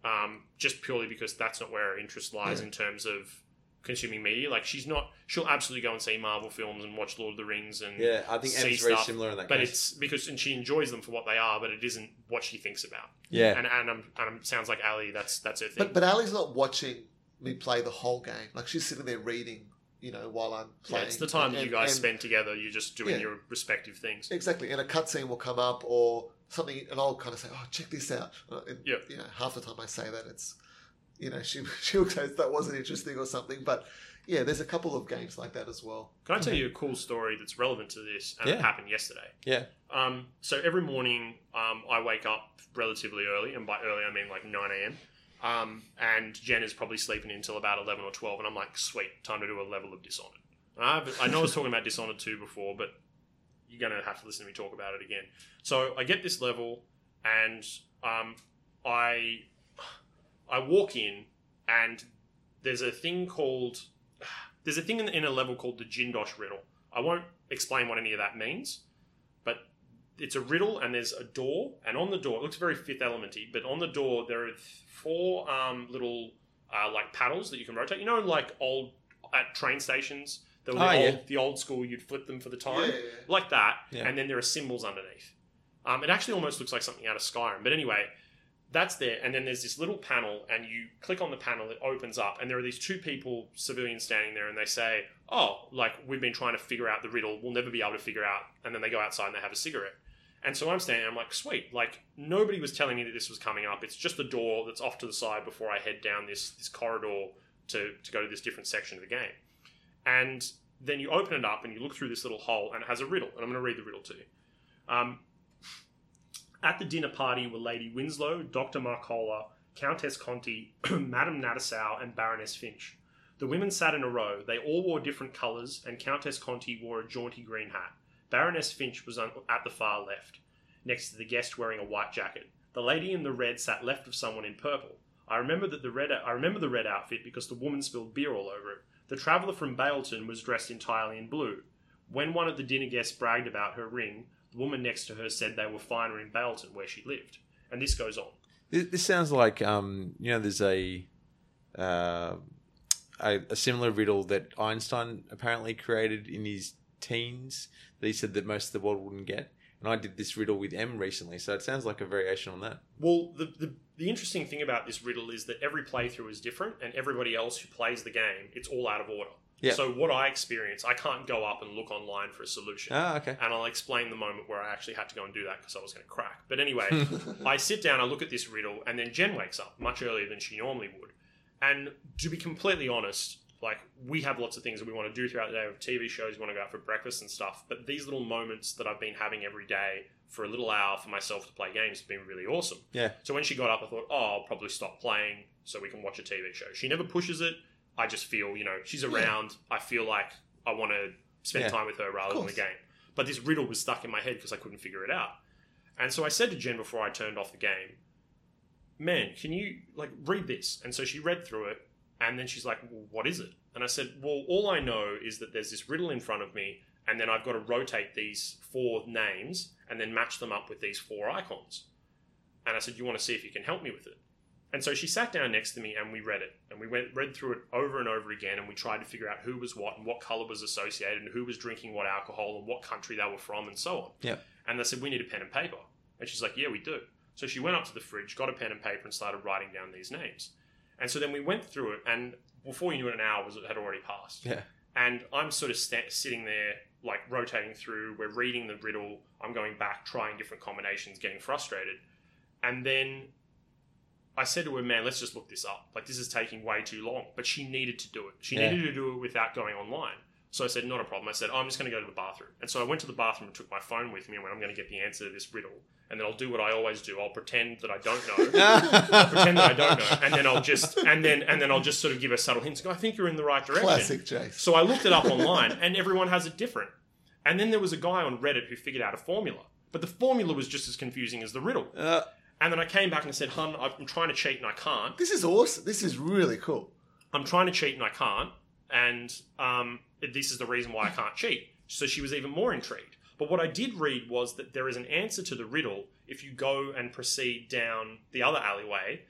D: um, just purely because that's not where her interest lies in terms of consuming media. Like she's not. She'll absolutely go and see Marvel films and watch Lord of the Rings and.
A: Yeah, I think
D: Mm. see
A: Em's very
D: stuff,
A: similar in that
D: But
A: case.
D: it's because, and she enjoys them for what they are, but it isn't what she thinks about.
A: yeah,
D: And and, I'm, and i sounds like Ali. That's that's her thing.
B: But but Ali's not watching me play the whole game. Like she's sitting there reading, you know, while I'm
D: Yeah,
B: playing.
D: it's the time that
B: And-
D: you guys
B: and-
D: spend together. You're just doing
B: Yeah.
D: your respective things.
B: Exactly, and a cutscene will come up or something, and I'll kind of say, "Oh, check this out." Uh, And,
D: Yeah.
B: You know, half the time I say that it's, you know, she she'll go, "That wasn't interesting" or something. But yeah, there's a couple of games like that as well.
D: Can I tell you a cool story that's relevant to this? And it
A: Mm-hmm. Yeah.
D: happened yesterday.
A: yeah,
D: Um, so every morning, um, I wake up relatively early, and by early I mean like nine a.m. Um, and Jen is probably sleeping until about eleven or twelve, and I'm like, sweet, time to do a level of Dishonored. And I've, I know I was talking about Dishonored two before, but you're gonna have to listen to me talk about it again. So I get this level, and um, I I walk in, and there's a thing called there's a thing in, in a level called the Jindosh riddle. I won't explain what any of that means, but it's a riddle, and there's a door, and on the door it looks very Fifth Elementy, but on the door there are four um, little uh, like paddles that you can rotate. You know, like old at train stations. There were the,
A: Oh, yeah.
D: old, the old school, you'd flip them for the time
B: Yeah, yeah, yeah.
D: like that,
A: Yeah.
D: and then there are symbols underneath. Um, it actually almost looks like something out of Skyrim, but anyway, that's there. And then there's this little panel, and you click on the panel, it opens up, and there are these two people, civilians, standing there, and they say, "Oh, like we've been trying to figure out the riddle, we'll never be able to figure out." And then they go outside and they have a cigarette. And so I'm standing, there, I'm like, "Sweet!" Like nobody was telling me that this was coming up. It's just the door that's off to the side before I head down this this corridor to to go to this different section of the game. And then you open it up and you look through this little hole and it has a riddle and i'm going to read the riddle to you um, at the dinner party were lady winslow dr marcola countess conti madame nattersow and baroness finch the women sat in a row they all wore different colours and countess conti wore a jaunty green hat baroness finch was on, at the far left next to the guest wearing a white jacket the lady in the red sat left of someone in purple i remember that the red i remember the red outfit because the woman spilled beer all over it the traveller from Baleton was dressed entirely in blue. When one of the dinner guests bragged about her ring, the woman next to her said they were finer in Baleton, where she lived. And this goes on.
A: This, this sounds like um, you know, there's a uh, a, a similar riddle that Einstein apparently created in his teens that he said that most of the world wouldn't get. And I did this riddle with M recently, so it sounds like a variation on that.
D: Well, the, the the interesting thing about this riddle is that every playthrough is different, and everybody else who plays the game, it's all out of order.
A: Yeah.
D: So what I experience, I can't go up and look online for a solution.
A: Ah, okay.
D: and I'll explain the moment where I actually had to go and do that because I was going to crack. But anyway, I sit down, I look at this riddle, and then Jen wakes up much earlier than she normally would. And to be completely honest, like we have lots of things that we want to do throughout the day. We have TV shows, we want to go out for breakfast and stuff. But these little moments that I've been having every day for a little hour for myself to play games have been really awesome.
A: Yeah.
D: So when she got up, I thought, oh, I'll probably stop playing so we can watch a TV show. She never pushes it. I just feel, you know, she's around. I feel like I want to spend
A: Yeah.
D: time with her rather than the
B: course.
D: game. But this riddle was stuck in my head because I couldn't figure it out. And so I said to Jen before I turned off the game, man, can you like read this? And so she read through it, and then she's like, well, what is it? And I said, well, all I know is that there's this riddle in front of me, and then I've got to rotate these four names and then match them up with these four icons. And I said, you want to see if you can help me with it? And so she sat down next to me and we read it. And we went read through it over and over again and we tried to figure out who was what and what color was associated and who was drinking what alcohol and what country they were from and so on.
A: Yep.
D: And they said, We need a pen and paper. And she's like, Yeah, we do. So she went up to the fridge, got a pen and paper, and started writing down these names. And so then we went through it, and before you knew it, an hour was had already passed.
A: Yeah.
D: And I'm sort of sta- sitting there, like rotating through. We're reading the riddle. I'm going back, trying different combinations, getting frustrated. And then I said to her, man, let's just look this up. Like, this is taking way too long. But she needed to do it. She
A: Yeah.
D: needed to do it without going online. So I said, not a problem. I said, I'm just going to go to the bathroom. And so I went to the bathroom and took my phone with me and went, I'm going to get the answer to this riddle. And then I'll do what I always do. I'll pretend that I don't know. I'll pretend that I don't know. And then I'll just, and then, and then I'll just sort of give her subtle hints. Go, I think you're in the right direction.
B: Classic Jace.
D: So I looked it up online, and everyone has it different. And then there was a guy on Reddit who figured out a formula, but the formula was just as confusing as the riddle.
A: Uh,
D: And then I came back and I said, "Hun, I'm trying to cheat and I can't.
B: This is awesome. This is really cool.
D: I'm trying to cheat and I can't." And um, this is the reason why I can't cheat. So she was even more intrigued. But what I did read was that there is an answer to the riddle if you go and proceed down the other alleyway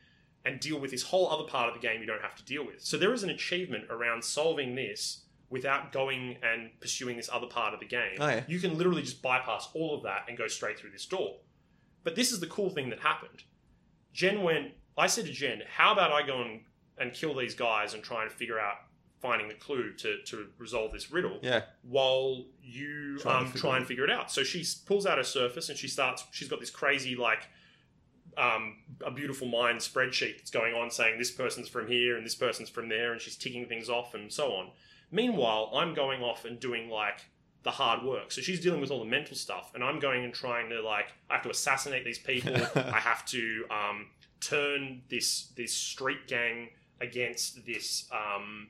D: and deal with this whole other part of the game you don't have to deal with. So there is an achievement around solving this without going and pursuing this other part of the game.
A: Oh, yeah.
D: You can literally just bypass all of that and go straight through this door. But this is the cool thing that happened. Jen went, I said to Jen, how about I go and, and kill these guys and try and figure out finding the clue to, to resolve this riddle
A: yeah.
D: while you
B: Trying to
D: um,
B: figure
D: try
B: it
D: and figure it out. So she s- pulls out her surface and she starts. She's got this crazy like um, a beautiful mind spreadsheet that's going on, saying this person's from here and this person's from there, and she's ticking things off and so on. Meanwhile, I'm going off and doing like the hard work. So she's dealing with all the mental stuff, and I'm going and trying to like I have to assassinate these people. I have to um, turn this this street gang against this um,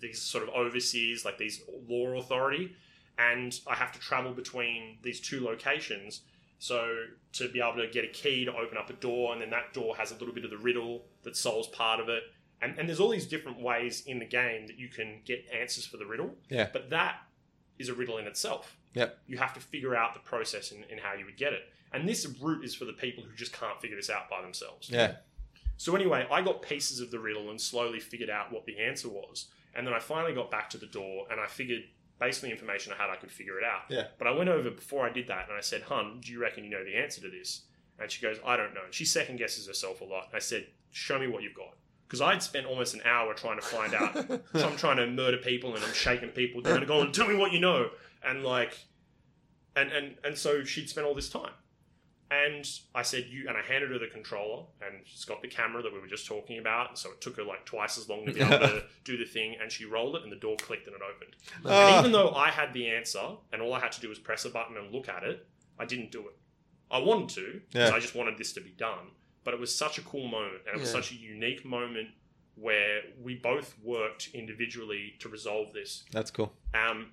D: these sort of overseers, like these law authority, and I have to travel between these two locations. So to be able to get a key to open up a door, and then that door has a little bit of the riddle that solves part of it. And, and there's all these different ways in the game that you can get answers for the riddle.
A: Yeah.
D: But that is a riddle in itself.
A: Yep.
D: You have to figure out the process and, and how you would get it. And this route is for the people who just can't figure this out by themselves.
A: Yeah.
D: So anyway, I got pieces of the riddle and slowly figured out what the answer was. And then I finally got back to the door and I figured based on the information I had, I could figure it out.
A: Yeah.
D: But I went over before I did that and I said, Hun, do you reckon you know the answer to this? And she goes, I don't know. She second guesses herself a lot. I said, Show me what you've got. Because I'd spent almost an hour trying to find out. so I'm trying to murder people and I'm shaking people down and going, Tell me what you know. And like and, and and so she'd spent all this time. And I said, you, and I handed her the controller, and she's got the camera that we were just talking about. So it took her like twice as long to be able to do the thing, and she rolled it, and the door clicked and it opened.
A: Ah.
B: Uh,
D: And even though I had the answer, and all I had to do was press a button and look at it, I didn't do it. I wanted to, because
A: Yeah.
D: I just wanted this to be done. But it was such a cool moment, and it was
B: Yeah.
D: such a unique moment where we both worked individually to resolve this.
A: That's cool.
D: Um,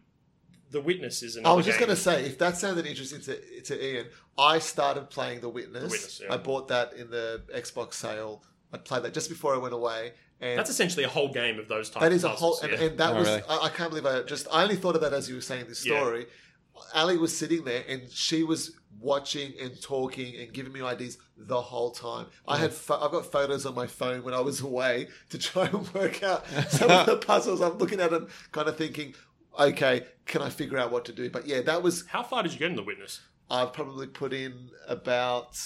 D: the Witness is another
B: I was just
D: game.
B: going to say, if that sounded interesting to, to Ian, I started playing The Witness.
D: The Witness, yeah.
B: I bought that in the Xbox sale. I played that just before I went away. And
D: That's essentially a whole game of those types
B: that is
D: of
B: a whole,
D: puzzles,
B: and,
D: yeah.
B: and that
A: Oh,
B: was,
A: really?
B: I, I can't believe I just, I only thought of that as you were saying this
D: Yeah.
B: story. Ali was sitting there and she was watching and talking and giving me ideas the whole time. I had pho- I've got photos on my phone when I was away to try and work out some of the puzzles. I'm looking at them, kind of thinking, okay, can I figure out what to do? But yeah, that was
D: How far did you get in the witness?
B: I've probably put in about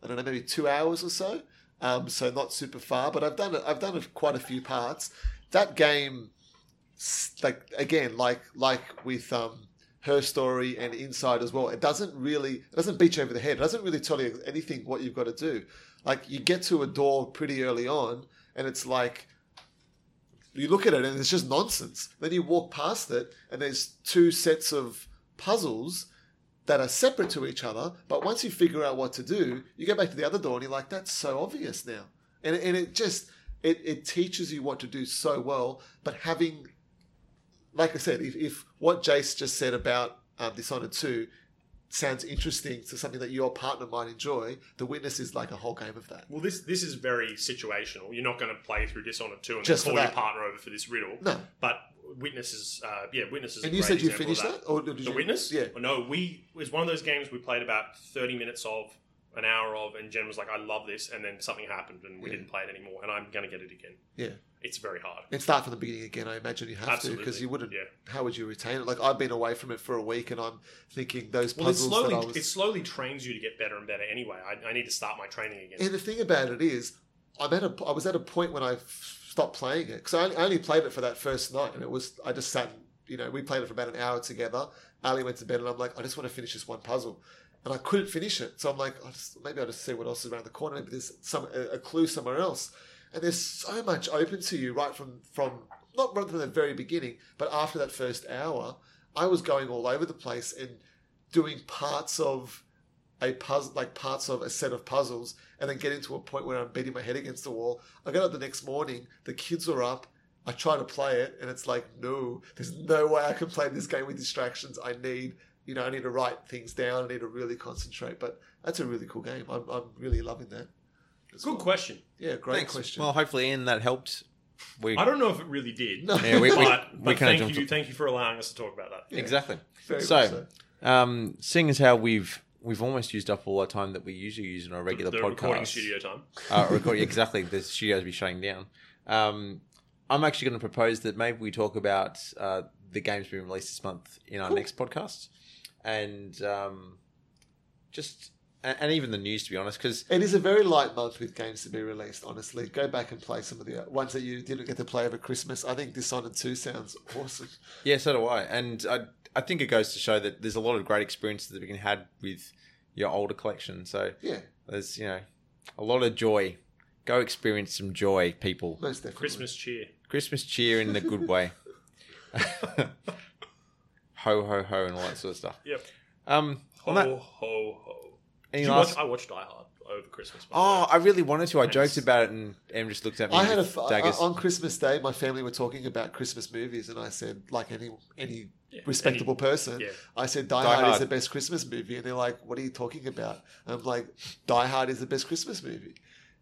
B: I don't know maybe two hours or so. Um, so not super far, but I've done it. I've done it quite a few parts. That game, s- like again, like like with um, her story and Inside as well. It doesn't really it doesn't beat you over the head. It doesn't really tell you anything what you've got to do. Like you get to a door pretty early on, and it's like you look at it and it's just nonsense. Then you walk past it, and there's two sets of puzzles that are separate to each other. But once you figure out what to do, you go back to the other door and you're like, that's so obvious now. And, and it just, it, it teaches you what to do so well. But having, like I said, if, if what Jace just said about um, Dishonored 2 sounds interesting to something that your partner might enjoy, The Witness is like a whole game of that.
D: Well, this this is very situational. You're not going to play through Dishonored two and
B: Just
D: call
B: for
D: your
B: that.
D: partner over for this riddle.
B: No.
D: But witnesses, uh, yeah, witnesses.
B: And you said you finished that? Or did
D: The
B: you,
D: witness?
B: Yeah.
D: Well, No, we it was one of those games we played about thirty minutes of, an hour of, and Jen was like, "I love this," and then something happened and we
B: Yeah.
D: didn't play it anymore. And I'm going to get it again.
B: Yeah.
D: It's very hard.
B: And start from the beginning again, I imagine you have
D: Absolutely.
B: to, because you wouldn't.
D: Yeah.
B: How would you retain it? Like, I've been away from it for a week and I'm thinking those
D: Well, it
B: puzzles
D: slowly
B: that I was.
D: it slowly trains you to get better and better. Anyway, I, I need to start my training again.
B: And the thing about it is, I'm at a, I was at a point when I f- stopped playing it because I, only- I only played it for that first night, and it was I just sat, and, you know, we played it for about an hour together. Ali went to bed, and I'm like, I just want to finish this one puzzle, and I couldn't finish it. So I'm like, I'll just, maybe I'll just see what else is around the corner. Maybe there's some a, a clue somewhere else. And there's so much open to you right from from not right from the very beginning, but after that first hour, I was going all over the place and doing parts of a puzzle, like parts of a set of puzzles, and then getting to a point where I'm beating my head against the wall. I got up the next morning, the kids are up. I try to play it, and it's like, no, there's no way I can play this game with distractions. I need, you know, I need to write things down. I need to really concentrate. But that's a really cool game. I'm, I'm really loving that. as
D: Good
B: well.
D: question.
B: Yeah, great
A: Thanks.
B: question.
A: Well, hopefully, Ian, that helped. We
D: I don't know if it really did.
B: No.
A: yeah, we, we,
D: but
A: we
D: but
A: kind of
D: thank
A: jumped
D: you, thank you for allowing us to talk about that.
B: Yeah.
A: exactly.
B: Very much
A: so- Um, seeing as how we've we've almost used up all our time that we usually use in our regular
D: the
A: podcast,
D: recording studio time.
A: uh, record, exactly. The studio's be shutting down. Um, I'm actually going to propose that maybe we talk about uh, the games being released this month in our
B: Cool.
A: next podcast, and um, just and, and even the news to be honest, because
B: It is a very light month with games to be released, honestly. Go back and play some of the uh, ones that you didn't get to play over Christmas. I think Dishonored 2 sounds awesome.
A: Yeah, so do I. And I, I think it goes to show that there's a lot of great experiences that we can had with your older collection. So
B: Yeah,
A: there's, you know, a lot of joy. Go experience some joy, people.
B: most definitely.
D: Christmas cheer.
A: Christmas cheer in a good way. ho ho ho and all that sort of stuff.
D: Yep.
A: Um,
D: Ho
A: on that,
D: ho ho.
A: any
D: Did you
A: last?
D: watch, I watched Die Hard over Christmas. by the
A: Oh,
D: way.
A: I really wanted to. I
D: Thanks.
A: joked about it, and Em just looked at me.
B: I had a uh,
A: with daggers.
B: on Christmas Day. My family were talking about Christmas movies, and I said, like any any
D: Yeah,
B: respectable person,
D: yeah.
B: I said Die,
A: Die
B: Hard, is
A: Hard.
B: the best Christmas movie, and they're like, "What are you talking about?" I'm like, "Die Hard is the best Christmas movie,"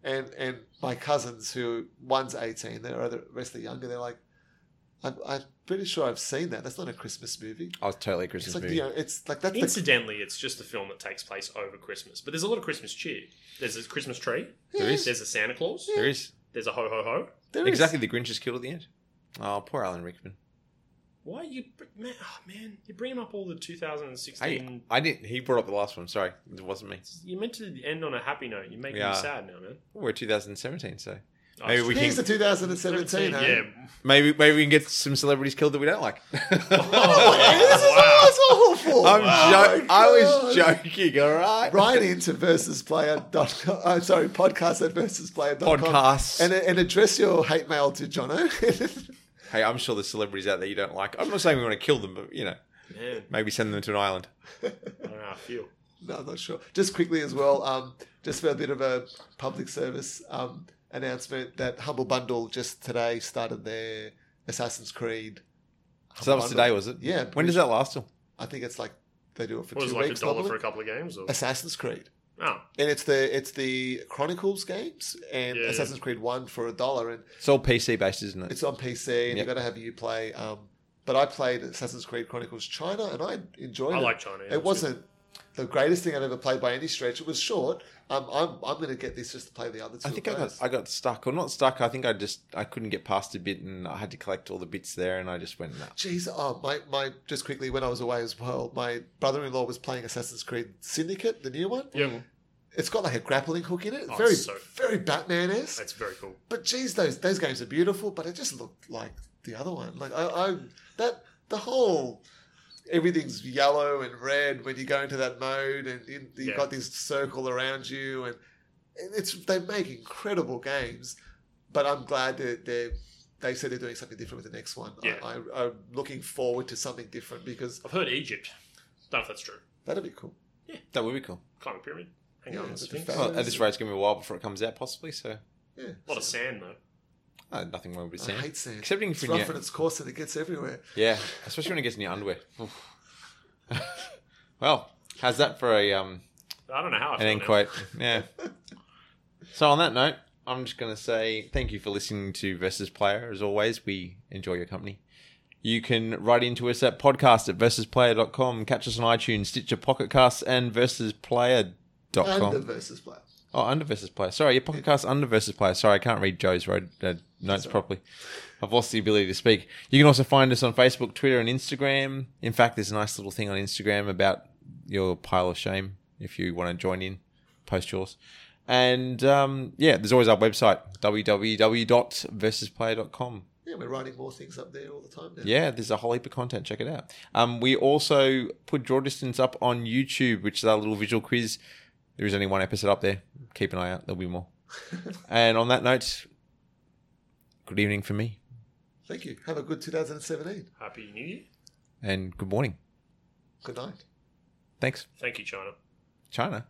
B: and and my cousins who one's 18, the other rest are younger. They're like, I'm, "I'm pretty sure I've seen that. That's not a Christmas movie."
A: I was Oh, totally a
B: It's
A: Christmas
B: like uh,
A: movie.
B: you know, it's like that's the,
D: Incidentally, it's just a film that takes place over Christmas, but there's a lot of Christmas cheer. There's a Christmas tree.
A: There is.
D: There's a Santa Claus.
A: There is
D: There's a ho ho ho.
B: there is-
A: exactly the Grinch is killed at the end. Oh, poor Alan Rickman.
D: Why are you br- man? Oh man, you're bringing up all the 2016.
A: Hey, I didn't. He brought up the last one. Sorry, it wasn't me.
D: You meant to end on a happy note. You're making
A: Yeah.
D: me sad now, man.
A: We're 2017, so
D: Oh,
A: Maybe
D: it's
A: we
D: true.
B: Here's the 2017. hey?
D: Yeah.
A: maybe maybe we can get some celebrities killed that we don't like.
B: Oh, this is
D: Wow.
B: that's awful.
A: I'm
B: Oh
A: jo-
B: my
A: I
B: God.
A: was joking. All right,
B: Right into versus player. Dot, I'm sorry, podcast at versus player.
A: Podcasts.
B: and and address your hate mail to Jono.
A: Hey, I'm sure there's celebrities out there you don't like. I'm not saying we want to kill them, but you know,
D: Man,
A: maybe send them to an island.
D: I don't know how I feel.
B: no, I'm not sure. Just quickly as well, um, just for a bit of a public service um, announcement that Humble Bundle just today started their Assassin's Creed.
A: So that was today, was it?
B: Yeah.
A: When does that last till?
B: I think it's like they do it for
D: What was
B: two
D: it, like a
B: weeks.
D: dollar for
B: normally.
D: a couple of games? Or?
B: Assassin's Creed.
D: Oh,
B: and it's the it's the Chronicles games and
D: Yeah, yeah.
B: Assassin's Creed One for a dollar, and
A: It's all PC based, isn't it?
B: it's on PC, and
A: Yep.
B: you've got to have you play. Um, But I played Assassin's Creed Chronicles China, and I enjoyed
D: I
B: it.
D: like China. yeah,
B: it
D: it's
B: wasn't the greatest thing I've ever played by any stretch. It was short. Um, I'm I'm going to get this just to play the other two.
A: I
B: of
A: think I got
B: those.
A: I got stuck or not stuck. I think I just I couldn't get past a bit and I had to collect all the bits there and I just went nah.
B: Jeez, oh my, my! Just quickly, when I was away as well, my brother-in-law was playing Assassin's Creed Syndicate, the new one.
D: good. Yeah,
B: It's got like a grappling hook in it.
D: Oh,
B: very,
D: it's so-
B: very Batman-esque.
D: that's very cool.
B: But geez, those those games are beautiful, but it just looked like the other one. Like I, I that the whole everything's yellow and red when you go into that mode, and you, you've
D: Yeah.
B: got this circle around you, and and it's they make incredible games. But I'm glad that they they said they're doing something different with the next one.
D: Yeah.
B: I, I, I'm looking forward to something different because
D: I've heard Egypt. Don't know if that's true.
B: that'd be cool.
A: That would be cool.
D: Climbing pyramid. Hang
B: Yeah,
D: on,
B: it's a
D: Sphinx.
B: fact.
D: A
A: Well, at this rate, it's gonna be a while before it comes out, possibly. So
B: Yeah,
D: lot of sand though.
A: uh, nothing wrong with
B: I
A: sand.
B: hate sand.
A: Except in
B: it's
A: for
B: rough
A: your,
B: and it's coarse and it gets everywhere.
A: yeah, especially when it gets in your underwear. Oof. well, how's that for a um
D: I don't know how. I
A: an end quote? Yeah. So on that note, I'm just gonna say thank you for listening to Versus Player. As always, we enjoy your company. You can write into us at podcast at versusplayer.com. Catch us on iTunes, Stitcher, Pocket Casts, and
B: And the
A: versusplayer.com.
B: versus player.
A: Oh, under versus player. Sorry, your pocket cast under versus player. Sorry, I can't read Joe's road uh, notes properly. I've lost the ability to speak. You can also find us on Facebook, Twitter, and Instagram. In fact, there's a nice little thing on Instagram about your pile of shame if you want to join in, post yours. And um, yeah, there's always our website, www.versusplayer.com.
B: Yeah, we're writing more things up there all the time now.
A: Yeah, there's a whole heap of content. Check it out. Um, we also put Draw Distance up on YouTube, which is our little visual quiz. There is only one episode up there. Keep an eye out. There'll be more. and on that note, good evening for me
B: Thank you. Have a good 2017.
D: Happy New Year.
A: and good morning.
B: Good night.
A: Thanks,
D: Thank you, China.
A: China.